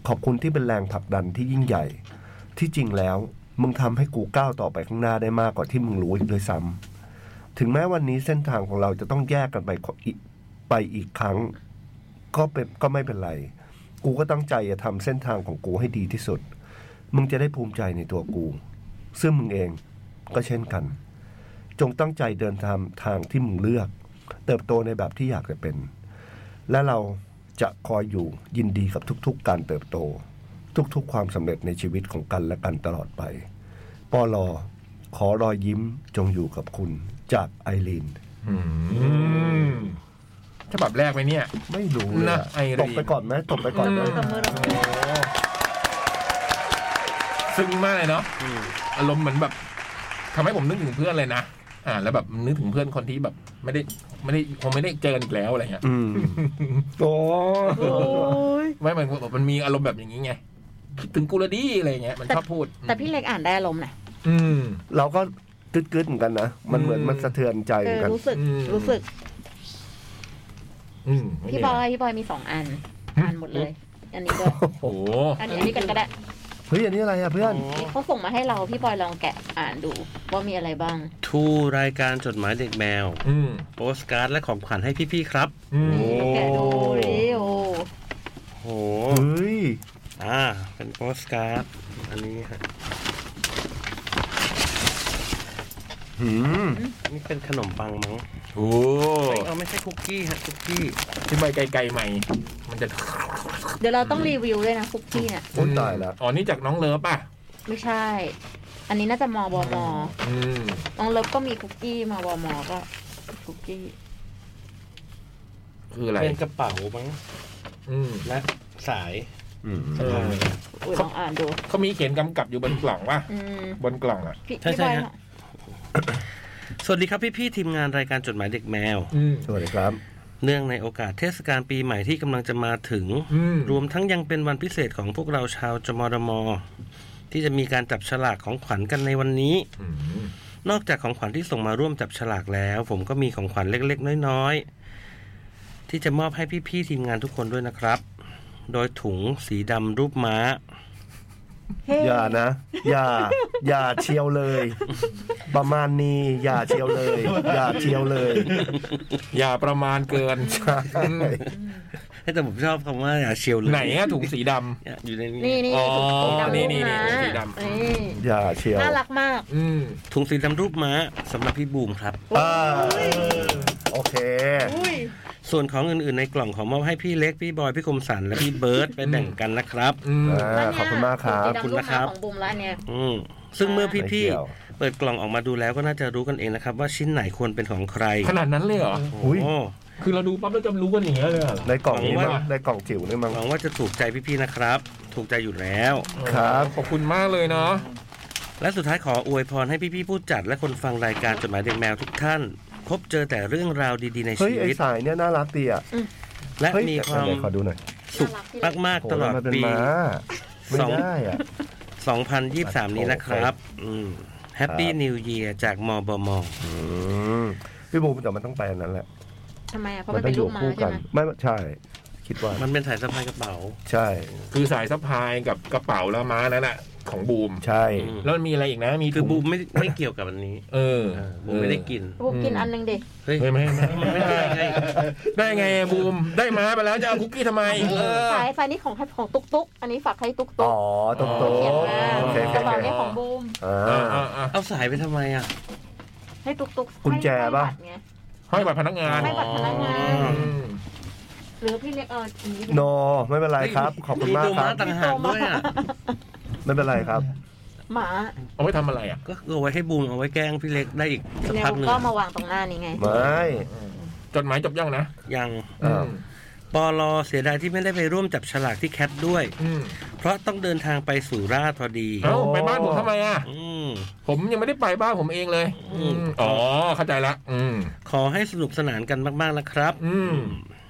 D: ขอบคุณที่เป็นแรงผลักดันที่ยิ่งใหญ่ ที่จริงแล้ว มึงทำให้กูก้าวต่อไปข้างหน้าได้มากกว่าที่มึงรู้อีกด้วยซ้ำถึงแม้วันนี้เส้นทางของเราจะต้องแยกกันไปขออีกไปอีกครั้ง ก็เป็นก็ไม่เป็นไร กูก็ตั้งใจจะทำเส้นทางของกูให้ดีที่สุด มึงจะได้ภูมิใจในตัวกู ซึ่งมึงเองก็เช่นกัน จงตั้งใจเดินทางทางที่มึงเลือก เติบโตในแบบที่อยากจะเป็น และเราจะคอยอยู่ยินดีกับทุกๆ การเติบโต ทุกๆ ความสำเร็จในชีวิตของกันและกันตลอดไป ปอลอขอรอยยิ้มจงอยู่กับคุณจากไอรีน
B: ฉบับแรกไหมเนี่ย
D: ไม่รู้เลย
B: นะ
D: อะ
B: ไอรีน
D: ตบไปก่อนไหมตบไปก่อนไหม
B: ซึ้งมากเลยเนาะอารมณ์เหมือนแบบทำให้ผมนึกถึงเพื่อนเลยนะอ่า แล้วแบบนึกถึงเพื่อนคนที่แบบ ไม่ได้ไม่ได้คงไม่ได้เจอกันอีกแล้วอะไรเงี้ย
D: อืม โอ้
B: ไม่มันแบบมันมีอารมณ์แบบอย่างนี้ไงคิดถึงกูละดีอะไรเงี้ยมันชอบพูด
G: แต่พี่เล็กอ่านได้อารมณ์นะ
B: อืม
D: เราก็กึดกึดๆเหมือนกันนะ มันเหมือนมันสะเทือนใจ
G: เอ
D: เหมือ
G: อน
D: กัน
G: รู้สึกรู้สึก
B: อืม
G: พี่บอยพี่บอยมีสองอันอ่านหมดเลย อันนี้ด้วย
B: โอ้โห
G: อันนี้อันนี้กันก็ได้
D: เฮ้ยอันนี้อะไรอะเพื่อน
G: เขาส่งมาให้เราพี่บอยลองแกะอ่านดูว่ามีอะไรบ้าง
E: ทูรายการจดหมายเด็กแมว
B: อืม
E: โปสการ์ดและของขวัญให้พี่ๆครับ
B: อืม
G: แกะดูดิโอ
E: โอ้โห
D: เฮ้ย
E: อ่า เป็นโปสการ์ดอันนี้ฮะ
D: หืม
E: นี่เป็นขนมปังมั้ง
B: โอ้
E: ไม่เอาไม่ใช่คุกกี้ฮะคุกกี้
B: ที่ใบไกลๆใหม่ มันจะ
G: เดี๋ยวเราต้องรีวิวด้วยนะคุกกี้เนี่ย
D: โอ้ยตายละ
B: อ๋อนี่จากน้องเลิฟป่ะ
G: ไม่ใช่ อันนี้น่าจะมอบม
B: อืม
G: น้องเลิฟก็มีคุกกี้มอบมก็คุกกี้
B: คืออะไร
E: เป็นกระเป๋ามั้ง
B: อืม
E: และสาย
D: อืม
B: เออ
G: อุ้ยลองอ่านดู
B: เขามีเขียนกำกับอยู่บนกล่องว่ะ
G: อืม
B: บนกล่องอ่ะ
G: พี่
E: ใช่
G: พี่บ
E: ใช่
G: อย
E: ฮะสวัสดีครับพี่ๆทีมงานรายการจดหมายเด็กแมว
B: อืม
D: สวัสดีครับ
E: เนื่องในโอกาสเทศกาลปีใหม่ที่กำลังจะมาถึง
B: อืม
E: รวมทั้งยังเป็นวันพิเศษของพวกเราชาวจมรม ที่จะมีการจับฉลากของขวัญกันในวันนี้
B: อืม
E: นอกจากของขวัญที่ส่งมาร่วมจับฉลากแล้ว ผมก็มีของขวัญเล็กๆ น้อยๆ ที่จะมอบให้พี่ๆทีมงานทุกคนด้วยนะครับ โดยถุงสีดำรูปม้า
D: อย่านะ อย่า อย่าเชียวเลย ประมาณนี้ อย่าเชียวเลย อย่าเชียวเลย
B: อย่าประมาณเกิน
E: ให้แต่ผมชอบคำว่าอย่าเชียวเลย
B: ไหนอะถุงสีด
E: ำอยู่ใน
G: นี่นี่
B: อ๋อ
G: ถุงสีดำ
B: นี่
G: รู
B: นี่
G: ป
B: นี่
G: นะ
B: ถุงสีด
G: นี่
D: อย่าเชียว
G: น่ารักมาก
B: อืม
E: ถุงสีดำรูปม้าสำหรับพี่บูมครับ
D: อ่าโอเค
E: ส่วนของอื่นๆในกล่องของมอบให้พี่เล็ก พี่บอย พี่คมสันและพี่เบิร์ตไปแบ่งกันนะครับ
D: อ่าขอบคุณมากครับ
E: ขอบคุณนะครับ
G: ของบูมแล้วเนี่ย
E: อืมซึ่งเมื่อพี่
D: ไม่เกี่ยว
E: ๆเปิดกล่องออกมาดูแล้วก็น่าจะรู้กันเองนะครับ ว่าชิ้นไหนควรเป็นของใคร
B: ขนาดนั้นเลยเหรอ
E: โอ้โห
B: คือเราดูปั๊บเราจะรู้กันอย่างเงี้ยเลยเหรอ
D: ในกล่องนี้มั้งในกล่องจิ๋วนี่มั้ง
E: หวังว่าจะถูกใจพี่ๆนะครับ ถูกใจอยู่แล้ว
D: ครับ
B: ขอบคุณมากเลยเนาะ
E: และสุดท้ายขออวยพรให้พี่ๆผู้จัดและคนฟังรายการจดหมายเด็กแมวทุกท่าน พบเจอแต่เรื่องราวดีๆใน
D: เฮ้ย
E: ชี
D: ไอ
E: วิต
D: สายเนี่ยน่ารักดีอ่ะ
E: และ
D: เฮ้ย
E: มีความ
D: เดี๋ยขอดูหน่อย
E: สุขมาก ๆ ตลอด
D: โอ้โหแล้วมันเป็น
E: ปี
D: ม้าไม่
E: สอง
D: ได้อะ
E: สองพันยี่สิบสามนี้นะครับแฮปปี้
D: ครับ
E: นิวเยียร์จากมบม
D: อืมพี่บูมแต่มันต้องไปอันนั้นแหละ
G: ทำไมอ่ะ เพราะ
D: มั
G: มัน น
D: ต้อ
G: เป็
D: ง
G: น
D: อยู่
G: ลูกม้า
D: คู่กัน
G: ใช่ไหม
D: ไม่ใช่ คิดว่า
E: มันเป็นสายสะพายกระเป๋า
D: ใช่
B: คือสายสะพายกับกระเป๋าแล้วม้านั่นแหละของบูม
D: ใช่
B: แล้วมันมีอะไรอีกนะ มี
E: คือบูมไม่ไม่เกี่ยวกับอันนี้
B: เออ
E: บูมไม่ได้กิน
G: บูมกินอันหนึ่งดิ
E: เฮ้ย
B: ไม่ไม่ไม่
E: ไม่ได้ไง
B: ได้ไงบูม ได้ม้าไปแล้วจะเอาคุกกี้ทำไม เออ
G: สายไฟนี่ของใครของตุ๊กตุ๊ก อันนี้ฝากให้ตุ๊กตุ๊ก
D: อ๋อตรงตัว
G: เขียนมา
D: โอเคโอเค
G: กระ
D: โอ
G: เป๋า
D: เค
G: เนี่ยของบูม
D: อ่า
E: เอาสายไปทำไมอ่ะ
G: ให้ตุ๊กตุ๊ก
D: กุญแจ
G: ให้
D: ป่ะ
B: ให้
G: บัตรไง
B: บัตรพนักงาน
G: ให้บัตรพนักงาน
B: อืม
G: หรือพี่เล็กเอออย่างนี้ดิ
D: โน ไม่เป็นไรครับ ขอบคุณมากครับ
E: ต่างหากด้วยอ่ะ
D: ไม่เป็นไรครับ
G: หมา
B: เอาไว้ทำอะไรอ่ะ
E: ก็เอาไว้ให้บูมเอาไว้แกล้งพี่เล็กได้อีกสัก
G: เนี่ย
E: พักห
G: บูม
E: นึ่ง
G: ก็มาวางตรงหน้านี่ไง
D: ไม่
B: จดหมายจบยังนะ
E: ยัง
D: อ้าว
E: ปอลอเสียดายที่ไม่ได้ไปร่วมจับฉลากที่แคทด้วย
B: อืม
E: เพราะต้องเดินทางไปสุราษฎร์พอดี
B: เอ้าไปบ้านผมทำไมอ่ะ
E: อืม
B: ผมยังไม่ได้ไปบ้านผมเองเลย อืมอ๋อ เข้าใจละอืม
E: ขอให้สนุกสนานกันมาก ๆ นะครับ
B: อืม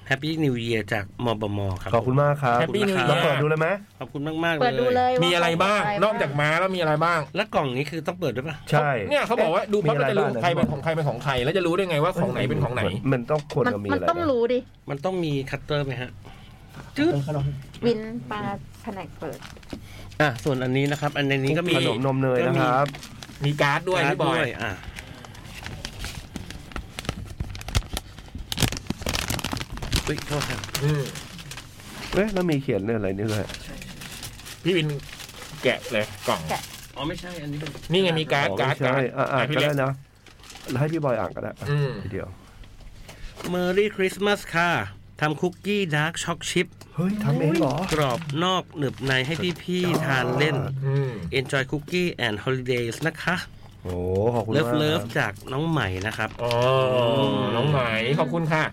E: แฮปปี้นิวเยียร์จากมบมครับ
D: ขอบคุณมากครับ
B: Happy New Year
D: เราเปิดดูเลยไหม
E: ขอบคุณมาก ๆ
G: เปิดดู
E: เลย
G: เลยว่า
B: มีอะไรบ้าง
G: ข
B: นอกจากม้าแล้วมีอะไรบ้าง
E: แล้วกล่องนี้คือต้องเปิดด้วยปะ
D: ใช่
B: เนี่ยเขาบอกว่าดูปั๊บ
D: มี
B: เราจะรู้
D: าง
B: ใครเป็นของใครเป็นของใคร แล้วจะรู้ได้ไงว่าของไหนเป็นของไหน
D: มันต้องควร
G: มัน
D: จะมี
G: มัน
D: อะไร
G: ต้องรู้ดิ
E: มันต้องมีคัตเตอร์ไหมฮะจืด
G: วินปลาแผนกเปิด
E: อ่ะส่วนอันนี้นะครับ อันในนี้ก็มี
D: ขนมนมเนยนะครับ
B: มีการ์ดด้วย
E: การ์ด
B: พี่บอ
E: ด้วย ยอ่ะอุ๊ยโทษครับ
B: อืม
D: เอ๊ะแล้วมีเขียนเรื่องอะไรนี่ด้วย
B: พี่วินแกะเลยกล่อง
G: แกะ
E: อ๋อไม่ใช่อันนี้เป็น
B: นี่ไงมีการ์ด
D: อ๋อ
B: การ์ด
D: ไม่ใช่
B: การ์ด
D: อ่ะอ่ะ
B: อ่ะพี่
D: ก็
B: เล็ก
D: ได้นะแล้วให้พี่บอยอ่านก็ได้
B: อืม
D: ทีเดียว
E: เมอรี่คริสต์มาสค่ะทำคุกกี้ดาร์กช็อกชิพ
D: เฮ้ยทำเองเหรอ
E: กรอบนอกหนึบในให้พี่ๆทานเล่น
B: อืม
E: Enjoy Cookie and Holidays นะคะ
D: โอ้ขอบคุณ
E: เลิฟ
D: มาก
E: เลิฟ
D: ครับ
E: จากน้องใหม่นะครับ
B: อ๋อน้องไหมขอบคุณค่ะ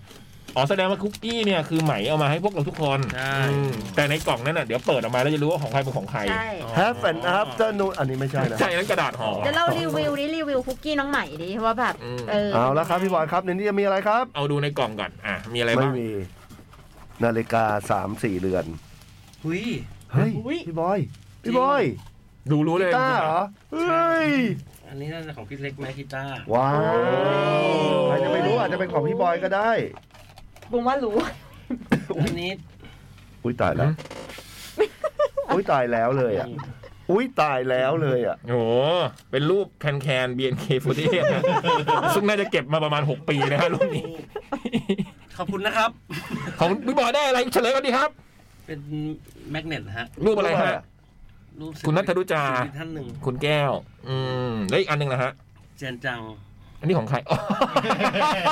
B: อ๋อแสดงว่าคุกกี้เนี่ยคือไหมเอามาให้พวกเราทุกคน
E: ใช่
B: อืมแต่ในกล่องนั้นน่ะเดี๋ยวเปิดออกมาแล้วจะรู้ว่าของใครเป็นของใคร
G: ใช่
D: แฮปปี้อัพเตอร์นูนอันนี้ไม่ใช่นะ
B: ใช่นั้นกระดาษห่อ
G: เดี๋ยวเรารีวิวดิรีวิวคุกกี้น้องใหม่ดิว่าแบบ
B: อืม
G: เออ
D: เอาละครับพี่บอยครับในนี้จะมีอะไรครับ
B: เอาดูในกล่องก่อน อ่ะ มีอะไร
D: ไม่
B: บ้าง
D: มี นาฬิกาสามสี่เรือน
E: หุย
D: เฮ้ย
E: อุ๊ย
D: พี่บอย
E: จริง
D: พี่บอย
B: ดูรู้เลย
D: กีต้าร์เหรอ เฮ้ย
E: อันนี้น่าจะของพี่เล็กไหมกีตาร์
D: ว้าวใครจะไม่รู้อาจจะเป็นของพี่บอยก็ได้
G: บูมว่ารู้
E: อันนี้
D: อุ้ยตายแล้ว อุ้ยตายแล้วเลยอ่ะ อุ้ยตายแล้วเลยอ่ะ
B: โอ้โห เป็นรูปแคนแคน BNK48 นะ ซึ่งน่าจะเก็บมาประมาณ 6 ปีนะฮะรูปนี้
E: ขอบคุณนะครับ
B: ของพี่บอยได้อะไรเฉลยกันดีครับ
E: เป็นแมกเนตฮะ
B: รูปอะไรฮะ
E: รูปศิลปิ
B: คุณนัทธนุจา
E: ศิลปินท่านหนึ่ง
B: คุณแก้ว อืมแล้วอีกอันหนึ่งนะฮะ
E: เจนจัง
B: อันนี้ของใครอ๋อ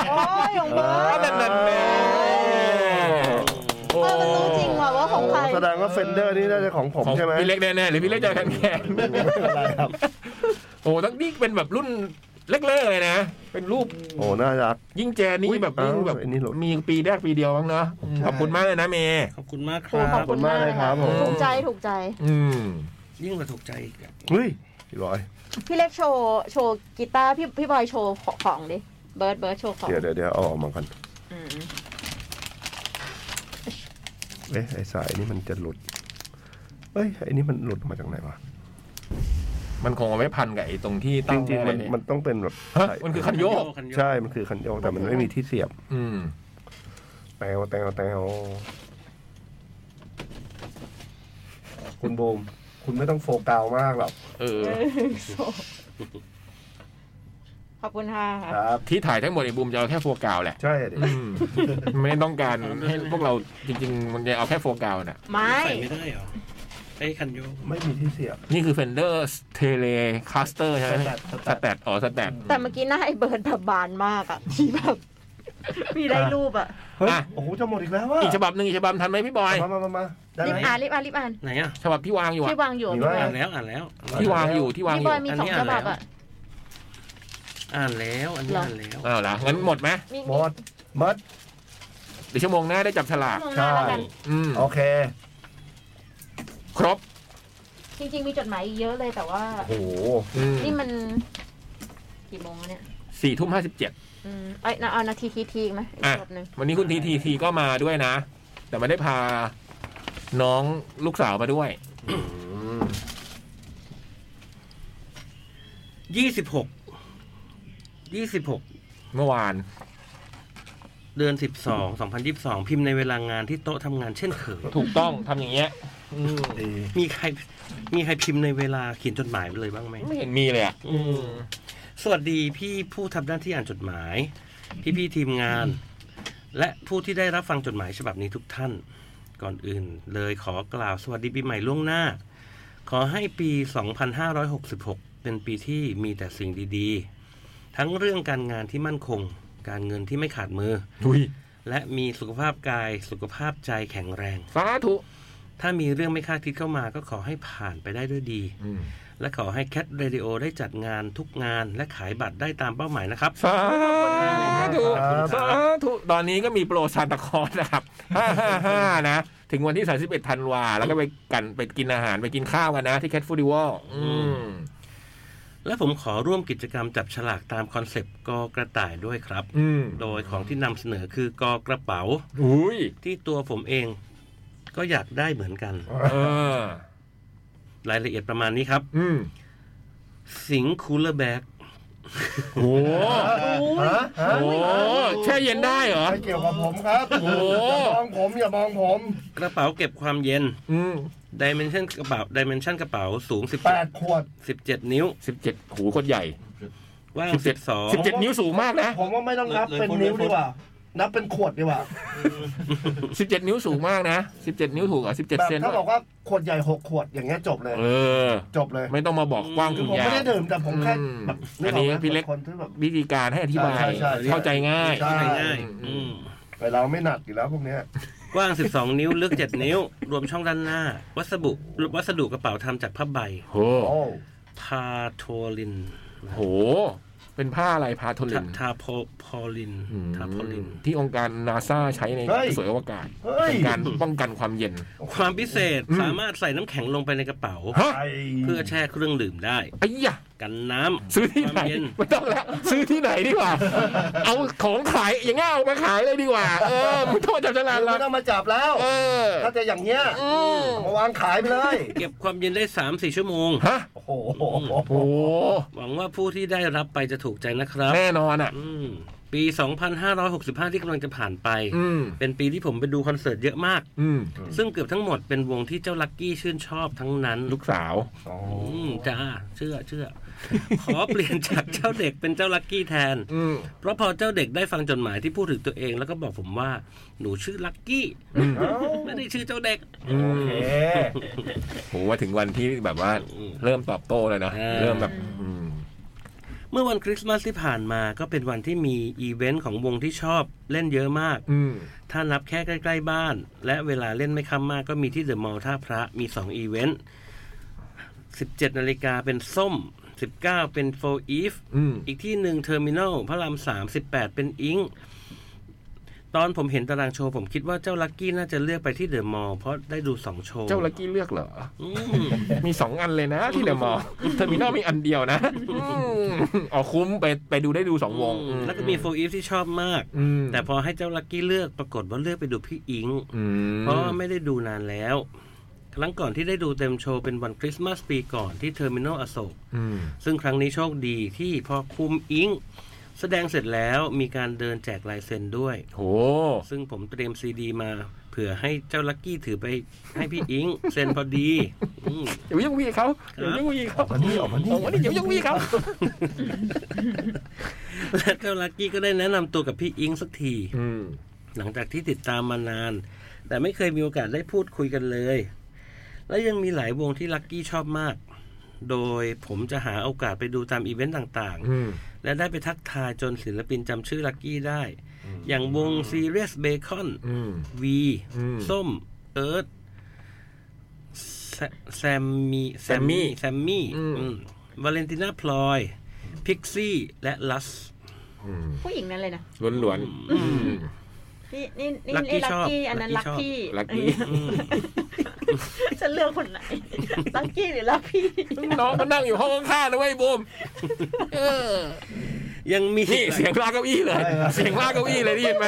G: โอ้ยของเบิร์ด
B: นั่นนั่นแน่โอ้
G: เออมันรู้จริงว่ะว่าของใคร
D: แสดงว่าเฟนเดอร์นี่น่าจะของผม
B: ของ
D: ใช่ไหม
B: พี่เล็กแน่ๆหรือพี่เล็กจะแคนแคน
D: ไม่เป็นไรครับ
B: โอ้ทั้งนี่เป็นแบบรุ่นแรกๆเลยนะ เป็นรูป
D: โอ้ น่ารัก
B: ยิ่งแจนี่
D: อุ๊ย
B: แบบยิ่งแบบ
D: เอ้าอันนี้เหรอ
B: มีปีแรกปีเดียวมั้งเนาะอืมขอบคุณมากเลยนะเมย์
E: ขอบคุณมากค
G: โอ้ข
E: รั
G: อบบ คุณมากเลย
D: ขอบคุณมากเลยครับผม
G: ถูกใจถูกใจ
B: อืม
E: ยิ่งกว่าถูกใจอีกอะ
D: เฮ้ยพี่บอย
G: พี่เล็กโชว์โชว์กีตาร์พี่พี่บอยโชว์ของดิ เบิร์ดเบิร์ดโชว์ของ
D: เดี๋ยวเดี๋ยวเดี๋ยวเอาออกมาก่อน
G: อืม
D: เอ๊ะไอสายนี่มันจะหลุดเอ้ยไอนี่มันหลุดมาจากไหนวะ
B: มันคงเอาไว้พันกับไอ้ตรงที่
D: จ
B: ตั้ง
D: ริงๆ
B: ไว้
D: มัน
B: เนี่ย
D: มันต้องเป็นแบบ
B: ฮะ
D: สาย
B: มันคือคันโยก
E: คันโยก
D: ใช่ มันคือคันโยกแต่มันไม่มีที่เสียบ
B: อืม
D: แตวแตวแตว คุณบูมคุณไม่ต้องโฟกัสมากหรอก
B: เออ
G: ขอบคุณค่ะ
D: ครับ
B: ที่ถ่ายทั้งหมดไอ้บูมจะเอาแค่โฟกัสแหละ
D: ใช่
B: ไม่ต้องการให้พวกเราจริง ๆ มันจะเอาแค่โฟกัสน่ะ
G: ไม่
E: ใส่ไม่ได้เหรอไอ้คันโยก
D: ไม่มีที่เสียบ
B: นี่คือ Fender Telecaster ใช่ไหมสแตทอ๋อสแตท
G: แต่เมื่อกี้หน้าไอ้เบิร์ดแบบบานมากอะที่แบบมีได้รูปอะ
D: เฮ้ย
B: อ่ะ
D: โอ้โหจะหมดอีกแล้วว่ะ
B: อีกฉบับหนึ่งอีกฉบับทันไหมพี่บอย
D: มามามามาได้
G: รีบ
D: ไหม
G: อ่านรีบอ่านรีบอ่าน
E: ไหนอ่ะ
B: ฉบับที่วางอยู่อะ
G: ที่วางอยู่
D: มี
G: พี่บ
D: ว่า
G: อย
E: อ่านแล้วอ่านแล้ว
B: ที่วางอยู่ที่วางอ
G: พี่บ
B: ยู่
G: อยมีสองฉบับอะ
E: อ่านแล้ว อันนี้
G: เหรออ่
E: อ่านแล้ว
B: อ้าวเหรองั้นหมดไหม
G: มี
D: หม
G: มี
D: ดหมัด
B: เดี๋ยวชั่วโมงหน้าได้จับฉลาก
G: มองหน้าแล้วกัน
B: อืม
D: โอเค
B: ครบ
G: จริง ๆ มีจดหมายอีกเยอะเลยแต่ว่า
D: โอ้โห
B: อืม
G: นี่มันกี่โมงแล้วเนี่ย
B: สี่ทุ่มห้าสิบเจ็ด
G: อืมเอ้ยนะเอานาทีทีทีไหมอีก
B: อ่ะ
G: รอบหนึ่ง
B: วันนี้คุณทีทีทีก็มาด้วยนะ แต่ไม่ได้พาน้องลูกสาวมาด้วย
E: ยี่สิบหก ยี่สิบหก
B: เมื่อวาน
E: เดือนสิบสอง สองพันยิบสอง พิมพ์ในเวลางานที่โต๊ะทำงานเช่นเคย
B: ถูกต้องทำอย่างเงี้ย อืม
E: มีใคร มีใครพิมพ์ในเวลาเขียนจดหมายไปเลยบ้างไหม
B: ไม่เห็นมีเลยอ่ะ
E: อืม สวัสดีพี่ผู้ทำหน้าที่อ่านจดหมาย พี่พี่ๆทีมงาน และผู้ที่ได้รับฟังจดหมายฉบับนี้ทุกท่าน ก่อนอื่นเลยขอกล่าวสวัสดีปีใหม่ล่วงหน้า ขอให้ปี 2566 เป็นปีที่มีแต่สิ่งดีๆ ทั้งเรื่องการงานที่มั่นคง การเงินที่ไม่ขาดมือ
B: ดุย
E: และมีสุขภาพกายสุขภาพใจแข็งแรง
B: สาธุ
E: ถ้ามีเรื่องไม่คาดคิดเข้ามาก็ขอให้ผ่านไปได้ด้วยดี
B: อืม
E: และขอให้แคทเรดิโอได้จัดงานทุกงานและขายบัตรได้ตามเป้าหมายนะครับ
B: สาธุ
E: ขอบคุณค
B: สา
E: รับ
B: ธุตอนนี้ก็มีโปรซานตาคลอสนะครับ 5 5 5 นะ ถึงวันที่ 31ธันวา แล้วก็ไปกันไปกินอาหารไปกินข้าวกันนะ ที่แคทฟูดิวอลอืม
E: และผมขอร่วมกิจกรรมจับฉลากตามคอนเซปต์กอกระต่ายด้วยครับ
B: อืม
E: โดยของที่นำเสนอคือกอกระเป๋า
B: อุ้ย
E: ที่ตัวผมเอง ก็อยากได้เหมือนกัน
B: เออ
E: รายละเอียดประมาณนี้ครับ
B: อืม
E: สิงคูลเลอร์แบ็ก
B: โอ้โห
D: ฮะฮะ
B: โอ้โหแช่เย็นได้เหรอ
D: ไม่เกี่ยวกับผมครับ
B: โอ้โห
D: อย่ามองผมอย่ามองผม
E: กระเป๋าเก็บความเย็น
B: อืม
E: ดิเมนชันกระเป๋าดิเมนชันกระเป๋าสูง
D: แปดขวด
E: 17 17 นิ้ว
B: สิบเจ็ดหูโคตรใหญ่
E: กว่าง
B: สิบเจ็ด
E: 12
B: สิบเจ็ดนิ้วสูงมากนะ
D: ผมว่าไม่ต้องนับ
K: เลย
D: เป็น
K: คน
D: นิ้ว
K: เลย
D: ดีกว่า นับเป็นขวดดีกว่า
B: สิบเจ็ดนิ้วสูงมากนะสิบเจ็ดนิ้วถูกเหรอ่ะสิบเจ็ด
D: แบบ
B: เซน
D: ถ้าบอกว่าขวดใหญ่หกขวดอย่างเงี้ยจบเลย
B: เออ
D: จบเลย
B: ไม่ต้องมาบอกกว้าง
D: คือ
B: ถึ
D: ผ
B: ง
D: ม
B: ยา
D: ไม่
B: ว
D: ได้ดื่มแต่ผมแค่
B: อืม
D: แบบ
B: อันนี้พี่เล็ก
D: คนที่แบบ
B: วิธีการให้อธิบาย
D: ใช่ใช่ใช่
B: เข้าใจง่าย
D: ใช่
E: ง่ายๆ
B: อืม
E: อืม
D: แต่เราไม่หนักอยู่แล้วพวกเนี้ย
E: กว้าง 12 นิ้ว ลึก 7 นิ้ว รวมช่องด้านหน้า วัสดุวัสดุกระเป๋าทำจากผ้าใบ
B: โห
D: โอ้
E: พาโทลิน
B: โห เป็นผ้าอะไรพาโทลิน
E: ทาโพพอลิน
B: อืม
E: ทาโพลิน
B: ที่องค์การนาซาใช้ใน
D: เฮ้ย
B: สวยอวกาศ
D: เฮ้ย
B: เป็นการป้องกันความเย็น
E: ความพิเศษ
B: อืม
E: สามารถใส่น้ำแข็งลงไปในกระเป๋า
B: ฮะ
D: ไอ้
E: เพื่อแช่เครื่องดื่มได้
B: ไอ้ยะ
E: กันน้ำ
B: ซื้อที่ไห
E: ค
B: น
E: วามเย็น
B: ไม่ต้องแล้วซื้อที่ไหนดีกว่า เอาของขายอย่างเงี้ยเอามาขายเลยดีกว่า เออไม่โทษจับฉลากหรอ
D: ไม่
B: ก
D: ต้องมาจับแล้ว
B: เออ
D: ถ้าจะอย่างเงี้ย
B: อืม
D: มาวางขายไปเลย
E: เก็บความเย็นได้ 3-4 ชั่วโมง
B: ฮะ
D: โอ้โห
B: โอ้
E: หวังว่าผู้ที่ได้รับไปจะถูกใจนะครับ
B: แน่นอนอ่ะ
E: อืม ปี 2565 ที่กำลังจะผ่านไป
B: อืม
E: เป็นปีที่ผมไปดูคอนเสิร์ตเยอะมาก
B: อืม
E: ซึ่งเกือบทั้งหมดเป็นวงที่เจ้าลักกี้ชื่นชอบทั้งนั้น
B: ลูกสาว
E: อืมจ้าเชื่อ เชื่อ ขอเปลี่ยนจากเจ้าเด็กเป็นเจ้าลักกี้แทน
B: อืม
E: เพราะพอเจ้าเด็กได้ฟังจดหมายที่พูดถึงตัวเองแล้วก็บอกผมว่า หนูชื่อลักกี้ ไม่ได้ชื่อเจ้าเด็ก
B: อื
D: โอ
B: ม
D: เค
B: ผมว่าถึงวันที่แบบว่าเริ่มตอบโต้เลยเนาะ
E: อ่า
B: เริ่มแบบ อืม
E: เมื่อวันคริสต์มาสที่ผ่านมาก็เป็นวันที่มีอีเวนต์ของวงที่ชอบเล่นเยอะมาก
B: อืม
E: ถ้านับแค่ใกล้ ๆ บ้าน และเวลาเล่นไม่ค่ำมากก็มีที่เดอะมอลล์ท่าพระมี 2 อีเวนต์ 17 นาฬิกาเป็นส้ม 19 เป็นโฟอีฟ
B: อืม
E: อีกที่หนึ่งเทอร์มินอลพระรามสามสิบแปดเป็นอิงค์ตอนผมเห็นตารางโชว์ ผมคิดว่าเจ้าลักกี้น่าจะเลือกไปที่เดอะมอลล์เพราะได้ดูสองโชว์
B: เจ้าลักกี้เลือกเหรอ
E: อืม
B: มีสองอันเลยนะที่เดอะมอล ล์เทอร์มินอลมีอันเดียวนะอืมอ๋อคุ้มไปไปดูได้ดูสองวงอื
E: แล้วก็มีโฟอีฟที่ชอบมาก
B: อืม
E: แต่พอให้เจ้าลักกี้เลือกปรากฏว่าเลือกไปดูพี่อิงค์
B: อืม
E: เพราะว่าไม่ได้ดูนานแล้ว ครั้งก่อนที่ได้ดูเต็มโชว์เป็นวันคริสต์มาสปีก่อนที่เทอร์มินอลอโศก
B: อืม
E: ซึ่งครั้งนี้โชคดีที่พอคุมอิงค์ แสดงเสร็จแล้วมีการเดินแจกลายเซ็นด้วย
B: โห
E: ซึ่งผมเตรียมซีดีมาเผื่อให้เจ้าลักกี้ถือไปให้พี่อิง เซ็นพอดี
B: เดี๋ยวยังวีเขาเดี๋ยวยังวีเขา
L: ออกมานี่ออกมานี่
B: ออกมานี่เดี๋ยวยังวีเขา
E: และ เจ้าลักกี้ก็ได้แนะนำตัวกับพี่อิงสักทีหลังจากที่ติดตามมานาน แต่ไม่เคยมีโอกาสได้พูดคุยกันเลย และยังมีหลายวงที่ลักกี้ชอบมาก โดยผมจะหาโอกาสไปดูตามอีเวนต์ต่างๆ และได้ไปทักทายจนศิลปินจำชื่อลักกี้ได้ อย่างวง Serious Bacon
B: อืม
E: V
B: อืม
E: ส้ม เอิร์ธแซมมี่แซม
B: Sammy
E: มี่แซมมี่
B: อืม
E: วาเลนติน่าพลอย พิกซี่ และลัส
G: ผู้หญิงนั่นเลยนะ
B: ล้วนล้วนๆอืม
G: นี่นี่นี่
E: ลัคกี้
G: นี่
E: ช
G: ลัก
E: อบ
G: กี้อันนั้น
E: ลั
G: ลั
E: ค
G: ก
E: กี้
G: พี่
E: ชอบ
B: ลัคกี้
G: ฉันเลือกคนไหนลักกี้หรือลักพี่
B: น้องมันนั่งอยู่ห้องข้างๆนะเว้ยบูม
G: เออ
E: ยังมี
B: นี่เสียงลากเก้าอี้เลย เสียงลากเก้าอี้เลยได้ยินไหม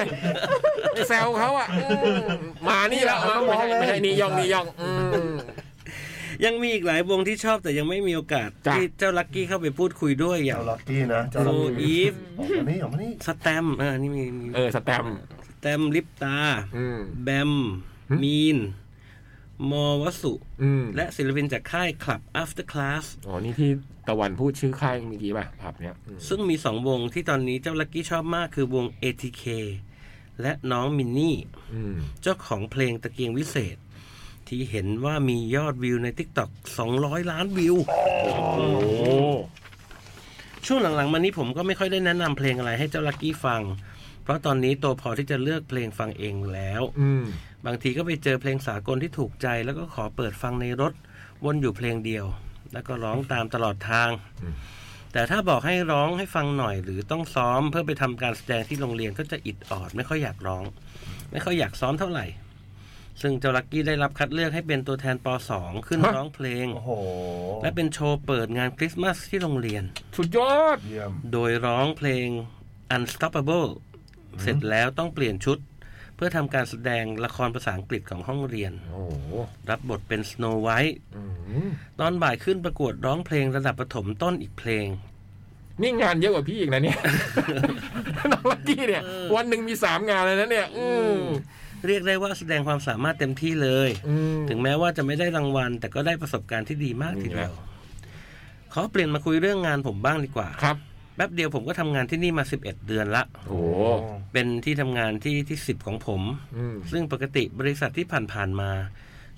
B: ไอ้แซวเขาอ่ะอืมมานี่แล้วมาไม่ใช่ไม่ใช่นี่ย่องนี่ย่องอืม
E: ยังมีอีกหลายวงที่ชอบแต่ยังไม่มีโอกาส
B: จ้ะ
E: ที่เจ้าลักกี้เข้าไปพูดคุยด้วยอย่าง
L: เจ้าลักกี้ นะเจ้า
E: โซ
L: ลักกี้
E: อีฟ
L: ออกมานี่ออกมานี่
E: สแตมเออนี่มีมี
B: เออสแตมป์
E: สแตมลิปตา
B: อืม
E: แบม มีน มอวสุ
B: อืม
E: และศิลปินจากค่าย Club After Class
B: อ๋อนี่ที่ตะวันพูดชื่อค่ายเมื่อกี้ป่ะผับเนี้ยอืม
E: ซึ่งมีสองวงที่ตอนนี้เจ้าลักกี้ชอบมากคือวง ATK และน้องมินนี่
B: อืม
E: เจ้าของเพลงตะเกียงวิเศษ ที่เห็นว่ามียอดวิวใน TikTok 200 ล้านวิว
B: โอ้โห
E: ช่วงหลังๆ มานี้ผมก็ไม่ค่อยได้แนะนำเพลงอะไรให้เจ้าลักกี้ฟัง เพราะตอนนี้โตพอที่จะเลือกเพลงฟังเองแล้ว
B: อืม
E: บางทีก็ไปเจอเพลงสากลที่ถูกใจ แล้วก็ขอเปิดฟังในรถ วนอยู่เพลงเดียว แล้วก็ร้องตามตลอดทาง
B: อืม
E: แต่ถ้าบอกให้ร้องให้ฟังหน่อย หรือต้องซ้อมเพื่อไปทำการแสดงที่โรงเรียนก็จะอิดออด ไม่ค่อยอยากร้อง ไม่ค่อยอยากซ้อมเท่าไหร่ ซึ่งเจ้าลักกี้ได้รับคัดเลือกให้เป็นตัวแทนป .2 ขึ้นร้องเพลง
L: โอ้โห
E: และเป็นโชว์เปิดงานคริสต์มาสที่โรงเรียน
B: สุดยอด
L: เยี่ยม
E: โดยร้องเพลง Unstoppable เสร็จแล้วต้องเปลี่ยนชุด เพื่อทำการแสดงละครภาษาอังกฤษของห้องเรียน
B: โอ้โห
E: รับบทเป็น Snow White
B: อืม
E: ตอนบ่ายขึ้นประกวดร้องเพลงระดับประถมต้นอีกเพลง
B: นี่งานเยอะกว่าพี่อีกนะเนี่ย น้องลักกี้เนี่ย วันหนึ่งมีสามงานเลยนะเนี่ย อืม
E: เรียกได้ว่าแสดงความสามารถเต็มที่เลย
B: อืม
E: ถึงแม้ว่าจะไม่ได้รางวัล แต่ก็ได้ประสบการณ์ที่ดีมากทีเดียว
B: นี่แหละ
E: ขอเปลี่ยนมาคุยเรื่องงานผมบ้างดีกว่า
B: ครับ
E: แป๊บเดียวผมก็ทำงานที่นี่มา 11 เดือนละ
B: โอ้โห
E: เป็นที่ทำงานที่ที่ 10 ของผม
B: อืม
E: ซึ่งปกติบริษัทที่ผ่านๆมา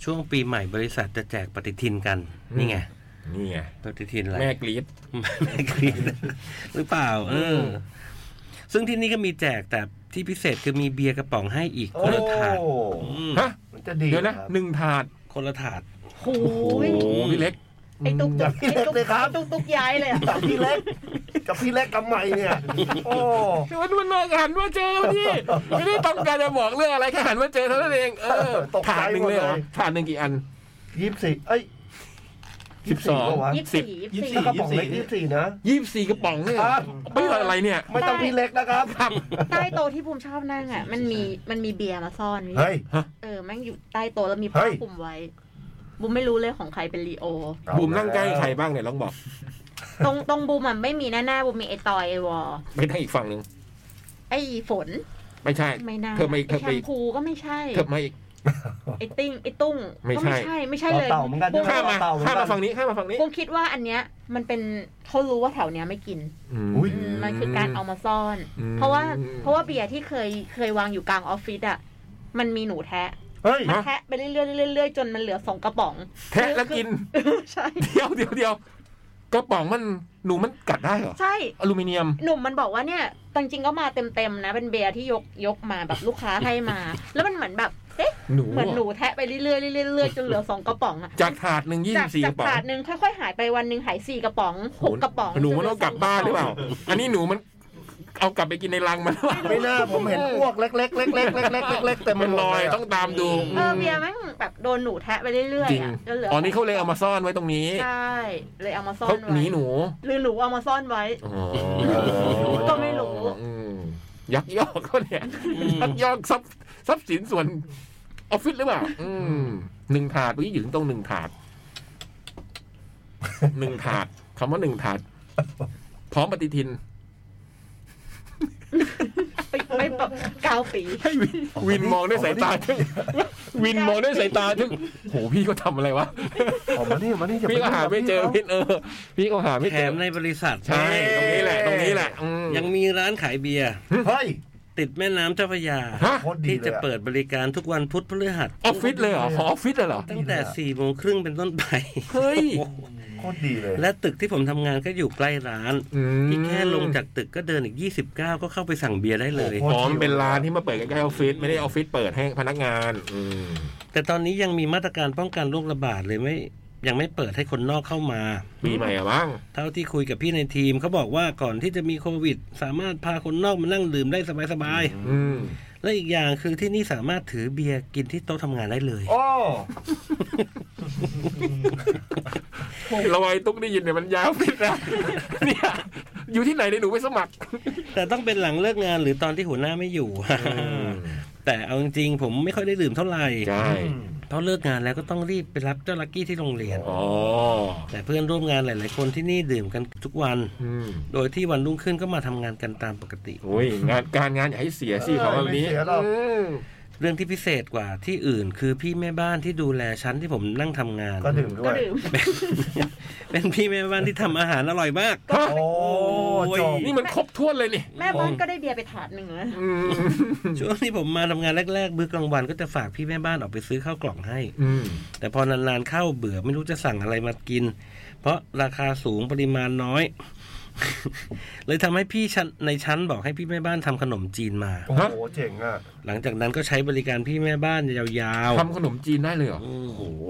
E: ช่วงปีใหม่บริษัทจะแจกปฏิทินกัน นี่ไง
B: นี่ไง
E: ปฏิทินอะไร
B: แม่กรีด
E: แม่กรีนหรือเปล่า เออ ซึ่งที่นี่ก็มีแจกแต่ที่พิเศษคือมีเบียร์กระป๋องให้อีก
L: โอ้
E: คนละถาดอืม
B: ฮะ
L: มันจะดี
B: เดี๋ยวนะหนึ่งถาด
E: คนละถาด
G: โอ้
B: โอ้
G: ย
B: โหพี่เล็ก
G: ไอ้ตุ๊ก
L: อ
G: ตุ๊
L: ย่าก พี่เล็กเลยครับ
G: ตุ๊กตุ๊กย้ายเลยอะ
L: กับพี่เล็กกับพี่เล็กกับใหม่เนี่ย โอ้
B: เดี๋ยวมันมาหันมาเจอพอดีไม่ได้ต้องการจะบอกเรื่องอะไรแค่หันมาเจอเท่านั้นเอง เออถาดหนึ่งเลยเหรอถาดหนึ่งกี่อัน
L: ยี่สิบสี่เอ้ย
B: สิบสอง
L: เหรวะ
G: ยี่สิบสี่ยี่สิบสี่
L: ถ้ากระป๋องเล็กยี่สิบสี่นะ
B: ยี่สิบสี่กระป๋องเนี่ย
L: ครับ
B: ไม่ว่าอะไรเนี่ย
L: ไม่ต้องพี่เล็กนะครับ
G: ใต้โต๊ะที่ภูมิชอบนั่งอ่ะ มันมีมันมีเบียร์มาซ่อนไว้
L: เฮ้ย
G: เออแม่งอยู่ใต้โต๊ะแล้วมีผ้า
L: เฮ้
G: ย คลุมไว้บูมไม่รู้เลยของใครเป็นลีโอ
B: บุมนั่งใกล้ใครบ้างเนี่ยลองบอก
G: ตรงตรงบูมอ่ะไม่มีแน่ๆบูมมีไอตอยไอวอ
B: ไปนั่งอีกฝั่งหนึ่ง
G: ไอฝน
B: ไม่ใช่
G: ไม่น่า
B: เธอมาอีก
G: ไอ
B: เธอ
G: แช
B: มาอี
G: ม
B: ก
G: พูก็ไม่ใช่
B: เธอมาอีก
G: ไอติ้งไอตุ้ง
B: ไม่
G: ก็
B: ใช่
G: ไม่ใช่ไม่ใช่เลย
L: ต่อเต่าเหมือนกัน
G: บูม
B: ข้ามมา
L: เต่าเหมือนกัน
B: ข้ามมาฝั่งนี้ข้ามมาฝั่งนี้
G: บูมคิดว่าอันเนี้ยมันเป็นเขารู้ว่าแถวเนี้ยไม่กิน
L: อุ๊ย
B: ม
G: มันคือการเอามาซ่อน
B: อืม
G: เพราะว่าเพราะว่าเบียร์ที่เคยเคยวางอยู่กลางออฟฟิศอ่ะมันมีหนูแทะ
L: เฮ้ย
G: มันแทะไปเรื่อยๆเรื่อยๆเรื่อยๆจนมันเหลือสองกระป๋อง
B: แทะแล้วกิน
G: ใช่
B: เดี๋ยวเดี๋ยวเดี๋ยวกระป๋องมันหนูมันกัดได้เหรอ
G: ใช่
B: อลูมิเนียม
G: หนุ่มมันบอกว่าเนี่ยจริงๆก็มาเต็มๆนะ เป็นเบียร์ที่ยกยกมาแบบลูกค้าให้มา แล้วมันเหมือนแบบเอ๊ะ
B: หนู
G: เหมือนหนูแทะไปเรื่อยๆเรื่อยๆเรื่อยๆจนเหลือสองกระป๋องอะ
B: จากถาดหนึ่งยี่
G: จา
B: สิบ
G: ก
B: สี่ก
G: จาก
B: ระป๋อง
G: ถาดหนึ่งค่อยๆหายไปวันหนึ่งหายสี่กระป๋องหกกระป๋อง
B: หนูมันเอากลับบ้านหรือเปล่า อันนี้หนูมันเอากลับไปกินในรังมันหรือเปล่า
L: ไม่น่าผมเห็นอ้วกเล็กๆเล็กๆเล็กๆเล็กๆเล็กๆแต่มั
B: มัน น
L: หม
B: ล
L: ด
B: อย
L: เะ
B: ต้องตามดู
G: เออเบียร์แม่งแบบโดนหนูแทะไปเรื่อย
B: จริ
G: ๆ
B: ง
G: อะจนเหลือ
B: อ๋
G: อ๋
B: อนี่เขาเลยเอามาซ่อนไว้ตรงนี้
G: ใช่เลยเอามาซ่อ
B: เขา
G: นไว้
B: หนีหนู
G: หรือหนูเอามาซ่อนไว้
B: อ๋อ
G: ก็ไม่รู้
B: อืมยักยอกเขาเนี่ยยักยอกทรัพย์ทรัพย์สินส่วนออฟฟิศหรือเปล่าอืมหนึ่งถาดเมื่อกี้อยู่ตรงหนึ่งถาดหนึ่งถาดคำว่าหนึ่งถาด พร้อมปฏิทิน
G: เก้าปี
B: วินมองด้วยสายตาทึ่งวินมองด้วยสายตาทึ่งโหพี่ก็ทำอะไรวะ
L: ออกมานี่มานี่อย่าไป
B: พี่ก็หาไม่เจอพี่เออ พี่ก็หาไม่
E: แถ
B: เจอ
E: มในบริษัท
B: ใช่ตรงนี้แหละตรงนี้แหละอืม
E: ยังมีร้านขายเบียร์
L: เฮ้ย
E: ติดแม่น้ำเจ้าพระยา
L: ฮะโคตรดีเลยอะ
E: ที่จะเปิดบริการทุกวันพุธพฤหัส
B: ออฟฟิศเลยเหรอขอออฟฟิศเลยเหรอ
E: ตั้งแต่สี่โมงครึ่งเป็นต้น ไป
B: เฮ้ย
L: โคตรดีเลย
E: และตึกที่ผมทำงานก็อยู่ใกล้ร้าน
B: อืม
E: ที่แค่ลงจากตึกก็เดินอีก 29 ก็เข้าไปสั่งเบียร์ได้เลย
B: พร้อมนเป็นร้านที่มาเปิดใกล้ๆออฟฟิศไม่ได้ออฟฟิศเปิดให้พนักงานอืม
E: แต่ตอนนี้ยังมีมาตรการป้องกันโรคระบาดเลยไม่ ยังไม่เปิดให้คนนอกเข้ามา
B: ปีใหม่อะบ้าง
E: เท่าที่คุยกับพี่ในทีมเขาบอกว่าก่อนที่จะมีโควิด สามารถพาคนนอกมานั่งดื่มได้สบาย
B: อืม
E: ๆ และอีกอย่างคือที่นี่สามารถถือเบียร์กินที่โต๊ะทำงานได้เลย
L: โอ้
B: ระวัยตุ๊กได้ยินเนี่ยมันยาวฟิตนะเนี่ยอยู่ที่ไหนเนี่ยหนูไปสมัคร
E: แต่ต้องเป็นหลังเลิกงานหรือตอนที่หัวหน้าไม่ อยู่ แต่เอาจริงๆผมไม่ค่อยได้ดื่มเท่าไหร่
B: ใช่
E: เพราะเลิกงานแล้วก็ต้องรีบไปรับเจ้าลักกี้ที่โรงเรียน
B: อ๋อ
E: แต่เพื่อนร่วมงานหลาย ๆ คนที่นี่ดื่มกันทุกวัน
B: อืม
E: โดยที่วันรุ่งขึ้นก็มาทำงานกันตามปกติ
B: โอ้ยงานการงานอย่าให้เสียสิของแบบนี้
L: ไม่เสียหรอก
B: อืม
E: เรื่องที่พิเศษกว่าที่อื่น คือพี่แม่บ้านที่ดูแลชั้นที่ผมนั่งทำงาน
L: ก็ดื่มด้
G: ก็
L: วย
G: ดื่ม
E: เป็นพี่แม่บ้านที่ทำอาหารอร่อยมาก
L: โอ้จบ
B: นี่มันครบถ้วนเลยนี่
G: แม่บ้านก็ได้เบียร์ไปถาดหนึ่งนะ
B: อืม
E: ช่วงที่ผมมาทำงานแรก ๆ มื้อกลางวันก็จะฝากพี่แม่บ้านออกไปซื้อข้าวกล่องให้
B: อืม
E: แต่พอนานๆเข้าเบื่อไม่รู้จะสั่งอะไรมากิน เพราะราคาสูงปริมาณน้อย เลยทำให้พี่ชั้นในชั้นบอกให้พี่แม่บ้านทำขนมจีนมา
L: โอ้โหเจ๋งอ่ะ
E: หลังจากนั้นก็ใช้บริการพี่แม่บ้านยาว
B: ทำขนมจีนได้เลยเหรอ
E: ๆอืม
B: โอ้โห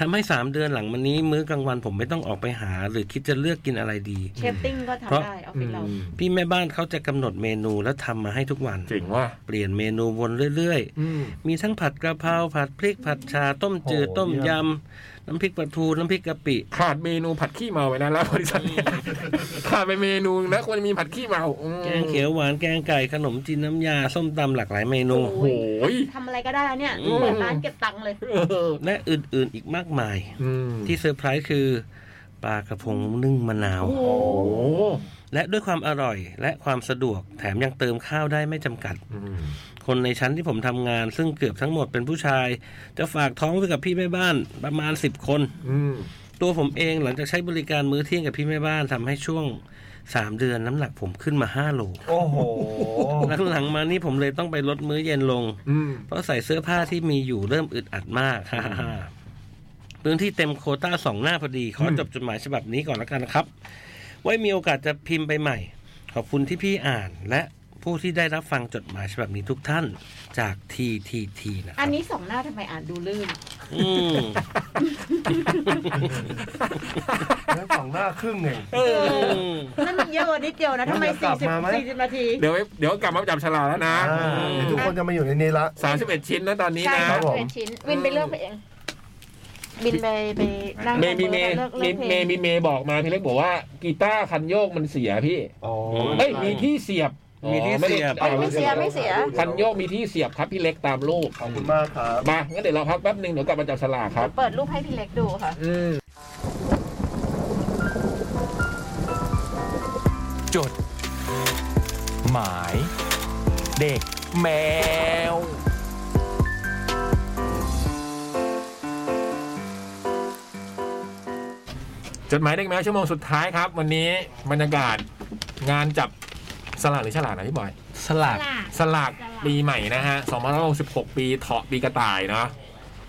E: ทำให้สามเดือนหลังมานี้ มื้อกลางวันผมไม่ต้องออกไปหา หรือคิดจะเลือกกินอะไรดี
G: เชฟติ้งก็
E: เพราะ
G: ทำได้ออฟฟิศเรา
B: อืม
E: พี่แม่บ้านเขาจะกำหนดเมนูแล้วทำมาให้ทุกวัน
B: เจ๋งว่ะ
E: เปลี่ยนเมนูวนเรื่อยๆ
B: อืม
E: มีทั้งผัดกระเพราผัดพริกผัดชาต้มจืด
L: โอ้โห
E: ต้มยำ น้ำพริกปลาทู น้ำพริกกะปิ
B: ขาดเมนูผัดขี้เมาไว้นะแล้วบริษัทเนี่ยขาดไปเมนูนะควรมีผัดขี้เมาอืม
E: แกงเขียวหวานแกงไก่ขนมจีนน้ำยา ส้มตำหลากหลายเมนู
G: โอ้
B: โอ้ย
G: ทำอะไรก็ได้เนี่ย
B: อืม
G: เปิดร้านเก็บตังค์เลย
E: และอื่นๆอีกมากมาย
B: อืม
E: ที่เซอร์ไพรส์คือปลากระพงนึ่งมะนาว
B: โอ้โห
E: และด้วยความอร่อยและความสะดวกแถมยังเติมข้าวได้ไม่จำกัด
B: อืม
E: คนในชั้นที่ผมทำงาน ซึ่งเกือบทั้งหมดเป็นผู้ชาย จะฝากท้องไว้กับพี่แม่บ้านประมาณ 10 คน
B: อืม
E: ตัวผมเองหลังจากใช้บริการมื้อเที่ยงกับพี่แม่บ้านทำให้ช่วง 3 เดือนน้ำหนักผมขึ้นมา 5 โล
L: โอ้โห
E: หลังๆมานี่ผมเลยต้องไปลดมื้อเย็นลง
B: อืม
E: เพราะใส่เสื้อผ้าที่มีอยู่เริ่มอึดอัดมาก ฮ่าฮ่าพื้นที่เต็มโควต้าสองหน้าพอดี ขอจบจดหมายฉบับนี้ก่อนแล้วกันนะครับ ไว้มีโอกาสจะพิมพ์ไปใหม่ ขอบคุณที่พี่อ่านและผู้ที่ได้รับฟังจดหมายฉบับนี้ทุกท่านจาก TTT นะค
G: อั
E: รั
G: น
E: บ
G: นี้สองหน้าทำไมอ่านดูลื่น
E: อืม
L: แล้วฝั่งหน้าครึ่งหนึ่ง
G: เออนั่นมันเยอะกว่านิดเดียวนะทำไม
L: กลั
G: สี่
L: บ
G: สิบ
L: มาไหม
G: สี่สิบนาที
B: เดี๋ยวไว้เดี๋ยวกลับมาจับฉลากแล้วนะ
L: อ่าเดี๋ยวทุกคนจะมาอยู่ในนี้ละ
B: สามสิบเอ็ดชิ้นนะตอนนี้
G: ใช่
B: นะ
L: ครับผม
G: เป็นชิ้น วินไปเลือกไปเอง บินไปไปนั่ง
B: เมย์มีเมย์
G: เลือก
B: เม
G: เลือก
B: ย์
G: เพ
B: เม
G: ลง
B: ย์มีเมย์บอกมาพี่เล็กบอกว่ากีตาร์คันโยกมันเสียพี่
L: อ๋อ
B: เอ้ยมีที่เสียบ
E: มีที่เสียบ
B: อ๋อ
G: ไม่
B: ไม่ได้
G: เสียไม่เสีย
B: คันโยกมีที่เสียบครับพี่เล็กตามรูป
L: ขอบคุณมากครับ
B: มางั้นเดี๋ยวเราพักแป๊บหนึ่งเดี๋ยวกลับมาจับฉลากครับ
G: เปิดรูปให้พี่เล็กดูค่ะ
B: อืม
A: จด หมาย เด็กแมว
B: จดหมายเด็กแมวชั่วโมงสุดท้ายครับ วันนี้บรรยากาศงานจับสลากหรือฉลากนะพี่บอย
K: สลาก
B: สลากปีใหม่นะฮะ2566 ปีเถาะปีกระต่ายเนาะ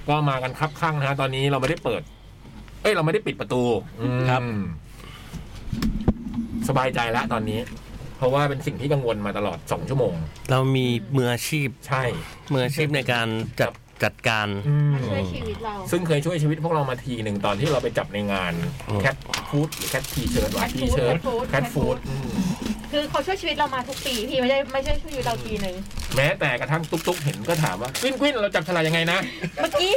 B: ก็มากันครับข้างนะฮะตอนนี้เราไม่ได้เปิด เอ้ยเราไม่ได้ปิดประตู
E: ครับ
B: อืมสบายใจแล้วตอนนี้ เพราะว่าเป็นสิ่งที่กังวลมาตลอด 2 ชั่วโมง
E: เรามีมืออาชีพ
B: ใช่
E: มืออาชีพในการจัดจัดการ
B: อืม
F: ช่วยชีวิตเรา
B: ซึ่งเคยช่วยชีวิตพวกเรามาทีหนึ่งตอนที่เราไปจับในงาน
E: อืม
B: แคทฟู้ดหรือแคททีเชิร์ตวะ
G: Cat
B: ที
G: food,
B: เชิร์ต
G: Cat food,
B: แค
G: Cat
B: ทฟู้
G: food
B: ด
G: คือเขาช่วยชีวิตเรามาทุกปีพี่ไม่ใช่ไม่ใช่ช่วยชีวิตเราทีหนึ่ง
B: แม้แต่กระทั่งตุ๊กตุ๊กเห็นก็ถามว่า กวินกวินเราจับฉลากยังไงนะ
G: เมื่อกี้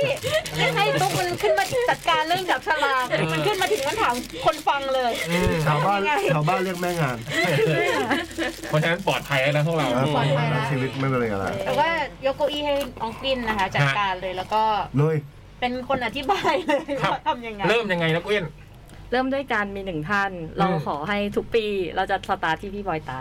G: ไม่ให้ตุ๊กมันขึ้นมาจัดการเรื่องจับฉลากมันขึ้นมาถึงมันถามคนฟังเลย
L: ชาวบ้านชาวบ้านเรียกแม่งาน
B: เพราะฉะนั้นปลอดภัยแล้วนะพวกเรา
L: นะ
G: ปลอดภัยแล้ว
L: ชีวิตไม่เป็นไรกันละ
G: แต่ว่ายกเก้าอี้ให้น้องกินนะคะ จัดการเลยแล้วก็
L: เลย
G: เป็นคนอธิบายเลย
B: ครับ
G: ว่าทำยังไง
B: เริ่มยังไงนะกวิน
M: เริ่มด้วยการมีหนึ่งท่าน เราขอให้ทุกปีเราจะสตาร์ทที่พี่บอยไต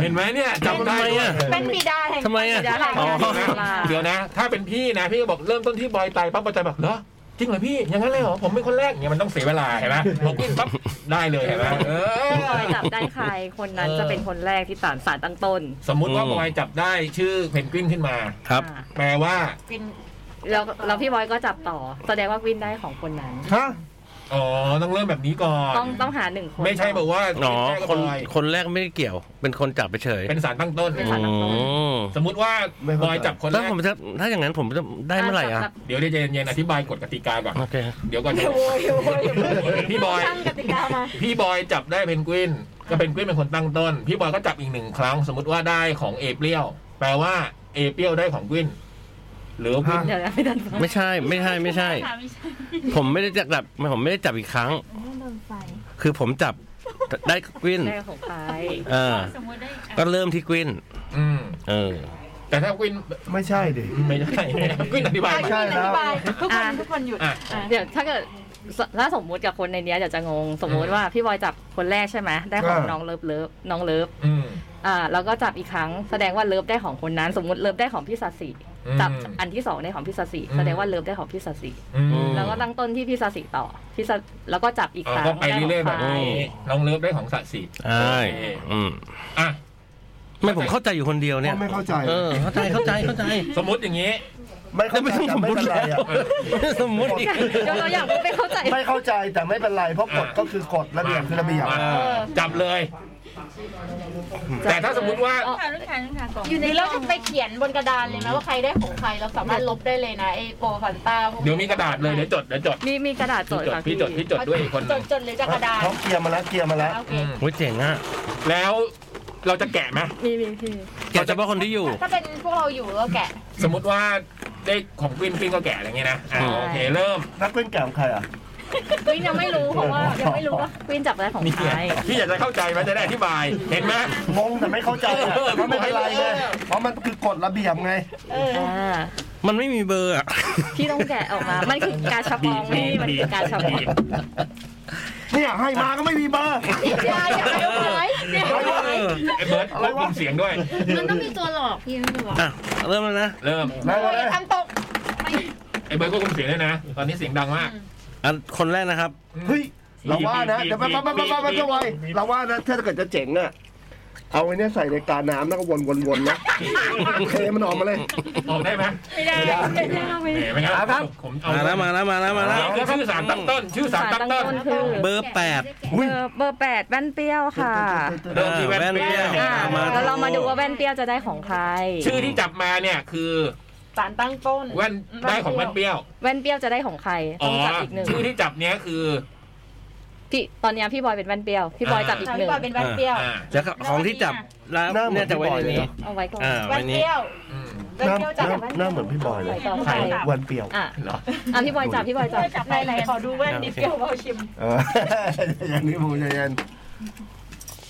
B: เห็นไหมเนี่ยจำได้ด้วย
G: เป็นบิดาแห่ง
B: ทำไมอ่ะ
G: บิดาแห่ง
B: อ๋อ
G: การเสียสละ
B: เดี๋ยวนะ ถ้าเป็นพี่นะ พี่ก็บอกเริ่มต้นที่บอยไตปั๊บบอยไตบอกเหรอ จริงเหรอพี่ อย่างนั้นเลยเหรอ ผมเป็นคนแรกเนี่ยมันต้องเสียเวลาเห็นไหมบอกพี่ปั๊บได้เลยเห็นไหมเออ
M: พี่บอยจับได้ใคร คนนั้น
B: เออ
M: จะเป็นคนแรกที่สารสารตั้งต้น
B: สมมุติว่า
M: อืม
B: บอยจับได้ชื่อเพนกวินขึ้นมา
E: ครับ
B: แปลว่า
M: แล้วแล้วพี่บอยก็จับต่อ แสดงว่าวินได้ของคนนั้น
B: ฮะ อ๋อ ต้องเริ่มแบบนี้ก่อน
M: ต้องต้องหาหนึ่งคน
B: ไม่ใช่แบบว่า
E: อ๋อ
B: แรก
E: คน
B: ก็บอย
E: คนแรกไม่ได้เกี่ยว เป็นคนจับไปเฉย
B: เป็นสารตั้งต้น
E: อืม
B: สมมุติว่าบอยจับคนแร
E: แล้ว
B: ก
E: ผมจะถ้าอย่างนั้นผมจะได้เมื่อไหร่อ่ะ
B: เดี๋ยวเดี๋ยวใจเย็นๆอธิบายกฎกติกาก่อน
E: โอเค
B: เดี๋ยวก่อนจะ พี่บอย
G: ตั้งกติกามา
B: พี่บอยจับได้เพนกวิน ก็เพนกวินเป็นคนตั้งต้น พี่บอยก็จับอีกหนึ่งครั้ง สมมติว่าได้ของเอเปรียว แปลว่าเอเปรียวได้ของกวิน หรือว่ากวิน
M: เดี๋ยวนะไม่ทันฟัง
E: ไม่ใช่ไม่ใช่ไม่ใช่ ผมไม่ได้จับผมไม่ได้จับอีกครั้ง คือผมจับได้กวิน
M: ได้ของใคร
E: เออ ก็เริ่มที่กวิน
B: อืม
E: เออ
B: แต่ถ้ากวิน
L: ไม่ใช่ดิ
B: ไม่ใช่กวินอธิบาย
L: ใช่
B: ไหม
L: ครับ
G: ทุกคน
M: อ่ะ
G: ทุกคนหยุด
B: อ่ะ
M: เดี๋ยวถ้าเกิดสถ้าสมมุติกับคนในเนี้ยเดี๋ยวจะงง สมมุติว่าพี่บอยจับคนแรกใช่ไหมได้ของ
G: อ่า
M: น้องเลิฟเลิฟน้องเลิฟ
B: อืม
M: อ่าแล้วก็จับอีกครั้งแสดงว่าเลิฟได้ของคนนั้น สมมุติเลิฟได้ของพี่สัตย์สี
B: อืม
M: จับอันที่สองได้ของพี่สัตย์สี
B: อืม
M: แสดงว่าเลิฟได้ของพี่สัตย์สี
B: อืม
M: แล้วก็ตั้งต้นที่พี่สัตย์สีต่อพี่สัตย์แล้วก็จับอีก
B: อ๋
M: ค
B: อ
M: รั้ง
B: ก็ไปเรื่อยๆแบบ
M: ได้ขง
B: นี้
M: ใคร
B: น้องเลิฟได้ของสะสี
E: ใช่อืม
B: อ่ะ
E: ไม่ผมเข้าใจอยู่คนเดียวเนี่ย
L: ไม่เข้าใจ
E: เออเข้าใจเข้าใจเข้าใจ
B: สมมติอย่างนี้
L: ไม่เข้าใจแต่ไม่เป็นไรอะ
E: สมมติ
M: เราอยากไม่เข้าใจ
L: ไม่เข้าใจแต่ไม่เป็นไร เพราะกฎก็คือกฎระเบียบคือระเบียบ
B: อ่าจับเลย แต่ถ้าสมมติว่า
G: อ่ะลูกค้าลูกค้าก่อนอยู่ในเราจะไปเขียนบนกระดานเลยนะว่าใครได้ของใครเราสามารถลบได้เลยนะไอ้โปรฟันต้าพวก
B: เดี๋ยวมีกระดาษเลยเดี๋ยวจดเดี๋ยวจด
M: มีมีกระดาษจดค่ะ
B: พี่จดพี่จดด้วยอีกคนห
G: จ
B: นึ่
G: ด
B: ง
G: จดเลยจากกระดาน
L: เขาเคลียร์มาแล้วเคลียร์มาแล้ว
E: โอ้ยเจ๋งอ่ะ
B: แล้วเราจะแกะไหม
M: มีมีพี่
E: แกะเฉพาะคนที่อยู่
G: ถ้าเป็นพวกเราอยู่ก็แกะ
B: สมมติว่าได้ของกวินกวินก็แกะอะไรอย่างเงี้ยนะอ่ะ
E: ใช่
B: โอเคเริ่ม
L: นักกวินแกะของใครอ่ะ
M: วินยังไม่รู้เพราะ ว่ายังไม่รู้ว่าวินจับได้ของ
B: นี่
M: ใคร
B: พี่อยากจะเข้าใจไหมจะได้อธิบาย เห็นไหม
L: งงแต่ไม่เข้าใจอะ
B: เออ
L: เพราะไม่เป็นไรไงเพราะมันคือกฎระเบียบไง
M: า
E: มันไม่มีเบอร์อ่ะ
M: พี่ต้องแกะออก มา มันคือกาชาปองพี่มันคือกาชาปอง
L: เนี่ยให้มาก็ไม่มีเบอร์
G: อย่าอย่าเอาไว้อย่าเอาไว้
B: ไอ้เบิร์ดควบคุมเสียงด้วย
G: มันต้องมีตัวหลอกพี่ไม่รู้หรอก
E: อ่ะ เริ่มแล้วนะ
B: เริ่ม
G: ทำตก
B: ไอ้เบิร์ดควบคุมเสียงด้วยนะ ตอนนี้เสียงดังมาก
E: อันคนแรกนะครับ
L: เฮ้ย เราว่านะเดี๋ยวไปไปไปไปไปไวเราว่านะถ้าเกิดจะเจ๋งอะเอาไอ้เนี่ยใส่ในกาน้ำแล้วก็วนวนวนนะเทมันออกมาเลย
B: ออกได้ไหม
G: ไม่ได้ไม่ได้ไม่
B: แห
G: ได้
B: มไม่งั้น
L: เอาครับ
B: ผมเอา
E: มา
B: มา
E: แล้วมาแล้วมาแล้วมาแล้ว
B: คือชื่อสารตั้งต้น ชื่อสารตั้งต้น
M: คือ
E: เบอร์แปด
M: เบอร์เบอร์แปดแว่นเปรี้ยวค่ะ
B: เริ่มที่แว่น
E: แว่น
B: เปรี้
E: เปี้
B: ย
E: ยว ว
M: อ่า
E: มา
M: แล้วเรามาดูว่าแว่นเปรี้ยวจะได้ของใคร
B: ชื่อที่จับมาเนี่ยคือ
G: สารตั้งต้น
B: แว่นได้ของแว่นเปรี้ยว
M: แว่นเปรี้ยวจะได้ของใคร
B: อ๋
M: ต้
B: อ
M: องจับอีกหนึ่ง
B: ชื่อที่จับเนี้ยคือ
M: พี่ตอนเนี้ยพี่บอยเป็นแว่นเปรี้ยวพี่บอยจับอีก
G: สาร
M: ห
G: พี่
M: นึ่ง
G: บอยเป็นแว่นเปรี้ยว
B: อ่า
E: แล้วก็ของที่จับแล้วเนี่ยจะไว้ในนี้
M: เอาไว้ก่อน
E: อ่า
G: แว่
E: ไว้
G: น
E: นี้
G: เปรี้ยว
B: อืม
G: แว่นเปรี้ยวจับแว่น
L: หน้าเหมือนพี่บอยเลย
M: ต่อ
L: ใค
M: ไป
L: รวันเปรียว
M: อ่ะ
B: เหรอ
M: อ่ะพี่บอยจับพี่บอยจับ
G: จับไหนไหนขอดูแว่นนิดเดียวพอชิม
L: เออ อย่างนี้ผมใจเย็น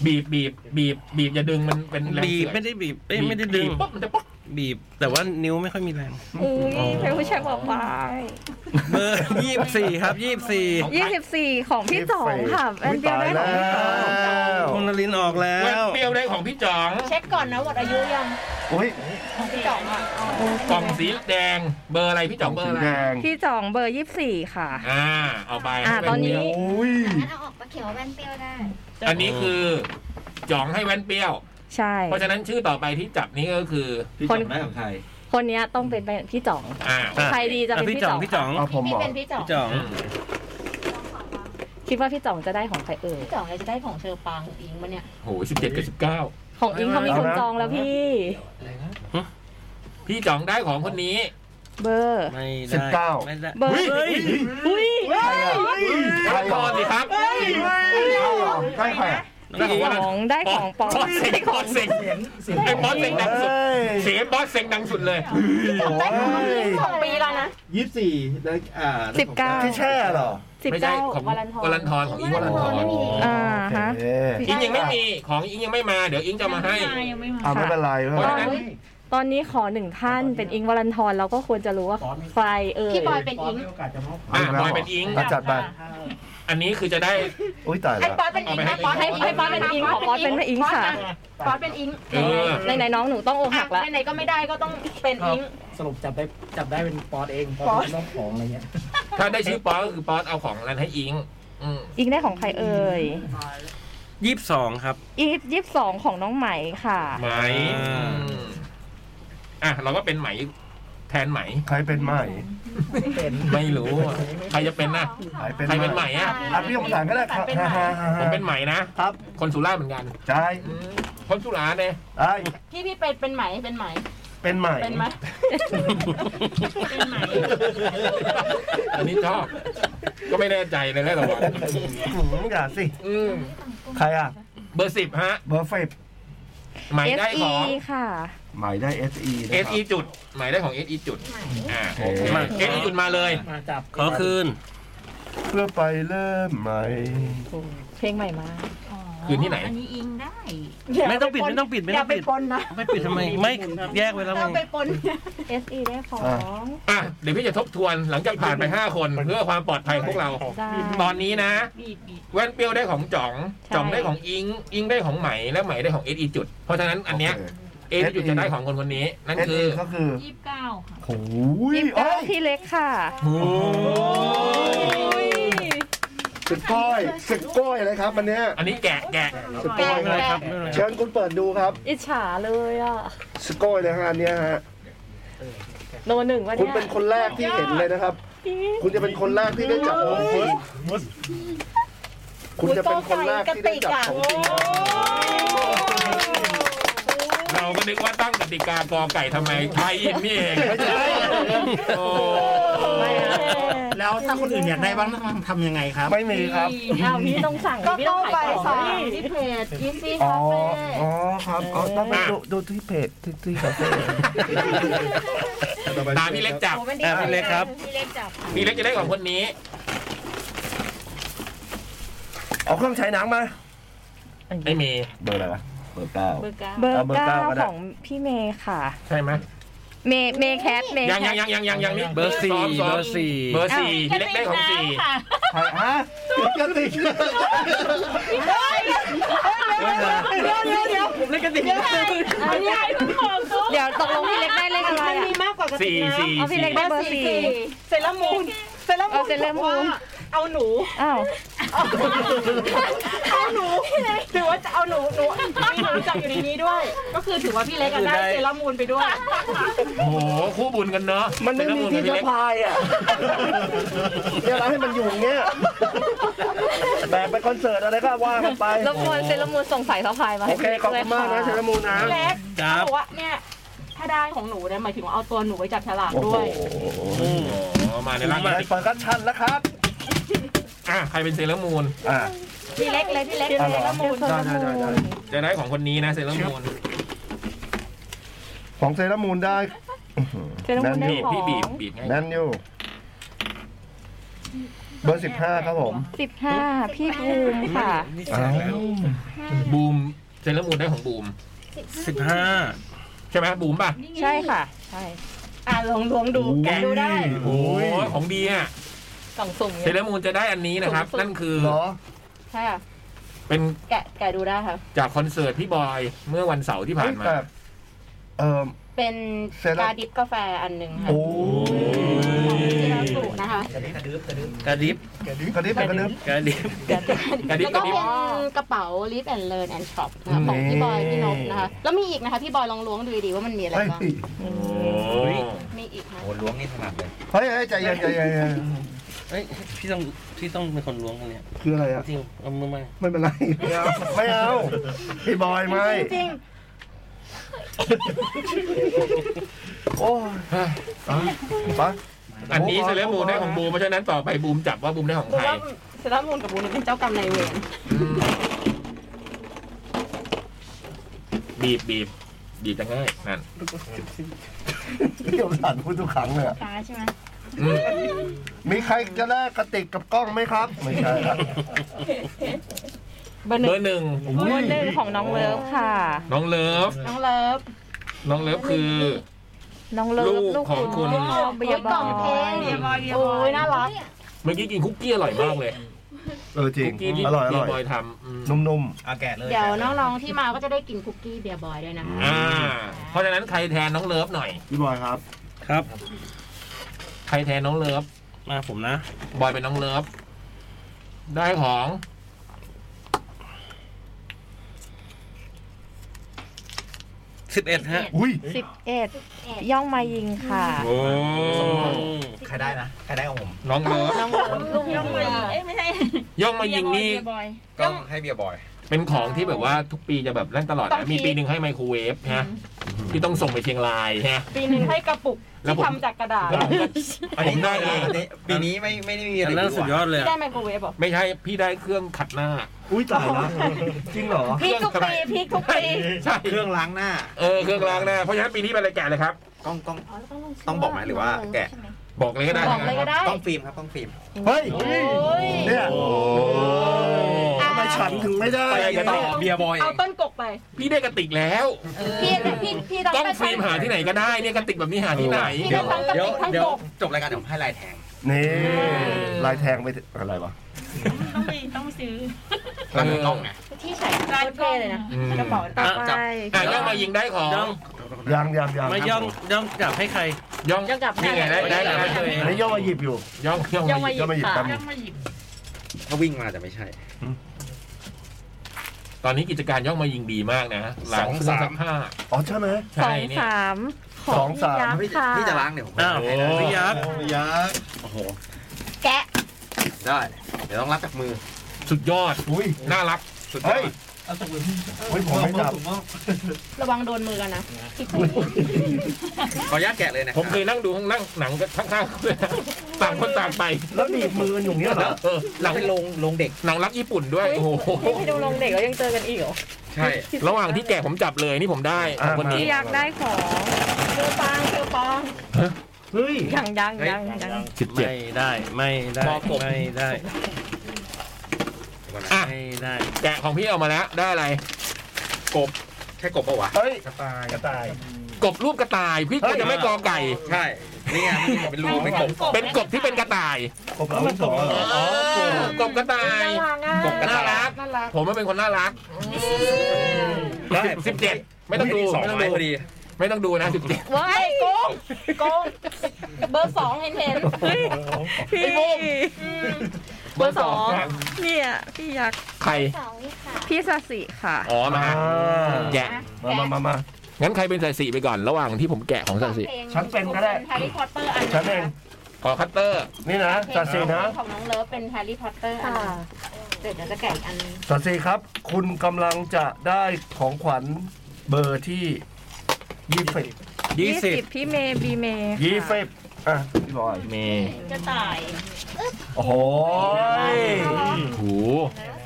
B: บีบบีบบีบบีบอย่าดึงมันเป็นแรง
E: บี
B: เสี
E: บ
B: ยด
E: ไม่ได้บีบเอ้ยไม่ได้ดึง
B: บีบปุ๊บมันจะป๊อก
E: บีบ แต่ว่านิ้วไม่ค่อยมีแรง
M: อุ้ยเพลงผู้ชายบอกไป
E: เบอร์ยี่สิบสี่ครับยี่สิบสี่
M: ยี่สิบสี่ของพี่สองค่ะแว่นเปรี้ยว
L: ตาย
M: ได้ข
L: แล้
M: องพี่สอง
L: ว
E: คุณนลินออกแล้
B: แว่น
E: ว
B: เปรี้ยวได้ของพี่จ๋อง
G: เช็คก่อนนะหมดอายุยัง
L: อุ้ย
G: ของพี่จ่องอ่ะ
B: กล่องสีแดง เบอร์อะไรพี่จ๋องเบอร์อะ
L: สี
B: ไร
L: แดง
M: พี่สองเบอร์ยี่สิบสี่ค่ะ
B: อ่า เอาไป
M: อ่า
B: ให้แว่
M: ตอนนี้
B: เปรี้ยว
L: อุ้ย
J: งั้นเอาออกมาเขียวแว่นเปรี้ยวได้
B: อันนี้คือจ๋องให้แว่นเปรี้ยว
M: ใช่
B: เพราะฉะนั้นชื่อต่อไปที่จับนี้ก็คือ
K: ที่
M: คน
K: จำได้ของใคร
M: คนเนี้ยต้องเป็นแว่นพี่จ่อง
B: อ่า
E: อ่ะ
M: ใครดีจะเป็น
E: อ่
M: พี่จ่อง
E: พี่จ่อง
L: เอาผม
G: พี่
L: บอก
G: เป็นพี่จ่อง
E: พี่จ่อง
M: คิดว่าพี่จ่องจะได้ของใครเอ่ย
G: พี่จ่องเลยจะได้ของเชอปางอิงปะเนี่ย
B: โหสิบเจ็ดกับสิบเก้า
M: ของอิงเขามีคนจองแล้วพี่
B: พี่จ๋องได้ของคนนี้
M: เบอร์
E: ไม่ได้
L: สิบเก้า
E: ไม่ได้
M: เบอร์เฮ้ยอุ้ย
L: ใครอ่ะใคร
B: ได้ก่อนสิครับ
L: ใครใครอ่ะ
M: ได้ของได้ของปอง
B: บอสเซ็งบอสเซ็งไอ้บอสเซ็งดังสุด เสียงบอสเซ็งดังสุดเลย
G: ของปีแล้วนะ
K: ยี่สิบสี่ได้อ่าได้
M: สิบ
K: ของ
M: เก้า
L: ที่แช่เหรอ
M: สิบ
B: ไม่ใช่
M: เก้า
B: ของ
M: วาลันทอง
B: วาลันทอนของอิงวาลันทอน
L: อ่า
M: ฮะ
B: อิงยังไม่มีของอิงยังไม่มาเดี๋ยวอิงจะมาให้
L: อ่าไม่เป็นไรไม่
B: เพ
L: เป็น
B: ราะฉะ
L: ไร
B: นั้น
M: ตอนนี้ขอหนึ่งท่านเป็นอิงค์วรันทรเราก็ควรจะรู้ว่าใครเอ่ย
F: พี่บอยเป็นอิงค์
B: อ่ะบอยเป็นอิง
L: อ่ะจัดไป
B: อันนี้คือจะได้
L: อุ้ยตาย
F: ให้
L: ละ
F: ป๊อตเป็นอิงค์นะป๊อต
M: ให้ให้ป๊อตเป็นอิงค์ขอป๊อตเป็นอิงค์ค่ะ
F: ป๊อตเป็นอิงค์
B: เออ
M: ในไหนๆน้องหนูต้องอกหักละ
F: ไหนๆก็ไม่ได้ก็ต้องเป็นอิงค์
I: สรุปจับได้จับได้เป็นปอดเองปอดเป็นเจ้าของอะไรเงี้ย
B: ถ้าได้ชื่อป๊อตก็คือป๊อตเอาของนั้นให้อิงอืม
M: อิงค์ได้ของใครเอ่ย
E: ยี่สิบสองครับ
M: อีฟยี่สิบสองของน้องไหมค่ะ
B: ไหม
E: อ่า
B: อืมอ่ะ เราก็เป็นไหม แทนไหม
L: ใครเป็นใหม่
B: ไม่รู้อ่ะใครจะเป็นนะ
L: ใครเป็น
B: ใครเป็นใหม่อ่ะ
L: อ่ะพี่ยกภาษาก็ได้ครับฮ่าฮ่าฮ่า
B: ผมเป็นไหมนะ
L: ครับ
B: คนสุราษฎร์เหมือนกัน
L: ใช่
B: อืมคนสุราษฎร์เนี่ย
L: ไอ้
F: พี่พี่เป็นเป็นไหมเป็นไหม
L: เป็นใหม่
F: เป็นไหมเป็นไหม
B: อันนี้ชอบ ก็ไม่แน่ใจในแรกละวัน
L: หืมอย่าสิ
B: อืม
L: ใครอ่ะ
B: เบอร์สิบฮะ
L: เบอร์เฟบ
B: ไหมได้
M: SE
B: ของ
M: ค่ะ
L: หมายได้ SE นะค
B: S
L: รับ
B: E จุดไหมายได้ของ S E จุด อ่าโอเค
L: มา
B: S E จุดมาเลย
I: มาจับ
E: ขอคืน
L: เพื่อไปเริ่มใหม่
M: เพลงใหม่มา
B: คืนที่ไหน
J: อันนี้อิงได้
E: ไม่ต้องปิดไม่ต้องปิดไม่
J: อย่า
E: ต้อง
J: ไป
E: ปิด
J: ปนนะ
E: ไม่ปิดทำไม ไม่แยกไว้แล้วไง
J: เราไปปน
M: SE ได้ขอ
L: อ่ะ
M: ง
B: อ่ะ เดี๋ยวพี่จะทบทวนหลังจากผ่านไป 5 คนเพื่อความปลอดภัยของพวกเรา
M: ได้
B: ตอนนี้นะ
J: บีบบีบ
B: แว่นเปรี้ยวได้ของจ่อง
M: ใช่
B: จ่องได้ของอิง อิงได้ของไหม และไหมได้ของเอสอีจุด เพราะฉะนั้นอันเนี้ยเอส
L: SE
B: จุดจะได้ของคนคนนี้ นั่น
L: SE
B: คือ
L: ก็คือ
J: ยี่สิบเก้าค่ะ
L: โอ้ย
M: ยี่สิบ
L: โอ้
M: เก้าย พี่เล็กค่ะ
B: โอ้
L: สึกก้อยสึกก้อยเลยครับอันเนี้ย
B: อันนี้แกะแกะ
L: สึกก้อยครับ เชิญคุณเปิดดูครับ
M: อิจฉาเลยอ่ะ
L: สึกก้อยเลยฮะอันเนี้ยฮะ
M: โนหนึ่งวัน
L: คุณ
M: เนี้ย
L: เป็นคนแรกที่เห็นเลยนะครับ คุณจะเป็นคนแรกที่ได้จับของจริงคุณจะเป็นคนแรกที่ได้จับของจริงครับ
B: เราก็นึกว่าตั้งกติกากอไก่ทำไมไทยอินนี่เอง
L: ไม่ใช่
B: โอ้
M: ไม่นะ
I: แล้วถ้าคนอื่นอยากได้บ้างต้องทำยังไงครับ
L: ไม่มีครับ
M: อ้าวพี่ต้องสั่ง
G: ก็
M: พี่ต้อ
G: เข้างไป
M: ขายข
G: สั่
M: อง ง
G: ที่เพจอีซี่
L: อ๋
G: คา
L: อ
G: เฟ่
L: อ๋อครับอ๋อต้องไปดูดูที่เพจที่ที่คาเฟ่
B: ตามพี่เล็กจับ
G: โอ้เป็นดี
E: อ่ะพี่เล็กครับ
G: พี่เล็กจับ
B: พี่เล็กจะได้ของคนนี้
L: เอาเครื่องใช้น้ำมา
B: ไม่มี
L: เบอร์อะไรวะเบอร์เก้า
G: เบอร์เก้า
M: เบอ
L: เอา
M: ร์
L: เบอร์
M: เก้า
L: เก้าก็ได้
M: ของพี่เมย์ค่ะ
B: ใช่ไหม
M: เมย์เมย์แคทเมย์
B: ยัง
M: แค
B: ยัง
M: ท
B: ยังยังยังยังนี่
E: เบอร์สี่
B: มม
E: เบอร์สี่
B: เบอร์สี่พี่เล็กได้ของสี่
L: ใครฮะกระติก
G: เดี๋ยวเดี๋ยวเดี๋ยว
E: ผมเล่นกันดิ
G: อันนี้ให้คุณบอกเขา
M: เดี๋ยวตกลงพี่เล็กได้เลขอะไร
G: มัน
M: อ่ะ
G: มีมากกว่ากระติ
B: สี่
G: กน้
B: สี่
M: เอาพี่เล็ก
B: สี่
M: ได้เบอร์สี่
G: ำเซรามูนเซรามู
M: เอา
G: น
M: เซเลอร์มูน
G: เอาหนู
M: อ้าว
G: เอาหนูถือว่าจะเอาหนูหนูมีหนูรู้จักอยู่ในนี้ด้วย ก็คือถือว่าพี่เล็กอะได้เซรามูนไปด้วย
B: โอ้โหคู่บุญกันเนอะ
L: มันไม่มีที่
B: เซ
L: จะ
B: เลบบุญกับพี่เล็ก
L: พายอ่ะ เนี่ยเราให้มันอยู่อย่างเงี้ยแบกไปคอนเสิร์ตอะไรก็ว่ากันไป
M: รบกวนเซเลอร์มูนส่งสายสะพายมา
L: โอ
M: ให้
L: เค
M: พี่เล็ก
L: ขอบ
M: ด้วย
L: คุณมาก
M: ค่ะ
L: นะเชลมูนะ
G: พี่เล็ก
E: ครับ
G: เขาบอกว่าเนี่ยถ้าได้ของหนูเนี่ยหมายถึงว่าเอาตัวหนูไปจับฉลากด้วย
B: อ๋อมาในร่าง
L: ไป
B: กาย
L: เปิดกัชันแล้วครับ
B: อ่ะใครเป็นเซเลอร์มูน
L: อ่า
G: พี่เล็กเลยพี่เล็กเลย
L: เอาเหร
G: เซ
L: อ
G: รามูน
L: ได้ได้ได้
B: จะ
L: ได้
B: ได้ของคนนี้นะเซเลอร์มูน
L: ของเซรามูนได้อื้อหือ
M: เซเลอร์มูนได้
B: บีบ
M: ขอ
B: พี่บีบ
M: ง
B: บีบง่าย
L: แน่นอยู่ เบอร์สิบห้าครับผม
M: สิบห้าพี่ภูมิค่ะ
L: อ้าว
B: บูมเซเลอร์มูนได้ของบูม
E: สิบห้า
B: ใช่ไหมบูมป่ะ
M: ใช่ค่ะ ใช่
G: อ่ะลองลองดูแกะดูได้
B: โอ้ยของดีอ่ะ
M: กล่องสุ่ม
B: เซเลอร์มูนจะได้อันนี้นะครับ นั่นคือ
L: เหรอ
G: ใช่ค่ะ
B: เป็น
G: แกะแกะดูได้ค่ะ
B: จากคอนเสิร์ตพี่บอยเมื่อวันเสาร์ที่ผ่า
L: เฮ้ย
B: นมา
L: แต่เอ่อ
G: เป็น
L: เซรั่ม
G: กาดิบกาแฟอันหนึ่งค่ะ
L: โอ้
G: ที่เราสูนะคะ
E: กระดิบ
L: กระดิบกระดิบ
E: กระดิบ
B: กระดิบ
G: แล้
B: ก
G: วก็
B: ระดิบ
G: เป็นกระเป๋า Live and Learn and Shop นะคะของ
L: นี่
G: พี่บอยพี่นพนะคะ แล้วมีอีกนะคะ พี่บอยลองล้วงดูดีๆว่ามันมีอะไร
L: เฮ้ย
G: บ้าง
B: โอ้
G: มีอีกนะ
I: โอ้ล้วงนี่ถนัดเลย
L: เฮ้ยเฮ้ยใจเย็นใจเย็นใจเย็น
E: เฮ้ยพี่ต้องพี่ต้องเป็นคนล้วงกันเนี่ย
L: คืออะไรอ่ะ
E: จริงเอามือมา
L: ไม่เป็นไร ไม่เอาไม่เอาพี่บอยไม่
G: จริง
L: โอ้ยอ่ะไป
B: อันนี้เซเลอร์มูนได้ของบูมเพราะฉะนั้นต่อไปบูมจับว่าบูมได้ของ
G: ๆคือ
B: ใคร
G: ว่าเซรามูนกับบูนเป็นเจ้ากรรมนายเวร
B: บีบบีบบีบจะง่ายนั่น
L: เดี๋ยวสั่นพูดทุกครั้งเลยอะ
G: ตาใช่ไหม
B: อืม
L: มีใครจะแลกกระติกกับกล้องไหมครับ ไม่ใช่ครับ
M: เบอร์ห
B: เบอ
M: นึ่
B: ง ร์หนึ่ง
M: เบอร์หนึ่งของน้องเลิฟค่ะ
B: น้องเลิฟ
G: น้องเลิฟ
B: น้องเลิฟคือ
M: น้องเลิ
B: ลู
M: ฟ
B: ก
M: ลูก
B: ของคุณ
M: โเบียร์บอย
B: เบียร์บอย
M: โอ้ยน่ารัก
B: เมื่อกี้กินคุกกี้อร่อยมากเลย
D: เออจริง
B: คุกกี้ที่
D: อร่อยอร่อย
B: พี่บอยทำ
D: นุ่ม
B: ๆอาแกะเลย
N: เดี๋ยวน้องๆที่มาก็จะได้กินคุกกี้เบียร์บอยด้วยนะคะ
B: อ่า เพราะฉะนั้นใครแทนน้องเลิฟหน่อย
D: พี่บอยครับ
E: ครับ
B: ใครแทนน้องเลิฟ
E: มาผมนะ
B: บอยเป็นน้องเลิฟ ได้ของ
E: สิบเอ็ดฮะ
D: อุ้ย
M: สิบเอ็ดย่องมายิงค่ะ
L: ใครได้นะ ใครได้ของผม
B: น้องเลิฟ
G: ลุงย่องมายิงเอ้ยไม่ใช่
B: ย่องมายิงนี่
G: เบียร์บอย
L: ก็ให้เบียร์บอย
B: เป็นของที่แบบว่าทุกปีจะแบบเล่นตลอด
G: ต้อง
B: นะมี
G: คิด
B: ปีหนึ่งให้ไมโครเวฟฮะที่ต้องส่งไปเชียงรายฮะ
G: ปีหนึ่งให้กระปุก
B: แล้วผ
G: ที่
B: ม
G: ทำจากกระดาษ
B: ผมได้เอง
L: ปีนี้ไม่ไม่ได้มี
E: อันนั้นสุดยอดเลย
G: ที่
E: อะ
G: ได้ไมโครเวฟเหรอ
B: ไม่ใช่พี่ได้เครื่องขัดหน้า
D: อุ้ยตายละจริงเหรอ
G: พีคทุกปีพีคทุกปี
B: ใช่
L: เครื่องล้างหน้า
B: เออเครื่องล้างหน้าเพราะฉะนั้นปีนี้เป็นรายการเลยครับ
L: กล้องกล้องต้องบอกไหมหรือว่าแกะ
B: บอกเลยก็ได้
M: บอกเลยก็ได้
L: กล้องฟิล์มครับกล้องฟิล์ม
D: เฮ้ย
G: ย
D: เนี่ย
B: โอ้
D: ทำไมฉันถึงไม่ได้
B: ไปกันต่อเบียร์บอย
G: เอาต้นกกไป
B: พี่ได้กระติกแล้ว
G: พี่พี่พี่ต้อง
B: กล้อง
G: ไป
B: ฟิล์มหาที่ไหนก็ได้เนี่ยกระติกแบบนี้หาที่ไหน
G: พี่ได้ทั้งกระติกทั้งกก
L: จบรายการเดี๋ยวผมให้ลายแทง
D: นี่ลายแทงไปอะไรวะ
G: ต้องไปต้องไปซื้อ
L: ร้านกล้องไง
G: ที่ใส่ร้านกล้องเลยนะ
B: อืม
G: กระเป๋า
E: อ่ะ
M: ไป
B: อ่ะย่องมายิงได้ของ
E: ย่อง
D: ยังยังยัง
E: ไม่ย่องย่องกลับให้ใคร
B: ย่อง
M: ย่องกลับ
B: นี่ไงได้ได้ได้
E: ตัวเอง
D: อันนี้ย่อมาหยิบอยู่
B: ย่องย่อง
M: ย่อง
B: มา
M: มา
B: ยิง
M: ยิ
D: ย่อง มาหยิบ
M: ค่ะ
D: ตาม
L: ก็วิ่งมาแต่ไม่ใช่
B: ตอนนี้กิจการย่องมายิงดีมากนะหลัง
L: สอง
B: เครื่อ
L: สา
B: ง
L: ม
B: ซักผ้า
D: อ๋อใช่ไหม
M: ส
B: ใช่
M: อง
B: เนี่ย
M: สามข
D: ส
M: อ
D: อง ง
M: พี่
D: สาม
L: พี่
M: ยักษ์ค่ะ
L: พี่จะล้างเดี๋ยวผม
E: อ้าวไม่ยักษ์
O: ยักษ์
L: โอ้โห
M: แกะ
L: ได้ เดี๋ยวต้องรับจากมือ
B: สุดยอด
D: อุ้ย
B: น่ารัก
L: สุดยอ
D: เฮ้ย
L: ด
O: เอาตกลง
D: เฮ้ยผมไม่จับ
G: ระวังโดนมือกันนะ
L: ขออนุญาตแกะเลยนะ
B: ผมเคยนั่งดูข้างนั่งหนังกันข้างๆด้วยนะต่างคนต่างไป
D: แล้วหนีบมืออยู่เนี้ยเหรอ
B: เออห
L: ห
B: นั
L: ลั
B: ง
L: งเป็นโรงโรงเด็ก
B: หนังรักญี่ปุ่นด้วยโอ้โห
M: นี่ไปดูโรงเด็กแล้วยังเจอกันอีกเหรอ
L: ใช่
B: ระหว่างที่แกะผมจับเลยนี่ผมได้ของคนนี้
M: พี่ยักษ์ได้ของ
G: เจอปางเจอปอง
D: เฮ้ย
M: ยังยังยังยัง
B: สิบเจ็ด
E: ไม่ได้ไม่ได้
B: บอกผม
E: ไม่ได้
B: อ่ะ
E: ไม่ได้
B: แกะของพี่เอามาแล้วได้อะไร กบ
L: ใช่กบปะวะ
D: เฮ้ย
O: กระต่าย
D: กระต่าย
B: กบรูปกระต่ายพี่ก็จะไม่กอไก่
L: ใช่ นี่ไงมันเป็นรูเป็นกบ
B: เป็นกบที่เป็นกระต่าย
D: ผมเอาไม่สองเหรอ
B: อ๋อกบกระต่าย
L: กบกระ
B: น่า
L: ต่าย
B: รัก
G: น่ารัก
B: ผมมันเป็นคนน่ารัก
L: ได้
B: สิบเจ็ดไม่ต้องดู
L: สอง
B: ไม่ต้อง
L: ไม้
B: ดู
L: พอดี
B: ไม่ต้องดูนะสิบเจ็ด
G: ว้ายโกงโกงเบอร์สองเห็นเห็น
M: พี่
B: เบอร์สอง
M: เนี่ยพี่ยักษ์
B: ใคร
N: สองนี่ค่ะ
M: พี่สสิค่ะ
B: อ๋อมา
D: อ่า
B: แกะ
D: มามามามา
B: งั้นใครเป็นสายสีไปก่อนระหว่างที่ผมแกะของสายสี
D: ฉันเป็นก็ได้
G: แฮร์รี่พอตเตอร์อัน
D: ฉันเอง
B: ขอคัตเตอร์
D: นี่นะสัตว์สีนะ
G: ของน้องเลิฟเป็นแฮร์รี่พอตเตอร์อันนึงเดี๋ยวเดี๋ยวจะแกะอีกอันนึง
D: สัตว์สีครับ คุณกำลังจะได้ของขวัญเบอร์ที่ยี่สิบ
M: ยี่สิบพี่เมย์บีเมย์ค่ะ
D: ยี่สิบอ่ะพี่บอย
B: เม
G: กระต่าย
D: โอ้โหย
B: โห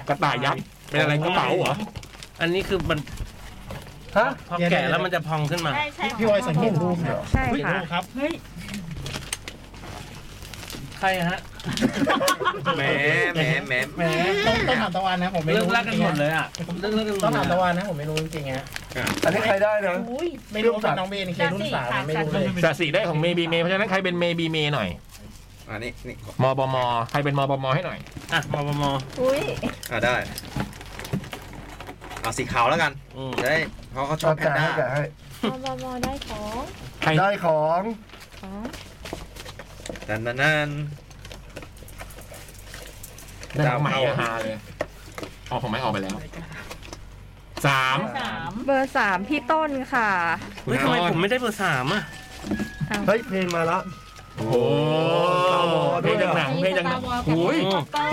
B: กระต่ายยักษ์ เป็นอะไรกระเป๋าเหรอ
E: อันนี้คือมัน
D: ฮะ
E: พอแกะแล้วมันจะพองขึ้นมา
G: ใช่ใช่
O: พี่บอยสังเกตรูปเหรอ
M: ใช่ค่ะ
O: ครับเฮ้ย
E: ใครฮะ
L: แหมแหมแหม
H: แหมต้องต้องถามตะวันนะผมไม่
E: เลิ
H: รู้
E: กรักกันหมดเลยอ่ะเลิกรักกันหม
H: ต้อ
E: ด
H: ง
E: เล
H: ถาม
E: ย
H: ตะ
E: อะ
H: วันนะผมไม่รู้จริงๆฮะ
D: อันนี้ใครได้นะ
G: อุ้ย
H: ไม่รู้ว่าเป็นน้องเบนเครุ่นสามไม่รู้เลย
B: สายสีได้ของเมบีเมเพราะฉะนั้นใครเป็นเมบีเมหน่อย
L: อันนี้นี่กบ
B: มบม ใครเป็นมบมให้หน่อย
E: อ่ะมปม
M: อุ้ย
L: อ่ะได้เอาสีขาวแล้วกัน
E: อืม
L: จะได้เพราะเขาชอบแพนด้า
D: แกะให้
M: มบมได้ของ
B: ใคร
D: ได้ของ
M: ของ
L: ดันดันดัน
B: ได้ของใหม่ฮาเลยออกของใหม่ออกไปแล้ว สาม
G: สาม
M: เบอร์สามพี่ต้นค่ะ
E: เฮ้ยทำไมผมไม่ได้เบอร์สามอ่ะ
M: เอา
D: เฮ้ยเพลงมาละ
B: โอ้โหเพลงจากหนังเพลงจากหนังโอ้ย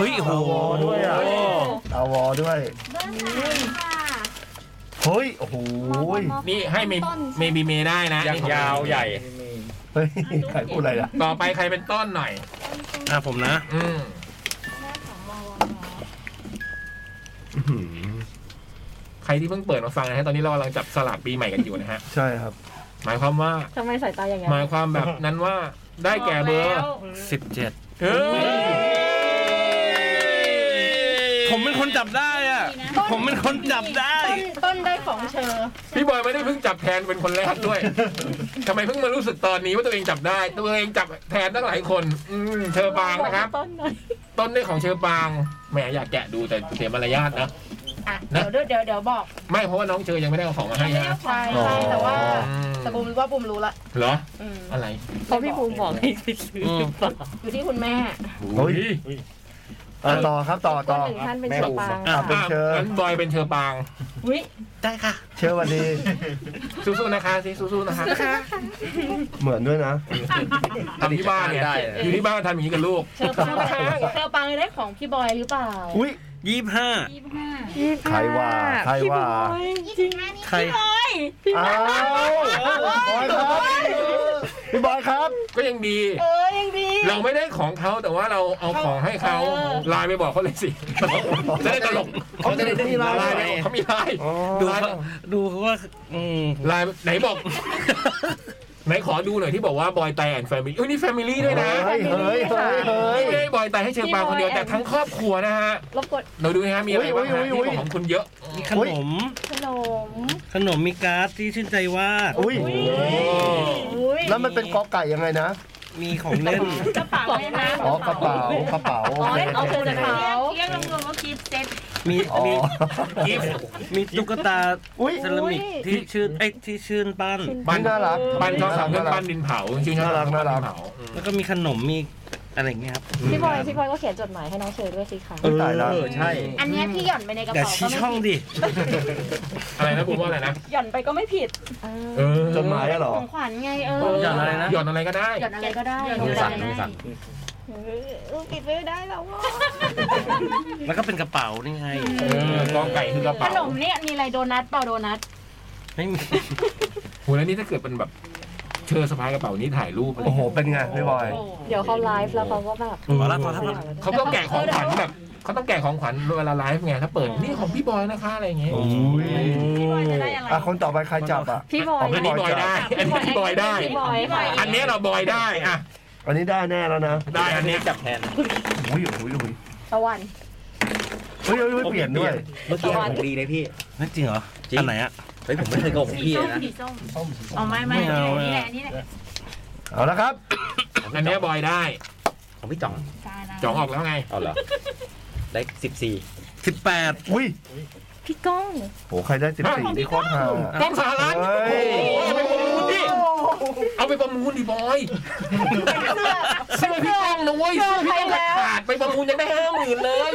E: เฮ้ยโอ้โห
D: โอ้โหด้วยอะ เอาวอด้วย
N: เบอร์สามค่ะ
D: เฮ้ย โอ้โหย
B: นี่ให้เมเมบีเมได้นะ
L: ยังยาวใหญ่
D: เฮ้ย ใครพูดอะไรล่ะ
B: ต่อไปใครเป็นต้นหน่อย
E: อ่ะผมนะ
B: อืมใครที่เพิ่งเปิดมาฟังนะฮะ ตอนนี้เรากำลังจับสลากปีใหม่กันอยู่นะฮะ
D: ใช่ครับ
B: หมายความว่า
M: ทำไมสายตาอย่างเงี้ย
B: หมายความแบบนั้นว่าได้แก่เบอร์
E: สิบเจ็ด
B: เฮ้ย
E: ผมเป็นคนจับได้อะผมเป็นคนจับได้
J: ต้นต้นได้ของเชอ
B: พี่บอยไม่ได้เพิ่งจับแทนเป็นคนแรกด้วย ทำไมเพิ่งมารู้สึกตอนนี้ว่าตัวเองจับได้ ตัวเองจับแทนตั้งหลายคน อืมเชอปางนะครับ
J: ต้นหน่อย
B: ต้นได้ของเชอปาง แหมอยากแกะดูแต่เสียมารยาทนะ
J: อ่ะเดี๋ยวเดี๋ยวเดี๋ยวเดี๋ยวบอก
B: ไม่เพราะว่าน้องเชอยังไม่ได้เอาของมาให้
J: ไม่
B: นะ
J: เอาใช่ใช่แต่ว่า
B: อืม
J: แต่บูมว่าบูมรู้ละ
B: เหรอ
J: อืม
B: อะไร
M: เพราะพี่ภูมิบอกให้ไปซื้อหรือเปล่า
J: อยู่ที่คุณแม่
B: โอ้ย
D: เออต่อครับต่อต่อ
J: คนหนึ่งท่านเป็นเชอปาง
D: อ่ะเป็นเชอ
B: งั้นบอยเป็นเชอปาง
J: อุ้ย
B: ได้ค่ะ
D: เชอวันดี
B: สู้ๆนะคะสิสู้ๆนะคะ
D: เหมือนด้วยนะ
B: ทำที่บ้านเนี่ยอยู่ที่บ้านทำอย่างนี้กับลูก
J: เชอปางเชอปางได้ของพี่บอยหรือเปล่า
D: อุ้ย
E: ยี่สิบห้า
D: ใครว่าใครว่า
J: จริง
E: ใคร
J: พี่บอยพี่บ
D: อ้า
J: อ
D: วย บอยครับ พี่บอยครับ
B: ก็ยังดี
J: เออยังดี
B: เราไม่ได้ของเขาแต่ว่าเราเอาของให้เขาไลน์ไปบอกเขาเลยสิจะได้ตลก
D: เขาจะได้มีไลน์
B: ไลน์ไปบอกเขามีไลน์
E: ดู
B: ไลน์
E: เขาดูเขาว่าอืม
B: ไลน์ไหนบอก ไหนขอดูหน่อยที่บอกว่าบอยไตแอนแฟมิลี่เอ้ยนี่แฟมิลี่ด้วยนะ
D: เฮ้ยเฮ้ยเฮ้ยเฮ้ย
B: นี่ไม่ได้บอยไตให้เชอปางคนเดียวแต่ทั้งครอบครัวนะฮะ
J: รบกวน
B: เราดูนะฮะมีอะไรบ้างฮะที่ของคุณเยอะ
E: มีขนม
J: ขนม
E: ขนมมีการ์ดที่ชื่นใจวาด
D: อุ้ย
J: อุ้ย
D: แล้วมันเป็นกอไก่ยังไงนะ
E: มีของเล่น
J: กระเป๋าเลยนะ
D: อ๋อกระเป๋ากระเป๋า
J: อ๋อเอาเธอจากเขา
G: เรียกรวมๆว่ากิฟต์เซ็ต
E: มี
D: อ๋อ
E: มีมีตุ๊กตา
D: อุ้ย
E: เซรามิกที่ชื่นไอ้ยที่ชื่นปั้น
B: ปั้
D: นี่
B: น
D: น่ารัก
B: ปั้นชอบทำเรื่องปั้นดินเผาจริงๆชอบ
D: น่ารัก
B: ทำ
D: น่ารัก
B: เรื่องปั้นดินเผา
E: แล้วก็มีขนมมีอะไรอย่างเงี้ยครับ
M: พี่บอยพี่บอยก็เขียนจดหมายให้น้องเชอด้วยสิคะ
D: เออตายแล้ว
E: เออใช่
J: อันเนี้ยพี่หย่อนไปในกระ
E: อย่า
J: เป๋า
E: ชี้
J: ก็ไม่
E: ช่องดิ
B: อะไรนะผมว่าอะไรนะ
J: หย่อนไปก็ไม่ผิด
B: เออ
D: จดหมายอะเหรอ
J: ของขวัญไงเออ
E: หย่อนอะไรนะ
B: หย่อนอะไรก็ได้
J: หย่อนอะไรก็ได้
B: มือสั่นมือสั่น
J: เออเออปิดไปได้แล้วว่ะ
E: แล้วก็เป็นกระเป๋านี่ไง
B: เออกองไก่คือกระ
J: ข
B: เป๋าน
J: มเนี่ยมีอะไรโดนัทเปล่าโดนัท
E: ไม่มี
B: โหแล้วนี่ถ้าเกิดเป็นแบบ เชอสะพายกระเป๋านี้ถ่ายรูปอะไร
D: โอ้โหเป็นไงพี่บอย
M: เดี๋ยวเขาไลฟ์แล้วเขาก็แบบ
E: พอละพอละพอละ
B: เขาต้องแกะของขวัญแบบเขาต้องแกะของขวัญเวลาไลฟ์ไงถ้าเปิดนี่ของพี่บอยนะคะอะไรอย่างเงี้ย
D: โอ้ย
J: จะได้อะไร
D: อ่ะคนต่อไปใครจับอ่ะ
M: พี่บอย
D: เา
B: อันนี้บอย
D: จั
B: ได้ อันนี้บอยได้
M: พี่บอย
J: พี่บอย
B: อันเนี้ยเราบอยได้อ่ะ
D: อันนี้ได้แน่แล้วนะ
B: ได้อันเนี้ยจับแทน
D: อุ้ยอุ้ยอุ้ย
J: ตะวัน
D: เฮ้ยเฮ้ยเฮ้ยเปลี่ยนด้วย
P: เมื่อกี้ของดีเลยพี่
E: ไม่จริงเหรอ
P: จริง
E: อันไหนอะ
P: เฮ้ยผมไม่เคยโกงพี่เลยนะ
G: อ๋อไม่ไม่อันนี่แหละอันนี่แหละ
D: เอาละครับ
B: อันเนี้ยบอยได้
P: ของพี่จ่อง
B: จ่องออกแล้วไง
P: เอาเหรอ ได้สิบสี่
E: สิบแปด
D: อุ้ย
M: พี่ก้อง
D: โหใครได้สิบสี่นี่โคตรห่า
B: ต้องสหรัฐ
D: เฮ้
B: โอ้
D: ย
B: โหเอาไปประมูลดิ เอาไปประมูลดิบอยเสื้อพี่ก้องนะเว้ยเสื้อพี่ก้องขาดไปประมูลยังได้ห้าหมื่นเลย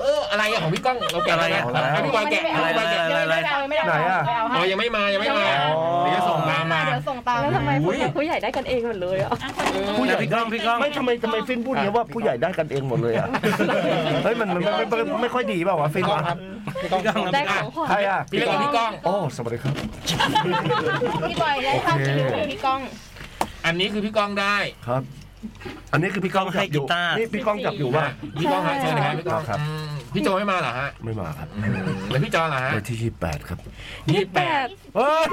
B: เอออะไรอะของพี่ก้องเราแกะอะไรอะ
D: อะไรอะ
B: ให้พี่บอยแกะ
E: อะไร
B: ให้พี่บอย
E: อะไร
B: แกะ
E: อะไรอะไร
J: ไม่ได้
D: ไหนอ่ะ
J: เอา
B: อ๋
J: ให้
B: อยังไม่มายังไม่มา
D: อ๋อ
B: เดี๋ยวจะส่งตามมา
J: เดี๋ยวส่งตาม
M: แล้วทำไม
B: อุ๊
M: ผู้
B: ย
M: ใหญ่ผู้ใหญ่ได้กันเองหมดเลยอ่ะ
D: ผู้ใหญ่
E: พี่ก้องพี่ก้อง
D: ไม่ทำไมทำไมฟินพูดเนี้ยว่าผู้ใหญ่ได้กันเองหมดเลยอ่ะ เฮ้ยมันมันไม่ไม่ไม่ค่อยดีเปล่าวะฟินวะ
E: พี่ก้องครับ
M: ได้ของขวัญ
D: ใครอ่ะ
B: พี่เล็กกับพี่ก้อง
D: โอ้สวัสดีครับ
J: พี่บอยได้ข้าวกินของพี่ก้อง
B: อันนี้คือพี่ก้องได้
D: ครับ อันนี้คือพี่ก้องจับอยู่
E: ให้กีตาร์
D: นี่พี่ก้องจับอยู่ป่ะ
B: พี่ก้องฮะเชิญนะครับพี่ก้อง
D: ครับ
B: อืมพี่โจไม่มาเหรอฮะ
D: ไม่มาครับ
B: อืมแล้วพี่จอเหรอฮะ
D: วันที่ 28 ครับ
B: ยี่สิบแปด
D: เฮ้ย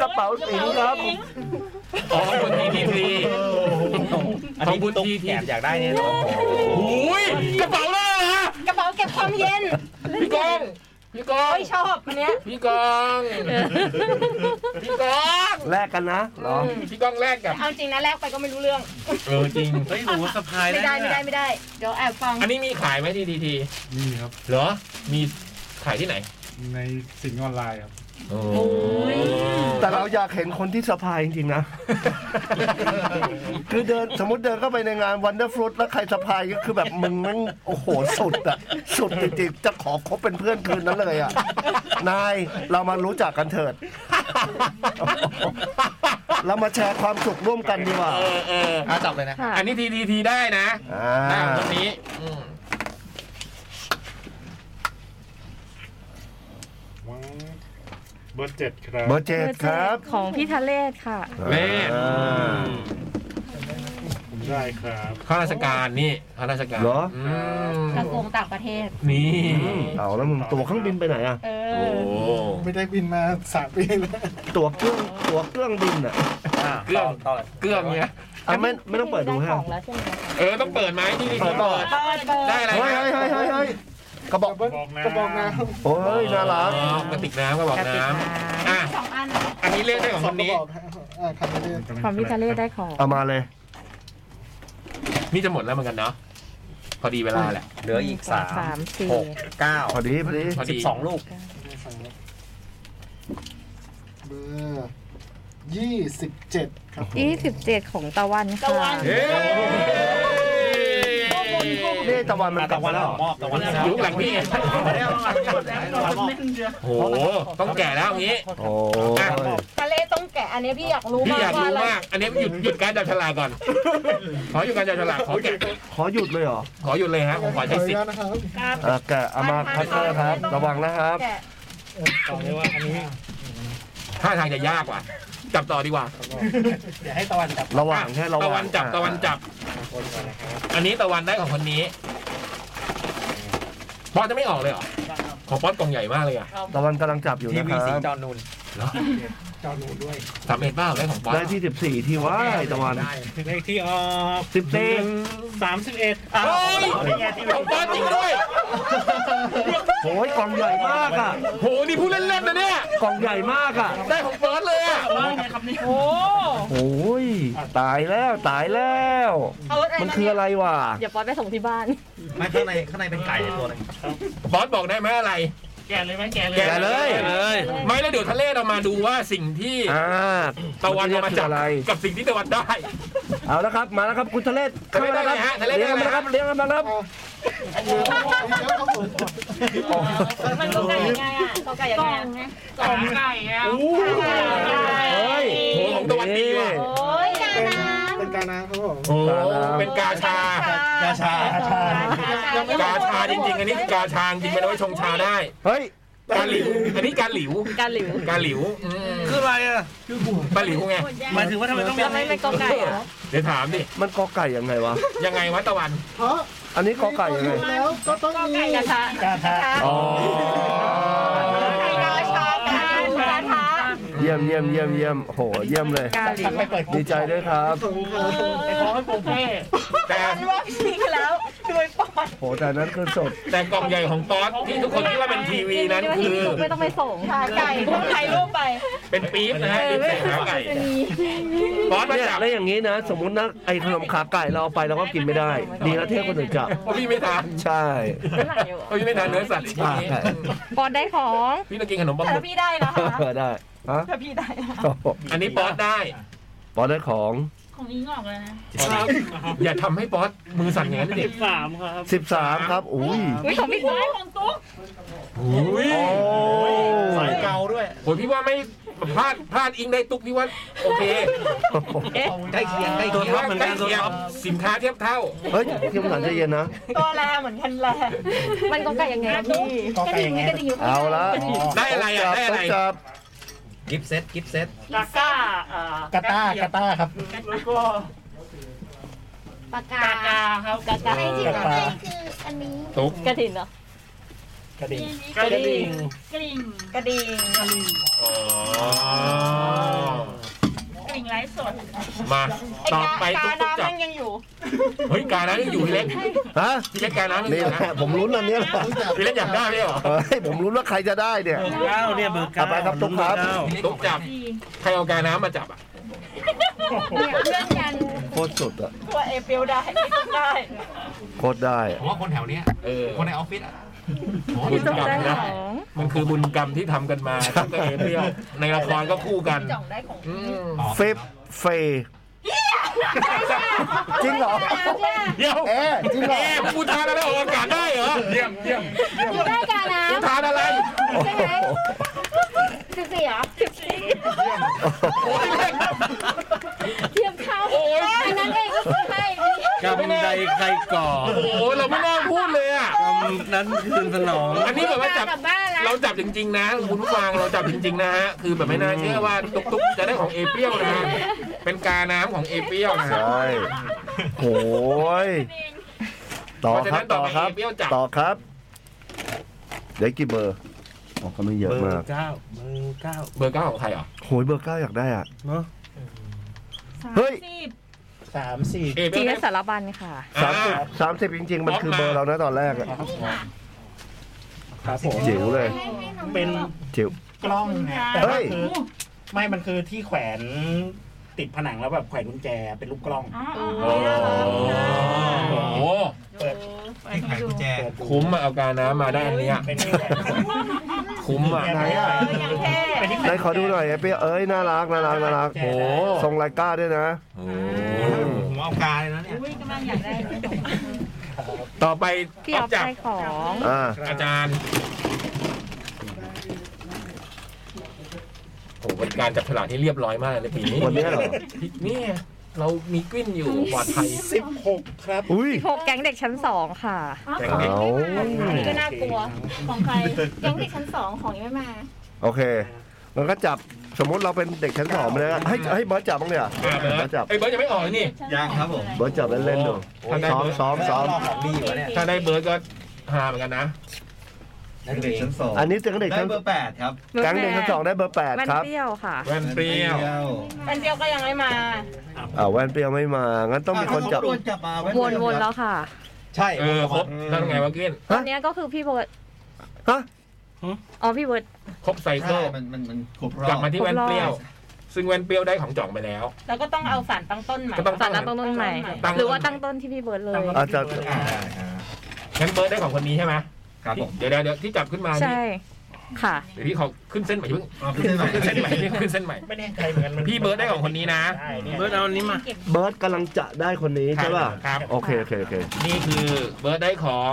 D: กระเป๋าสิงครับ
B: อ๋อบุญทีทีทีของบุญทีที
P: แอบอยากได้เนี่ยนะ
B: หูยกระเป๋าเลยเหรอฮะ
J: กระเป๋าเก็บความเย็น
B: พี่กองพี่กอง
J: ไม่ชอบอันเนี้ย
B: พี่กองพี่กอง
D: แลกกันนะเหรอ
B: พี่กองแรกกับ
J: เอาจริงนะแลกไปก็ไม่รู้เรื่อง
B: เออจริง
E: เฮ้ยโอ้โหสะพาย
J: ไม่ได้ไม่ได้
E: เนี่ย
J: ไม่ได้ เดี๋ยวแอบฟัง
B: อันนี้มีขายไหมทีทีที
H: นี่ครับ
B: เหรอ มีขายที่ไหน
H: ในสิงออนไลน์ครับ
B: โอ้
J: ย
D: แต่เราอยากเห็นคนที่สะพายจริงๆนะ คือเดินสมมติเดินเข้าไปในงานวันเดอร์ฟรุตแล้วใครสะพายก็คือแบบมึงแม่งโอ้โหสุดอะสุดจริงๆ จะขอคบเป็นเพื่อนคืนนั้นเลยอะนายเรามารู้จักกันเถิด เรามาแชร์ความสุขร่วมกันดีกว่า
B: เออเออ
P: อ่ะจับเลยนะ
M: ค่ะ
B: อันนี้ทีทีทีได้นะ
D: อ่า
B: ได้ของคนนี้อืม
H: เบอร์เจ็ดครับ
D: เบอร์เจ็ดครับ
M: ของพี่ทะเลศค่ะ
B: เล่น
D: อ่า
H: ผมได้ครับ
B: ข้าราชการนี่ข้าราชการ
D: เหรอ
B: ม
J: กระทรวงต่างประเทศ
B: นี่
D: เอาแล้วมึงตัวเครื่องบินไปไหนอะ
J: เอ
B: โอ้
J: อ
H: ไม่ได้บินมาสามปีแล้ว
D: ตัวเครื่องตัวเครื่องบินอะ
B: เกลืองเกลืองเนี่ย
D: อ่ะไม่ไม่ต้องเปิดดูฮะ
M: ของแล้วใช่ไหมคะ
B: เออ ต้องเปิดไหมที่นี่
D: เปิดต่อ
B: ได้อะไร
D: เฮ้ย
B: นะ
D: เฮ้ยเฮ้ยเฮ้ย
L: กระบอกกระบอกน้ำ
E: โอ้ยน่ารัก
B: อ๋อกระติกน้ำกระบอกน้ำอ่ะ
Q: สองอัน
B: อันนี้เรียกได้ของคนนี้
L: อ่าคันนี้
M: ของพี่ทะเลได้ของ
E: เอามาเลย
B: นี่จะหมดแล้วเหมือนกันเนาะพอดีเวลาแหละ
G: เหลืออีกสาม
M: สามสี่
G: หกเก้า
E: พอดีพอดี
B: พอ
G: สิ
B: ดี
G: บสองลูก
L: เบอร์ยี่สิบเจ็ดครับผม
M: ยี่สิบเจ็ดของตะวันค่ะ
L: เฮ้ย
E: นี่ตะวันมันกลับมาแล้วเหรอ
G: มอบตะวันแล้ว
B: ยุคหลังนี่โอ้โหต้องแก่แล้วอย่างงี้
E: โอ้
B: อ่ะ
E: ย
J: ทะเลต้องแกะอันนี้พี่อยากรู้
B: พี่
J: มาก
B: อยาก
J: ว่า
B: รู้
J: อะไร
B: มาก อันนี้หยุดหยุดการจับฉลากก่อน ขอหยุดการจับฉลากขอแกะ
E: ขอหยุดเลยเหรอ
B: ขอหยุดเลยฮะผมขอใช้สิทธิ์
J: ครับ
E: อ่ะแกะเอามาคัตเตอร์ครับ ระวังนะครับ
J: แกะ
H: บอกเลยว่าอันนี้
B: ท่าทางจะยากว่ะจับต่อดีกว่า
H: เดี๋ยวให้ตะวันจับ
E: ระวังแค่ระ
B: ตะ
E: วั
B: วั
E: ง
B: นจับตะวันจับ
H: คนก่อนนะครับ
B: อันนี้ตะวันได้ของคนนี้ป๊อตจะไม่ออกเลยเหรอของป๊อตกล่องใหญ่มากเลยอ่ะ
E: ตะวันกำลังจับอยู่
G: ที
E: นะค
G: วีสีจ
E: รับ
G: อนูน
B: เหรอ
H: จอนูด้วย
B: สามเอ็ดบ้าได้ของป๊อต
E: ได้ที่ 14 ที่ว่ายตะวัน
G: ได้
H: เลขที่ออก
E: สิบสี่
H: สามสิบเอ็ด
B: เฮ้ยของป๊อตจริงด้วย
E: โอ้ยกล่องใหญ่มากอ่ะ
B: โห นี่พูดเล่นๆนะเนี่ย
E: กล่องใหญ่มากอ่ะ
B: ได้ของเฟิร์สเลยอ่ะ
J: โอ้
E: โอ้ยตายแล้วตายแล้ว
J: เอารถอะไร
E: มัน
J: มา
E: คือ
J: เนี่ย
E: อะไรวะ
M: เดี๋ยวป๊อตไปส่งที่บ้าน
G: ไม่ข้างในข้างในเป็นไก่ตัวหนึง
B: บอสบอกได้ไหมอะไร
H: แกะเลยไหมแกะเลย
B: แกะ
E: แกะเลย
B: แกะเลย ไม่แล้วเดี๋ยวทะเลเรามาดูว่าสิ่งที่
E: อ่า
B: ตะวันเอามา
E: คือ
B: จับ
E: อะไร
B: กับสิ่งที่ตะวันได้
E: เอาแล้วครับมาแล้วครับคุณทะเลศเข้ามาแล้วครับ
B: ทะเลศ
E: เลี้ยงกันมาแล้วครับเลี้ยงกันมาแล้วครับ
J: มันตัวไก่ยังไงอ่ะตัวไก่ยังไงอะ
H: สองไก่อ่ะ
E: เฮ้ย
B: โหของตะวันดีว่ะ
J: โอ้ยกา
L: เป็น
J: น้
L: เป็นการน้ำครับผม
B: โอ้เป็นกาชา
G: กาชา
B: กาชาจริงๆ อันนี้คือกาชาจริงๆมันเอาไว้ชงชาได้
E: เฮ้ย
B: กาหลิว อันนี้กาหลิว
M: การหลิว
B: กาหลิวอืม
D: คืออะไรอ่ะ
B: กาหลิวไง
D: หมายถึงว่าทำไมต้องมี
M: ทำไมเป็นกอไก่เหรอ
B: เดี๋ยวถามดิ
E: มันกอไก่ยังไงวะ
B: ยังไงวะตะวัน
L: เพราะ
E: อันนี้กอไก่ยังไง
L: แล้วก็ต้องมี
J: ำกาชาก
H: าทะ
E: อ๋อ
J: กาชากาชากา
E: เยี่ยมเยี่ยมเยี่ยมเยี่ยมโหเยี่ยมเลย
M: การหลิว
H: ไปเปิด
E: ดีใจด้วยครับ
H: ไปขอให้โปรเฟ่
B: แต่
J: ว่าพี่แล้วช่วยปอด
E: โหแต่นั้นคือสด
B: แต่กล่องใหญ่ของป๊อตที่ทุกคนคิดว่าเป็นทีวีนั้น
M: เรียกได้ว่า
B: คือ
M: ที่พี่ตุ๊กไม่ต้องไปส่ง
J: ขาไก่พวกไก่รูปไป
B: เป็นปี๊บนะฮะเป็นแขาไก่ป๊อตมา
E: เนี่ย
B: จับ
E: แล้วอย่างนี้นะ สมมุตินะไอ้ขนมขาไก่เราเอาไปเราก็กินไม่ได้ ดีแล้วที่ให้คนอื่นจับ
B: เพราะพี่ไม่ทาน
E: ใช่
M: ข้างหลังอยู่
B: เอ้ยไม่ทานเนื้อสัตว์
E: ใช่
M: ป๊อตได้ของ
B: พี่ต้องกินขนมปังห
J: แต่
B: มึก
J: พี่ได้นะคะ
E: เออได้ฮะ
J: ถ้าพี่ได้นะ
B: อันนี้ป๊อตได้
E: บอลได้ของ
Q: ของอิงออกแล้วนะ
B: อย่าทำให้ป๊อตมือสั่นอย่างนั้นดิ
H: สิบสามครับ
E: 13 ครับ อุ้ย
M: อุ้ยของพี่
Q: ได้
M: ตุ๊ก
Q: ของตุ๊ก
B: อุ้ย
G: สายเกาด้วย
B: โอ้ยพี่ว่าไม่พลาดพลาดอิงได้ตุ๊กพี่ว่าโอเค
G: ใกล้เคียงใกล้เคียง
B: ยงสินค้าเทียบเท่า
E: เฮ้ยพี่สมสันใจเย็นนะ
J: ตัวแรงเหมือนกันแรง
M: มันกอไก่ยังไงอะพี่
H: กอไก่ยังไง
M: กระดิ่งยู่ข้งห
E: เอา
M: น้
E: ละ
B: ได้อะไรอ่ะได้อะไร
E: จับ
G: กิฟต์เซต กิฟต์เซต
J: พิซซ่าเอ่อก
H: าต้ากาต้าครับ
Q: ปากกากาครับกากา
H: จริงๆ
Q: คืออันนี้
B: ตุ๊ก
M: กระดิ่งเหรอก
H: ระดิ่ง
Q: กระดิ่งกระดิ่ง
J: กระดิ่ง
B: อ๋อ
Q: กระดิ่งไร้สด
B: มาต่อก
J: ไอ้า
B: ไป
J: กา
B: ตุ๊กตุ๊ก
J: น้ำ
B: จับ
J: มันยังอยู่
B: เฮ้ยการน้ำยังอยู่พี่เล็ก
E: ฮะ
B: พี่เล็กการน้ำยังอ
E: นี่
B: ยู่
E: แห
B: นะ
E: ละผมลุ้นอันเนี้ยแหละ
B: พี่เล็กอยากได้ไหมเหรอ
E: เฮ้ยผมลุ้นว่าใครจะได้เนี่ย
D: เก้าเนี่ยเบอร์เก้า
E: เอาไปครับตุ๊กครับ
D: เา
B: ตุ๊กจับ
Q: ดี
B: ใครเอาการน้ำมาจับอ่ะ
J: เนี่ยเพื่อนกัน
E: โคตรสดอ่ะ
J: ตัวเอเปิลได้ไม่ต้องได้
E: โคตรได้อะ
G: ผมว่าคนแถวเนี้ย
B: เออ
G: คนในออฟฟิศอะ
B: บุ
M: พี่
B: ญ
M: ตุ๊ก
B: กรรม
M: ได้
B: นะ
M: ของ
B: มันคือบุญกรรมที่ทำกันมาตั้งแต่เอเปรี้ยวในละครก็คู่กัน
J: จ่องได้ของ
B: อืม
E: เฟบเฟย์จริงเหรอ
B: เดี๋ยว
E: เอ๊ะจริงเหรอ
B: เอ๊ะกูทานอะไรออกอากาศได้เหรอเยี่ยมเยี่ยม
M: อยู่ได้กาน้
B: กูทานอะไร
M: ำใช่ไหมสิบสี่เหรอสิบสี่
B: โอ้ยเล็ก
M: เทียมเข้าอันนั้นเองก็คือให้
D: กำใดใครก่อ
B: โอ้ยเราไม่น่าพูดเลยอ่ะ
D: กำนั้นคืนสนอง
B: อันนี้แบบว่าจับ
M: กลับบ้านละ
B: เราจับจริง ๆ นะคุณผู้ฟังเราจับจริง ๆ นะฮะคือแบบไม่น่าเชื่อว่าตุ๊กตุ๊กจะได้ของเอเปรี้ยวนะฮะเป็นกาน้ำของเอเปรี้ยวนะฮะ
E: ใช่โอ้ยต่อครับต่อครับ
B: เพราะฉะนั้นต่อไปเอเปรี้ยวจับ
E: ต่อครับได้กี่เบอร์ออกก็ไม่เยอะ
D: เบอ
E: มาก
D: ร์เก้าเบอร์เก้า
B: เบอร์เก้าของใครเหรอ่ะ
E: โหยเบอร์เก้าอยากได้อ่ะ
D: เนาะ
E: เฮ้ย
H: สามสี่
B: เอเป
M: จี
B: รี้ย
M: น
B: ว
M: สารบัญค่ะ
E: สามสิบสามสิบจริง ๆ มันคือเบอร์เรานะตอนแรกอะ
H: ครับผม
E: จิ๋วเลย
H: เป็น
E: จิ๋ว
H: กล้องนะแต่
E: เฮ้
H: ว่าย คือไม่มันคือที่แขวนติดผนังแล้วแบบแขวนกุญแจเป็นรูปกล้อง
B: โอ้โห
H: เปิด
B: ที่ขายกุญแจคุ้มอะเอากาน้ำมาได้อันเนี้ยคุ้มอะ
E: ไหนอะไหนขอดูหน่อยไอ้เปียเอ้ยน่ารักน่ารักน่ารัก
B: โอ้โห
E: ทรงไลก้าด้วยนะ
L: ผมเอากาเลยนะเนี่ย
R: อุ้ยกำลังอยากได้
B: ต่อไป
M: พี่ออฟได้ของ
B: อ่าอาจารย์โอ้โหเป็นการจับฉลากที่เรียบร้อยมากเลยปีนี้
E: วันเนี้ยเหรอ
B: นี่ไงเรามีกลิ้นอยู่ปลอดภัย
H: สิบหกครับ
E: อุ้ย
M: หกแก๊งเด็กชั้นสองค่ะ
E: แกงเด็ก
J: อันนี้ก็น่ากลัว ของใครแก๊งเด็กชั้นสองของยังไม่มา
E: โอเคมันก็จับสมมติเราเป็นเด็กชั้นสองไปเลยให้ให้เบิร์ดจับบ้างเนี่ย
B: อ่าเบิร์ด
E: เบิร์ดจับ
B: ไอ้ยเบิร์ดยังไม่ออกเลยนี่ยังครับผม
E: เบิร์ดจับเล่นๆดู
B: โอ้ย
E: ซ้อมซ้อมซ้อม
B: ดีวะเนี่ยถ้าได้เบิร์ดก็ฮาเหมือนกันนะ
L: เด็กชั้นสอง
E: อันนี้เจอเด็กชั้น
L: ได้เบอร์แปดครับ
E: แก๊งเด็กชั้นสองได้เบอร์แปด
M: แว่น
E: ครับ
M: เปรี้ยวค่ะ
B: แว่นเปรี้ยว
J: อันเดียวก็ยังไม่มา
E: อ่าแว่นเปรี้ยวไม่มางั้นต้องมีคนจับ
L: โดนจับมาไ
M: วนวนแล้วค่ะ
L: ใช่
B: เออครบนั่นไงวะกลิ้น
M: ตอนเนี้ยก็คือพี่เบิร์ด
E: ฮะ
M: อ๋อพี่เบิร์ด
B: ครบไซเคิล
L: มันมันมันครบร
B: ก
L: อ
B: ลับบ มาที่แว่น
M: ครบรอบ
B: เปรี้ยว ซึ่งแว่นเปรี้ยวได้ของจ่องไปแล้ว
J: แล้วก็ต้องเอาสารตั้งต้นใหม่
B: ก็ต้อง
M: สารตั้งต้นใหม่
B: ตั้งต้น
M: หรือว่าตั้งต้นที่พี่เบิร์ดเลย
E: อาจารย์
B: งั้นเบิร์ดได้ของคนนี้ใช่ไหมครับผมเดี๋ยวเดี๋ยวเดี๋ยวที่จับขึ้นมานี่
M: ใช่ ค่ะ
B: เดี๋ยวพี่ขอขึ้นเส้นใหม่เพิ่ง
L: เอาขึ้นเส้นใหม่
B: ขึ้นเส้นใหม่นี่ขึ้นเส้นใหม่
H: ไม่แน่ใจเหมือนกันมัน
B: พี่เบิร์ดได้ของคนนี้นะ
H: ได้เนี่ย
D: เบิร์ดเอาอันนี้มา
E: เบิร์ดกำลังจะได้คนนี้ใช่ป่ะ
B: ครับ
E: โอเคโอเคโอเค
B: นี่คือเบิร์ดได้ของ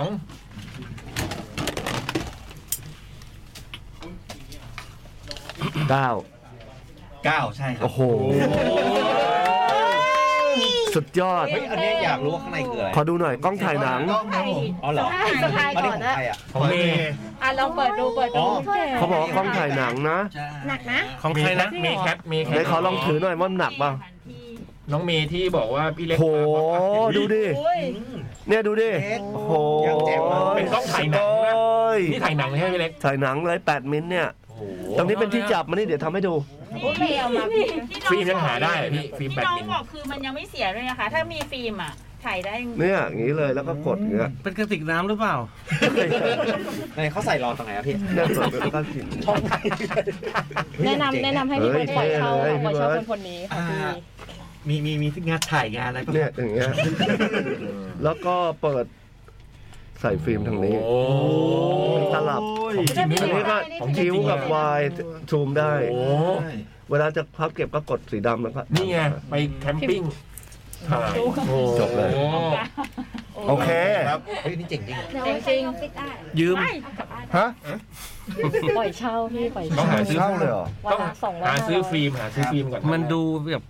E: เก้า
L: เก้าใช่ครับ
E: โอ้โห สุดยอด
L: เฮ้ยอันเนี้ยอยากรู้ว่าข้างในคืออะไร
E: ขอดูหน่อยกล้องถ่ายหนัง
L: กล้องนะผมอ๋อเหรอ
J: ใช่สะพายก่อนนะ
L: ใครอ่ะ
B: ของเมย์
J: อ่ะลองเปิดดูเปิดดู
E: เขาบอกว่ากล้องถ่ายหนังนะ
J: หนักนะ
D: ของใครนะ
B: เมย์แคทเมย์แคท
E: ไหนขอลองถือหน่อยว่ามันหนักป่ะ
B: น้องเมย์ที่บอกว่าพี่เล็ก
E: โห
B: มาพร้อมกับ
E: ดูดิ
J: อุ้ย
E: เนี่ยดูดิโอ้โห
L: ยังเจ็บเลย
B: เป็นกล้องถ่ายหนังนะ
E: โอ้ย
B: นี่ถ่ายหนังเลยใช่ไหมพี่เล็ก
E: ถ่ายหนังเลย8มิลเนี่ย
B: โอ้โห
E: ตรงนี้เป็นที่จับมานี่เดี๋ยวทำให้ดู
J: อุ้ยไม่เอามาพี่ที่
B: ฟิล์มยังหาได้อะพี่ฟิล์มแปด
J: น้อง
B: มิล
J: บอกคือมันยังไม่เสียด้วยนะคะ ถ้ามีฟิล์มอ่ะถ่ายได้จริง
E: เนี่ยอย่างนี้เลยแล้วก็กดอย่างเงี้ย
D: เป็นกระติกน้ำหรือเปล่า
L: ในเขาใส่รอตรงไหนอ่ะพี่
E: เนี่ยกดแล้วก็กิน
M: แนะนำแนะนำให้พี่เบิร์ด
E: เฮ้
M: ปล่อย ยเช่า
E: เฮ้ย
M: ปล่อยเช่า
E: พี่
M: ค
E: เบิร์ด
M: นคนนี้ค่ะพี่
L: อ่า มีมีมีงานถ่ายงานอะไรปะ
E: เนี่ยอย่างเงี้ยแล้วก็เปิดใส่ฟิล์มทางนี้
B: โอ้โห
E: มีตลับ
B: อันนี้
E: อันนี้ก็คิ้วกับวายซูมได้
B: โอ้โห
E: เวลาจะพับเก็บก็กดสีดำแล้วก็
B: นี่ไงไปแคมปิ้งถ่ายโอ้โห
E: จบเลย โอเค
L: ครับเฮ้ยนี่เจ๋งจริง
R: จริงจริงฟิตได้
D: ยืม
E: ฮะ
M: ปล่อยเช่าพี่ปล่อย
B: ต้อหา
M: เช่าง
B: ซื้อ
E: เช่าเลยเหรอ
M: วัน
B: ต้อง
M: ละสองร้อย
B: หาซื้อฟิล์มหาซื้อฟิล์มก่อน
D: มันดูแบบ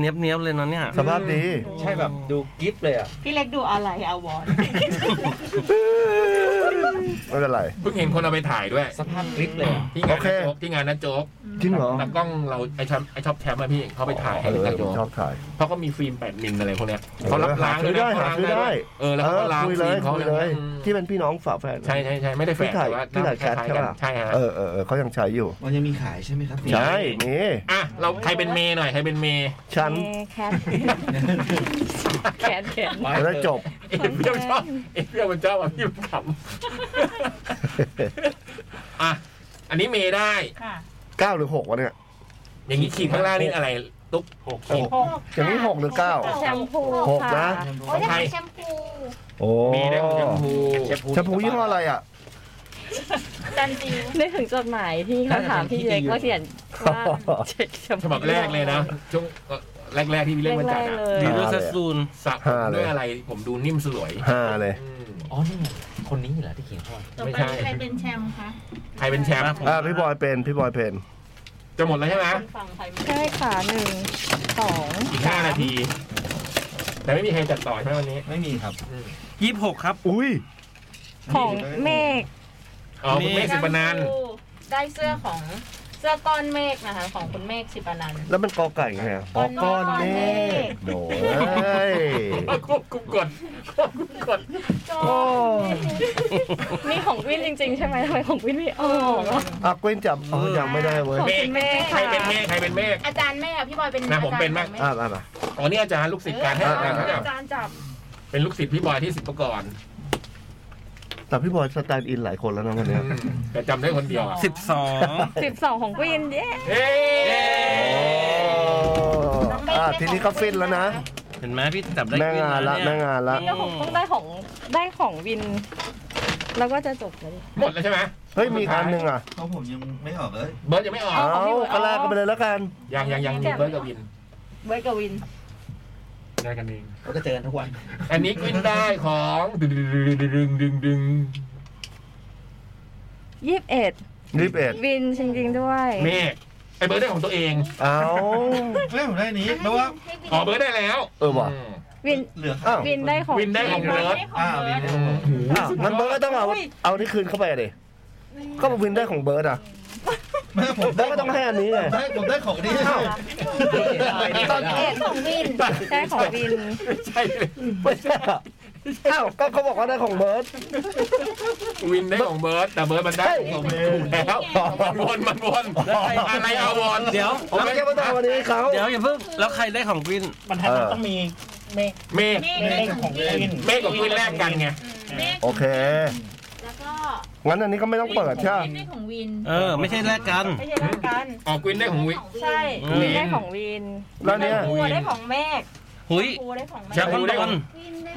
D: เนี้ยบเนี้ยบๆเลยเนาะเนี่ย
E: สภาพดี
L: ใช่แบบดูกิฟต์เลยอ่ะ
J: พี่เล็กดูอะไรเอาวอน
E: ไม่เป็นไร
B: เพิ่งเห็นคนเอาไปถ่ายด้วย
L: สภาพกิฟต์เลยอะ
B: ที่งาน
E: โอเค
B: นะโจ๊กที่งานนะโจ๊ก
E: จริงเหรอ
B: แต่กล้องเราไอช็อปไอช็อปแชมป์อะพี่เขาไปถ่ายให้
E: เออ
B: นะโจ๊ก
E: ชอบถ่าย
B: เพราะเขามีฟิล์มแปดมิลอะไรพวกเนี้ยเขารับล้าง
E: ซื้อได้
B: นะ
E: หาซื้อได้
B: เออ แล้วเขาก็ล้าง
E: คุยเล
B: ฟิล์
E: ย
B: มเขา
E: คุย
B: เลย
E: เลย
B: อืม
E: ที่เป็นพี่น้องฝาแฝด
B: ใช่ใช่ใช่ไม่ได้แฝ
E: ที่
B: ง
E: ถ่าย
B: แต่ว่า
E: ที่ถ่ายแคท
B: ล้
E: ใช่
B: ง
E: ป่ะ
B: ใช่ฮะ
E: เออเออเออเขายังใช้อยู่
L: มันยังมีขายใช่ไหมครับ
E: ใช่มี
B: อ่ะเราใครเป็นเมย์หน่อยใครเป็นเมย์
E: ฉัน
M: เอ้แคทแขนแขน
E: แล้วก็จบ
B: เอฟเรียวชอบเอฟเรียวมันชอบอ่ะพี่ข ำอ่ะอันนี้เมย์ได้
E: เก้าหรือหกวะเนี่ย
B: อย่างนี้ขีดข้างล่างนี่อะไร ตุ๊กหกขีด
E: อย่างนี้หกหรือเก้า
M: แชมพู
E: หกนะ
M: ค่ะ
B: โอ้ยอยากได้แชมพู
E: โอ้
B: เมย์ได้ของแชมพู
E: แชมพูยี่ห้ออะไรอ่ะ
J: จันจิว
M: นึกถึงจดหมายที่เขาถามพี่เล็กว่าเขียนว่าเช็คแชมพู
B: ฉบับแรกเลยนะช่วงแรกๆที่พี่เล่นมัน
M: แร
B: จัด
M: กๆ
B: อ่ะ
M: เลย
D: ดีโรสซูน
B: สระผม
E: ห้าเลย
B: ด้วยอะไรผมดูนิ่มสลวย
E: ห้าเลย
B: อืม
L: อ๋อนี่ไงคนนี้เหรอที่เขียนข้อ
J: ต่อ
B: ไม่
J: ไป
B: ใช่
J: ใครเป็นแชมป์คะ
B: ใครเป็นแชมป์
E: อ่าพี่บอยเป็นพี่บอยเป็น
B: จะหมดแล้วใช่ไหม
J: คนฟังใครไม่
M: ใช่ค่ะหนึ่งสอง
B: อีกห้านาที แต่ไม่มีใครจัดต่อใช่ไหมวันนี้
L: ไม่มีครับ
D: ยี่สิบหกครับ
E: อุ้ย
M: ของเมฆ
B: อ๋อคุณเมฆสิบปนันท์
J: ได้เสื้อของเสื้อก้อนเมฆนะคะ ของคุณเมฆสิบานันท์
E: แล้วมันกอไก่ไงอะกอก้อนเมฆโอ้ย
B: ควบคุมกดควบคุมกด
E: โอ้
M: นี่ของวินจริง ๆ ใช่ไหมทำไมของวินไม่ออกอะ
E: อ่ะกวินจับเอายังไม่ได้เว้ย
M: ของคุณเมฆ
B: ใคร
M: ค่ะ
B: เป็นเมฆใครเป็นเมฆ
J: อาจารย์แม่อะพี่บอยเป็น
B: นะผมเป็นมาก
J: อจรย์
E: อ่ะมามา
B: อ๋อนี่อาจารย์ลูกศิษย์การให้อาจารย์
J: ข
B: ค
J: อง
B: รับ
J: อาจารย์จับ
B: เป็นลูกศิษย์พี่บอยที่ศิษย์ประกรณ์
E: แต่พี่บอยสแตนด์อินหลายคนแล้วนะวันเนี้
B: แต่จำได้คนเดียว
E: สิบสอง
M: สิบสองของกวินเย้
E: ทีนี้ก็ฟินแล้วนะ
H: เห็นไหมพี่จับได้
E: แม่
H: ขึ้น
E: งานละ
H: เย
E: แม่งานละ
M: ก็ผมต้องได้ของได้ของวิน แล้วก็จะจบเลย
B: หมดแล้วใช่ไหม
E: เฮ้ยมีอีกอันหนึ่งอ่ะ
L: เขาผมยังไม่ออกเลย
B: เบิร์ดยังไม่ออก
E: เอาก็แลกกันไปเลยแล้วกัน
B: ยังยังยังมีเบิร์ดกับวิน
J: เบิร์ดกับวิน
B: ได้กันเอง
S: เราก็เจอกันทุกวัน
B: อันนี้วินได้ของดึงดึงดึงดึงดึง
M: ยี่สิบเอ็ด
E: รีบเอ็ด
M: วินจริงๆด้วย
B: เมฆไอ้เบิร์ดได้ของตัวเอง
E: เอา
L: เฮ้ยผมได้นี้แปลว่า
B: อ๋อเบิร์ดได้แล้ว
E: เออว่ะ
M: วิน
L: เหลือ
E: อ้าว
M: วินได้ของ
B: วินได้ของเบิร์ด
L: อ้าวนี่
E: อ้าวงั้นเบิร์ดก็ต้องเอาเอานี่คืนเข้าไปเลยก็มาวินได้ของเบิร์ดอ่ะแล้วก็ต้องให้อันนี้ไง
L: ได้ผมได้ของนี่
M: ของเอ็ดของวินได้ของวิน
B: ใช่เลย
E: ไม่ใช่อะอ้าวก็เขาบอกว่าได้ของเบิร์ด
B: วินได้ของเบิร์ดแต่เบิร์ดมันได้ของผมถูกแล้วมันวนมันวนอะไรอาวรณ์
H: เดี๋ยว
B: ผมไม่
E: แก้ปัญหาวันนี้เขา
H: เดี๋ยวอย่าเพิ่งแล้วใครได้ของกวิน
D: มันทัดต้องมีเมฆ
B: เมฆ
D: เมฆของเล่น
B: เมฆกับวินแลกกันไง
E: โอเค
J: แล้วก็
E: งั้นอันนี้ก็ไม่ต้องเปิดใช่ไหม
J: วินได้ของวิน
H: เออ ไม่ใช่แลกกัน
J: ไม่ใช่รักกัน
B: ออกวินได้ของวิน
J: ใช่
B: อืม
M: วินได้ของวิน
E: แล้วเนี่ย
J: ครูได้ของแม่
H: หุย
J: ครูได้ของแม่
B: แชมพูได้ของ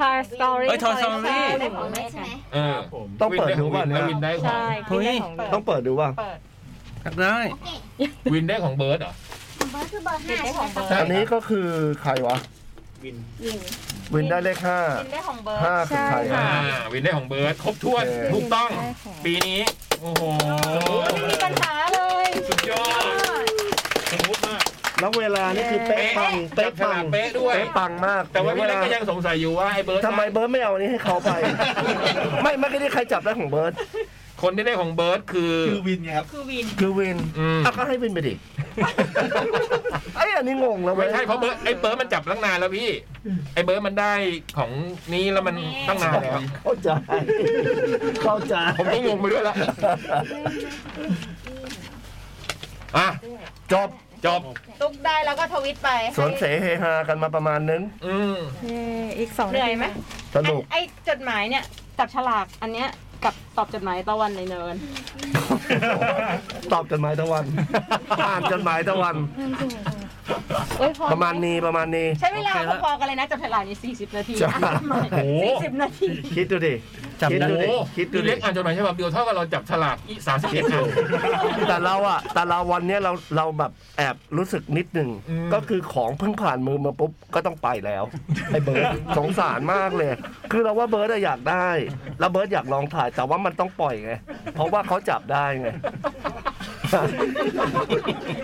M: ทาสตอรี่
H: เอ้ยทอยซอรี่
J: ได้ของแม่ใช่ไหม
B: เออ
E: ต้องเปิดดูก่อนนะ
B: แล้ววินได้ของ
M: ใช่
H: เฮ้ย
M: วินได้ของวิน
E: ต้องเปิดดูว่า
H: ได้
B: วินได้ของเบิร์ดเหรอ
J: เบอร์คือเบอร์ห้าได้ของเบอร์
B: ใช่
E: อันนี้ก็คือใครวะ
J: วิน
E: วินได้เลขห้า
J: วินได้ของเบอร์
E: ห้าคือใคร
B: อ่า
E: อะ
B: วินได้ของเบิร์ดครบถ้วน
E: โอเค
B: ถูกต้อง ปีนี้ โอ้โห
J: ไม่มีปัญหาเลย
B: สุดยอด
D: สมมติว่า
E: แล้วเวลานี่คือเป๊ะปัง
B: เป๊ะจับฉลากเป๊ะด้วย
E: เป๊ะปังมาก
B: แต่ว่าพี่
E: เดี๋ย
B: เล็กก็ยังสงสัยอยู่ว่าไอ้เบิร์ด
E: ทำไมเบิร์ดไม่เอาอันนี้ให้เขาไป ไม่ไม่ได้ใครจับได้ของเบิร์ด
B: คนที่ได้ของเบิร์ดคือ
L: คือวินไงครับ
J: คือวิน
E: คือวิน
B: อืม
E: อ่ะก็ให้วินไป ดิไอ้ยอันนี้งงแล้วเว้
B: ไม่
E: ย
B: ใช่เพราะเบิร์ดไอ้เบิร์ดมันจับตั้งนานแล้วพี่ ไอ้เบิร์ดมันได้ของนี้แล้วมันตั้งนานแล้ว
E: เข้าใจเข้าใจ
B: ผมก็งงไปด้วยละอ่ะ
E: จบ
B: จบ
J: ตุกได้แล้วก็ทวิตไป
E: สวนเสเฮฮากันมาประมาณนึง
B: อืม
M: เย้อีกสอง
J: เหนื่อยไหม
E: สนุก
J: ไอจดหมายเนี่ยจับฉลากอันเนี้ยกับตอบจดหมายตะวันในเนิน
E: ตอบจดหมายตะวัน อ่านจดหมายตะวัน
M: โอ้ยพอ
E: ประมาณนี้ประมาณนี้
J: ใช้เวลาพอๆกันเลยนะจับฉลากนี่40 นาที
E: จ้า
J: อ่ะทำไม
B: โอ้โห
J: 40 นาที
E: คิดดูดิ
H: จำ
E: คิด
H: ได้
E: ดูดิ
B: โอ้
E: คิดดู
B: พี่
E: ดิ
B: เล็กอ่านจดหมายฉบับเดียวเท่ากับเราจับฉลากอีสามสิบเอ็ดอัน
E: แต่เราอะแต่เราวันเนี้ยเราเราแบบแอบรู้สึกนิดนึง
B: อืม
E: ก็คือของเพิ่งผ่านมือมาปุ๊บ ก็ต้องไปแล้ว ไอ้เบิร์ด สงสารมากเลย คือเราว่าเบิร์ดอะอยากได้ แล้วเบิร์ดอยากลองถ่ายแต่ว่ามันต้องปล่อยไง เพราะว่าเขาจับได้ไง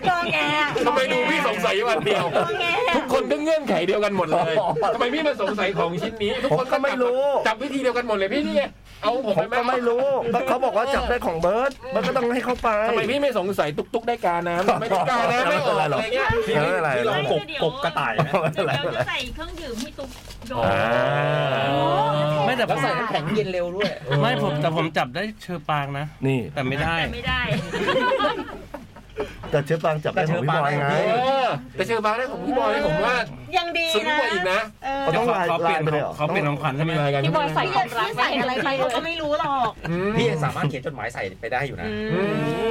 J: งอแงอ่ะ
B: ทำไมดูพี่สงสัยวันเดียว
J: งอแงอ่ะ
B: ทุกคนก็เงื่อนไขเดียวกันหมดเลยทำไมพี่มาสงสัยของชิ้นนี้ ทุกคน
E: ผมก็ไม่รู้
B: จับวิธีเดียวกันหมดเลยพี่นี่ไงเอาผม
E: ผ
B: ไป
E: มก็
B: ไหม
E: ไม่รู้ก็เขาบอกว่าจับได้ของเบิร์ดมันก็ต้องให้เขาไป
B: ทำไมพี่ไม่สงสัยตุ๊กตุ๊กได้การน้ำไม่ได้การน้ำไม่ออกอะไรเงี้ย
E: ไม่เป็นไรหรอก
B: ที่เรา
E: ไม่
B: ปก
L: กบกระต่ายนะ
E: ไม่เป็นไรไม่เป็นไร
T: เครื่องดื่มให้ตุ๊กโดน
B: อ่า
H: ไม่แต่
S: แล้ว
H: ผม
S: ใส่น้ำแข็งเย็นเร็วด้วย
H: ไม่ผมแต่ผมจับได้เชอปางนะ
E: นี่
H: แต่ไม่ได้
T: แต่ไม่ได้
E: แต่เชื้อปางจับได้ของพี่บอยไง
B: เออแต่เชื่อบางได้ของพี่บอยผมว่า
J: ยังดี
B: สุด
J: นะ
B: กว่าอีกนะ
J: เออ
E: เขาต้องลาย
H: เขาเป
E: ลาย
H: ลี่ยน
E: ไปเลยเหรอ
H: เขาเปลี่ยนของขวัญใช่ไหม
B: มีอะไรกัน
M: พี่บอยใส่ของรัก
J: พี่
M: ไว้
J: ใส่
M: ให้
J: อะไร
M: อะไร
J: ไปเขาก็ไม่รู้หรอก
B: อืม
S: พี่ยังสามารถเขียนจดหมายใส่ไปได้อยู่นะ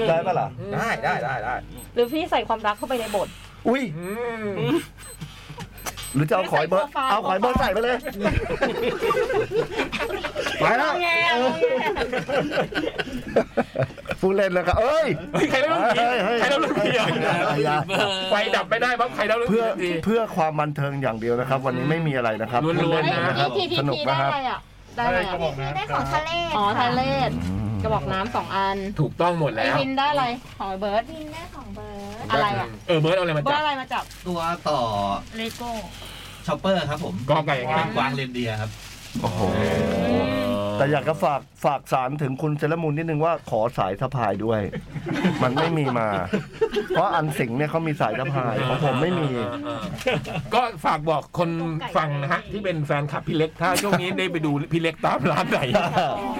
E: ได้ปะล่ะ
S: ได้ได้ได้ได้
M: หรือพี่ใส่ความรักเข้าไปในบท
E: อุ้ย
B: อืม
E: หรือจะเอาขอยเบอร์
J: ใส่โปรไฟล์
E: เอาขอยเบอร์ใส่ไปเลย ไปแล้ว
J: งอแงอ่ะงอแง
E: ผู้เล่นแล้วก็เอ้ย
B: เฮ้ยใครเล่าเรื่องผี
E: เฮ้ยเฮ้ย
B: ใครเล่าเรื่องผีอ่ะ
E: อย่าอย่า
B: ไฟดับไม่ได้บ้างใครเล่าเรื่อง
E: เพื่อ
B: ผีที
E: เพื่อความบันเทิงอย่างเดียวนะครับ วันนี้ไม่มีอะไรนะครับ
B: ล้วนๆ
E: เล่นะครับ
J: ทีที
E: สนุก
J: ที
E: นะ
J: ได้
E: ครับ
J: อะไรอ่ะ ได้อะไรอ่ะ
G: ได้ของทะเล
J: อ๋อทะเลศกระบอกน้ำสองอัน
B: ถูกต้องหมด
J: ไอ
B: แล้ว
J: วินได้อะไรของเบิร์ด
G: วินได้ของเบิร์ด
J: อะไรอ่ะ
B: เออเบิร์ดเอาอะไรมา
J: เบิ
B: จั
J: ร์
B: บ
J: ดอะไรมาจับ
L: ตัวต่อ
J: เลโก้
L: ชอปเปอร์ครับผม
B: กอไก่ยังไง
L: เป็นกวางเรนเดียร์ครับ
B: โอ้โห
E: แต่อยากจะฝากฝากสารถึงคุณเซรมูลนิดนึงว่าขอสายสะพาย ด้วย มันไม่มีมา เพราะอันสิงห์เนี่ยเขามีสายสะ พายของผมไม่มี
B: ก็ฝากบอกคนฟังนะฮะ ที่เป็นแฟนคลับพี่เล็ก ถ้าช่วงนี้ได้ไปดู พี่เล็กตามร้านไหน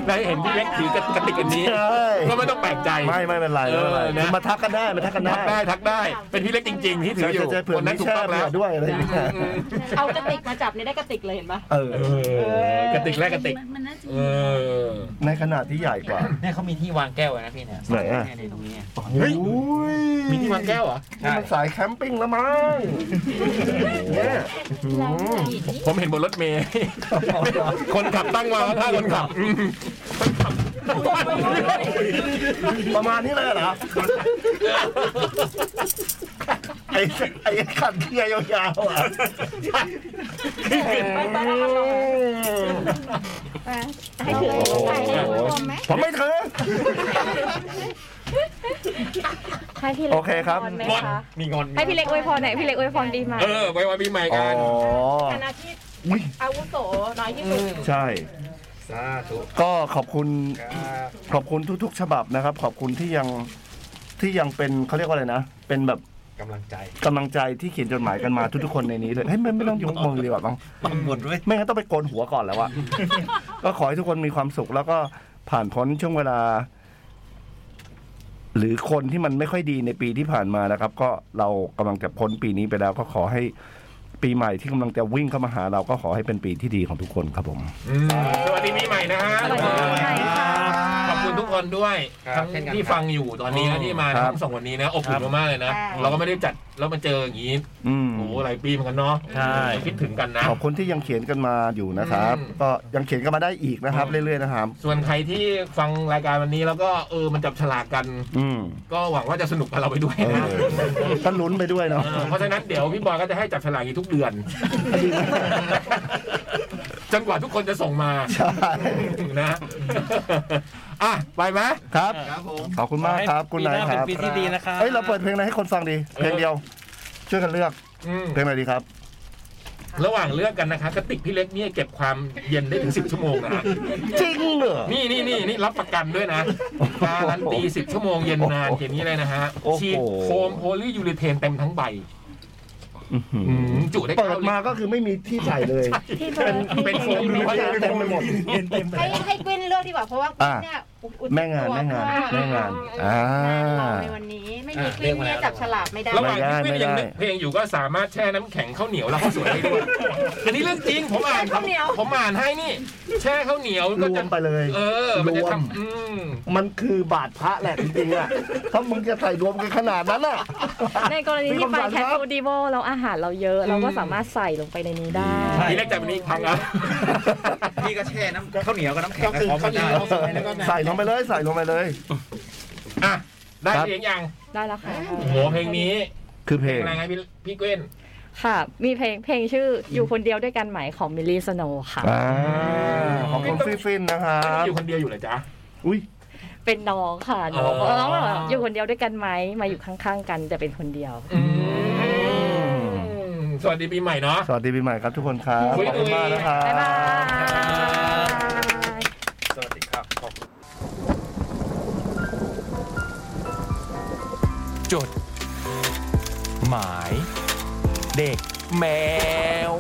B: ได้เห็นพี่เล็กถือกระติกอันนี้
E: ใช่
B: ก็ไม่ต้องแปลกใจ
E: ไม่ไม่เป็นไรไม่เป็นไร
B: เออนะ
E: มาทักกันได้มาทักกันได้
B: ทักได้ทักได้ เป็นพี่เล็กจริง ๆ ที่ถื
E: ใช่
B: ออยู่
E: ใช่เผื่
B: ค
E: อน มี
B: นั้นถูก
E: แช่
B: ต้องแล้
E: เผื่
B: ว
E: อด้วยอะไรอย่างเงี้ย
B: อืม
J: เอากระติกมาจับนี่ได้กระติกเลยเห็นปะ
E: เออ
B: เออกระติกแรกกระติก
T: มันน่าจะ
B: เอ
T: มี
B: อ อ
E: ในขนาดที่ใหญ่กว่า
H: เนี่ยเขามีที่วางแก้วไว้นะพี่เนี่ย
E: ไหนอะ
H: เยตรงนี้อะ
E: เฮ้ย
B: มีที่วางแก้วเหรอ
E: นี่มันสายแคมปิ้งแล้วมั้ง เนี่ย
B: ผมเห็นบนรถเมย์ คนขับตั้งวางข้างคนขับอืม
E: ประมาณนี้เลยเหรอไอ้ไอ้ขันเทียยาวๆอ่ะ
J: ให้ถือไปให้ถือชมไหม
E: ผมไม่ถือ
M: ให้พี่เล็ก
E: โอเคครับ
M: วยพไหมะ
B: มีงอน
M: ให้พี่เล็กอวยพรหน่อยพี่เล็กอวยพรปีใหม่
B: เออไว้วันปีใหม่
E: อ๋
B: กั
E: อน
J: คณะที่อาวุโสน้อยที่สุด
E: ใช่
L: สาธุ
E: ก็ขอบคุณขอบคุณทุก ๆ ฉบับนะครับ ขอบคุณที่ยังที่ยังเป็นเขาเรียกว่าอะไรนะ เป็นแบบ
L: กำลังใจ
E: กำลังใจที่เขียนจดหมายกันมาทุกๆคนในนี้เลยเฮ้ยไม่ไม่ต้องยกมือดีกว่าบ้าง
L: ปังหมดด้วย
E: ไม่งั้นต้องไปโกนหัวก่อนแล้วอะ ก็ขอให้ทุกคนมีความสุข แล้วก็ผ่านพ้นช่วงเวลา หรือคนที่มันไม่ค่อยดีในปีที่ผ่านมานะครับ ก็เรากำลังจะพ้นปีนี้ไปแล้ว ก็ขอให้ปีใหม่ที่กำลังจะวิ่งเข้ามาหา เราก็ขอให้เป็นปีที่ดีของทุกคนครับผม
B: สวัสดีปีใหม่นะฮะขอบคุณทุกคนด้วยทั้งที่ฟังอยู่ตอนนี้
E: ครั
B: และ
E: บ
B: ที่มาทั้งสองวันนี้นะอบอุ่นมากๆเลยนะ
E: ครับ
B: เราก็ไม่ได้จัดแล้วมันเจออย่างนี้
E: อืม
B: โอ้โหหลายปีเหมือนกันเนาะ
E: ใช่
B: คิดถึงกันนะ
E: ขอบคุณที่ยังเขียนกันมาอยู่นะครับ
B: อืม
E: ก็ยังเขียนกันมาได้อีกนะครับ เรื่อยๆนะครับ
B: ส่วนใครที่ฟังรายการวันนี้แล้วก็เออมันจับฉลากกัน
E: อืม
B: ก็หวังว่าจะสนุกกับเราไปด้วยนะ
E: ก็ลุ้นไปด้วยเนาะ
B: เออเพราะฉะนั้นเดี๋ยวพี่บอยก็จะให้จับฉลากอย่างนี้ทุก เดือน จนกว่าทุกคนจะส่งมา
E: ใช่
B: นะอ่ะไปไหม
E: ครับ
L: ครับผม
E: ขอบคุณมากครับ คุณนายครับ
U: ปีหน้าเป็นปีที่ดีนะครับ
E: เฮ้ยเราเปิดเพลงอะไรให้คนฟังดีเพลงเดียว ช่วยกันเลือก
B: อืม
E: เพลงอะไรดีครับ
B: ระหว่างเลือกกันนะคะกระติกพี่เล็กเนี่ยเก็บความเย็นได้ถึงสิบชั่วโมงนะฮะ
E: จริงเหรอ
B: นี่นี่นี่นี่รับประกันด้วยนะการันตีสิบชั่วโมงเย็นนานอย่างนี้เลยนะฮะ
E: โอ้โห
B: ฉีดโฟมโพลียูริเทนเต็มทั้งใบ
E: อื
B: มจุได้
E: เปิดมาก็คือไม่มีที่ใส่เลย
B: เป็นเป็นโฟมล้วนๆ
E: เต็มไปหมด
J: ให้ให้กวินเลือกดีกว่าเพราะว่า
E: อ่ะ
J: เนี่ยอุดอุด
E: แม่งาน
J: ตัว
E: แม่งาน
J: มก
E: แม่งาน อ่า
J: เราในวันนี้ไม่มีกวินเนี่ยจับฉลากไม่ได้
B: ระหว่างที่
E: ไม่
B: พี่
E: ได้
B: ยัง
E: ไม่ได้
B: นึกเพลงอยู่ก็สามารถแช่น้ำแข็งข้าวเหนียวแล้วข้าวสวยได้ด้วย อันนี้เรื่องจริงผมอ่าน
J: ข้าวเหนียว
B: ผมอ่านให้นี่ แช่ข้าวเหนียว
E: ร
B: ก็
E: ว
B: จะ
E: มไปเลย
B: เออ มันจะ
E: รวม
B: ทำอืม
E: มันคือบาทพระแหละจริงๆอ่ะ ถ้ามึงจะใส่รวมกันขนาดนั้นอ่ะ
M: ในกรณีที่ไปแคปซูลดีโวเราอาหารเราเยอะ เราก็สามารถใส่ลงไปในนี้ได้
B: นี่แรกจากวันนี้อีกครั้งอ่ะ
H: พี่ก็แช่น้ำข้าวเหนียวกับน้ำแข็
B: ก็
H: ง
B: คือ
H: พร้อมกั
B: ข้าวน เหนี
H: ได้
B: ยวข้าวสวยแล้วก็น้ำ
E: ใส่ลงไปเลยใส่ลงไปเลย
B: อ่ะได้
E: ครับ
B: เพลงยัง
M: ได้แล้วค่ะ
B: โอ้โหเพลงนี้
E: คือเพ
B: เพ
E: ลง
B: ลงอะไรไงพี่พี่เกว้น
M: ค่ะ มีเพลงเพลงชื่ออยู่คนเดียวด้วยกันไหมของมิลลี่สโนว์ค่ะ
E: อ่าของคุณฟิฟินนะครับ
B: อยู่คนเดียวอยู่เหรอจ๊ะ
E: อุ้ย
M: เป็นน้องค่ะน้อง
B: อ๋อ
M: น้องแบบอยู่คนเดียวด้วยกันไหมมาอยู่ข้างๆกันแต่เป็นคนเดียว
B: อืมสวัสดีปีใหม่เนาะ
E: สวัสดีปีใหม่ครับทุกคนครับ ขอบคุณมากนะครับ
M: บ๊ายบาย
L: สวัสดีครับขอบคุณ
V: จด หมาย เด็กแมว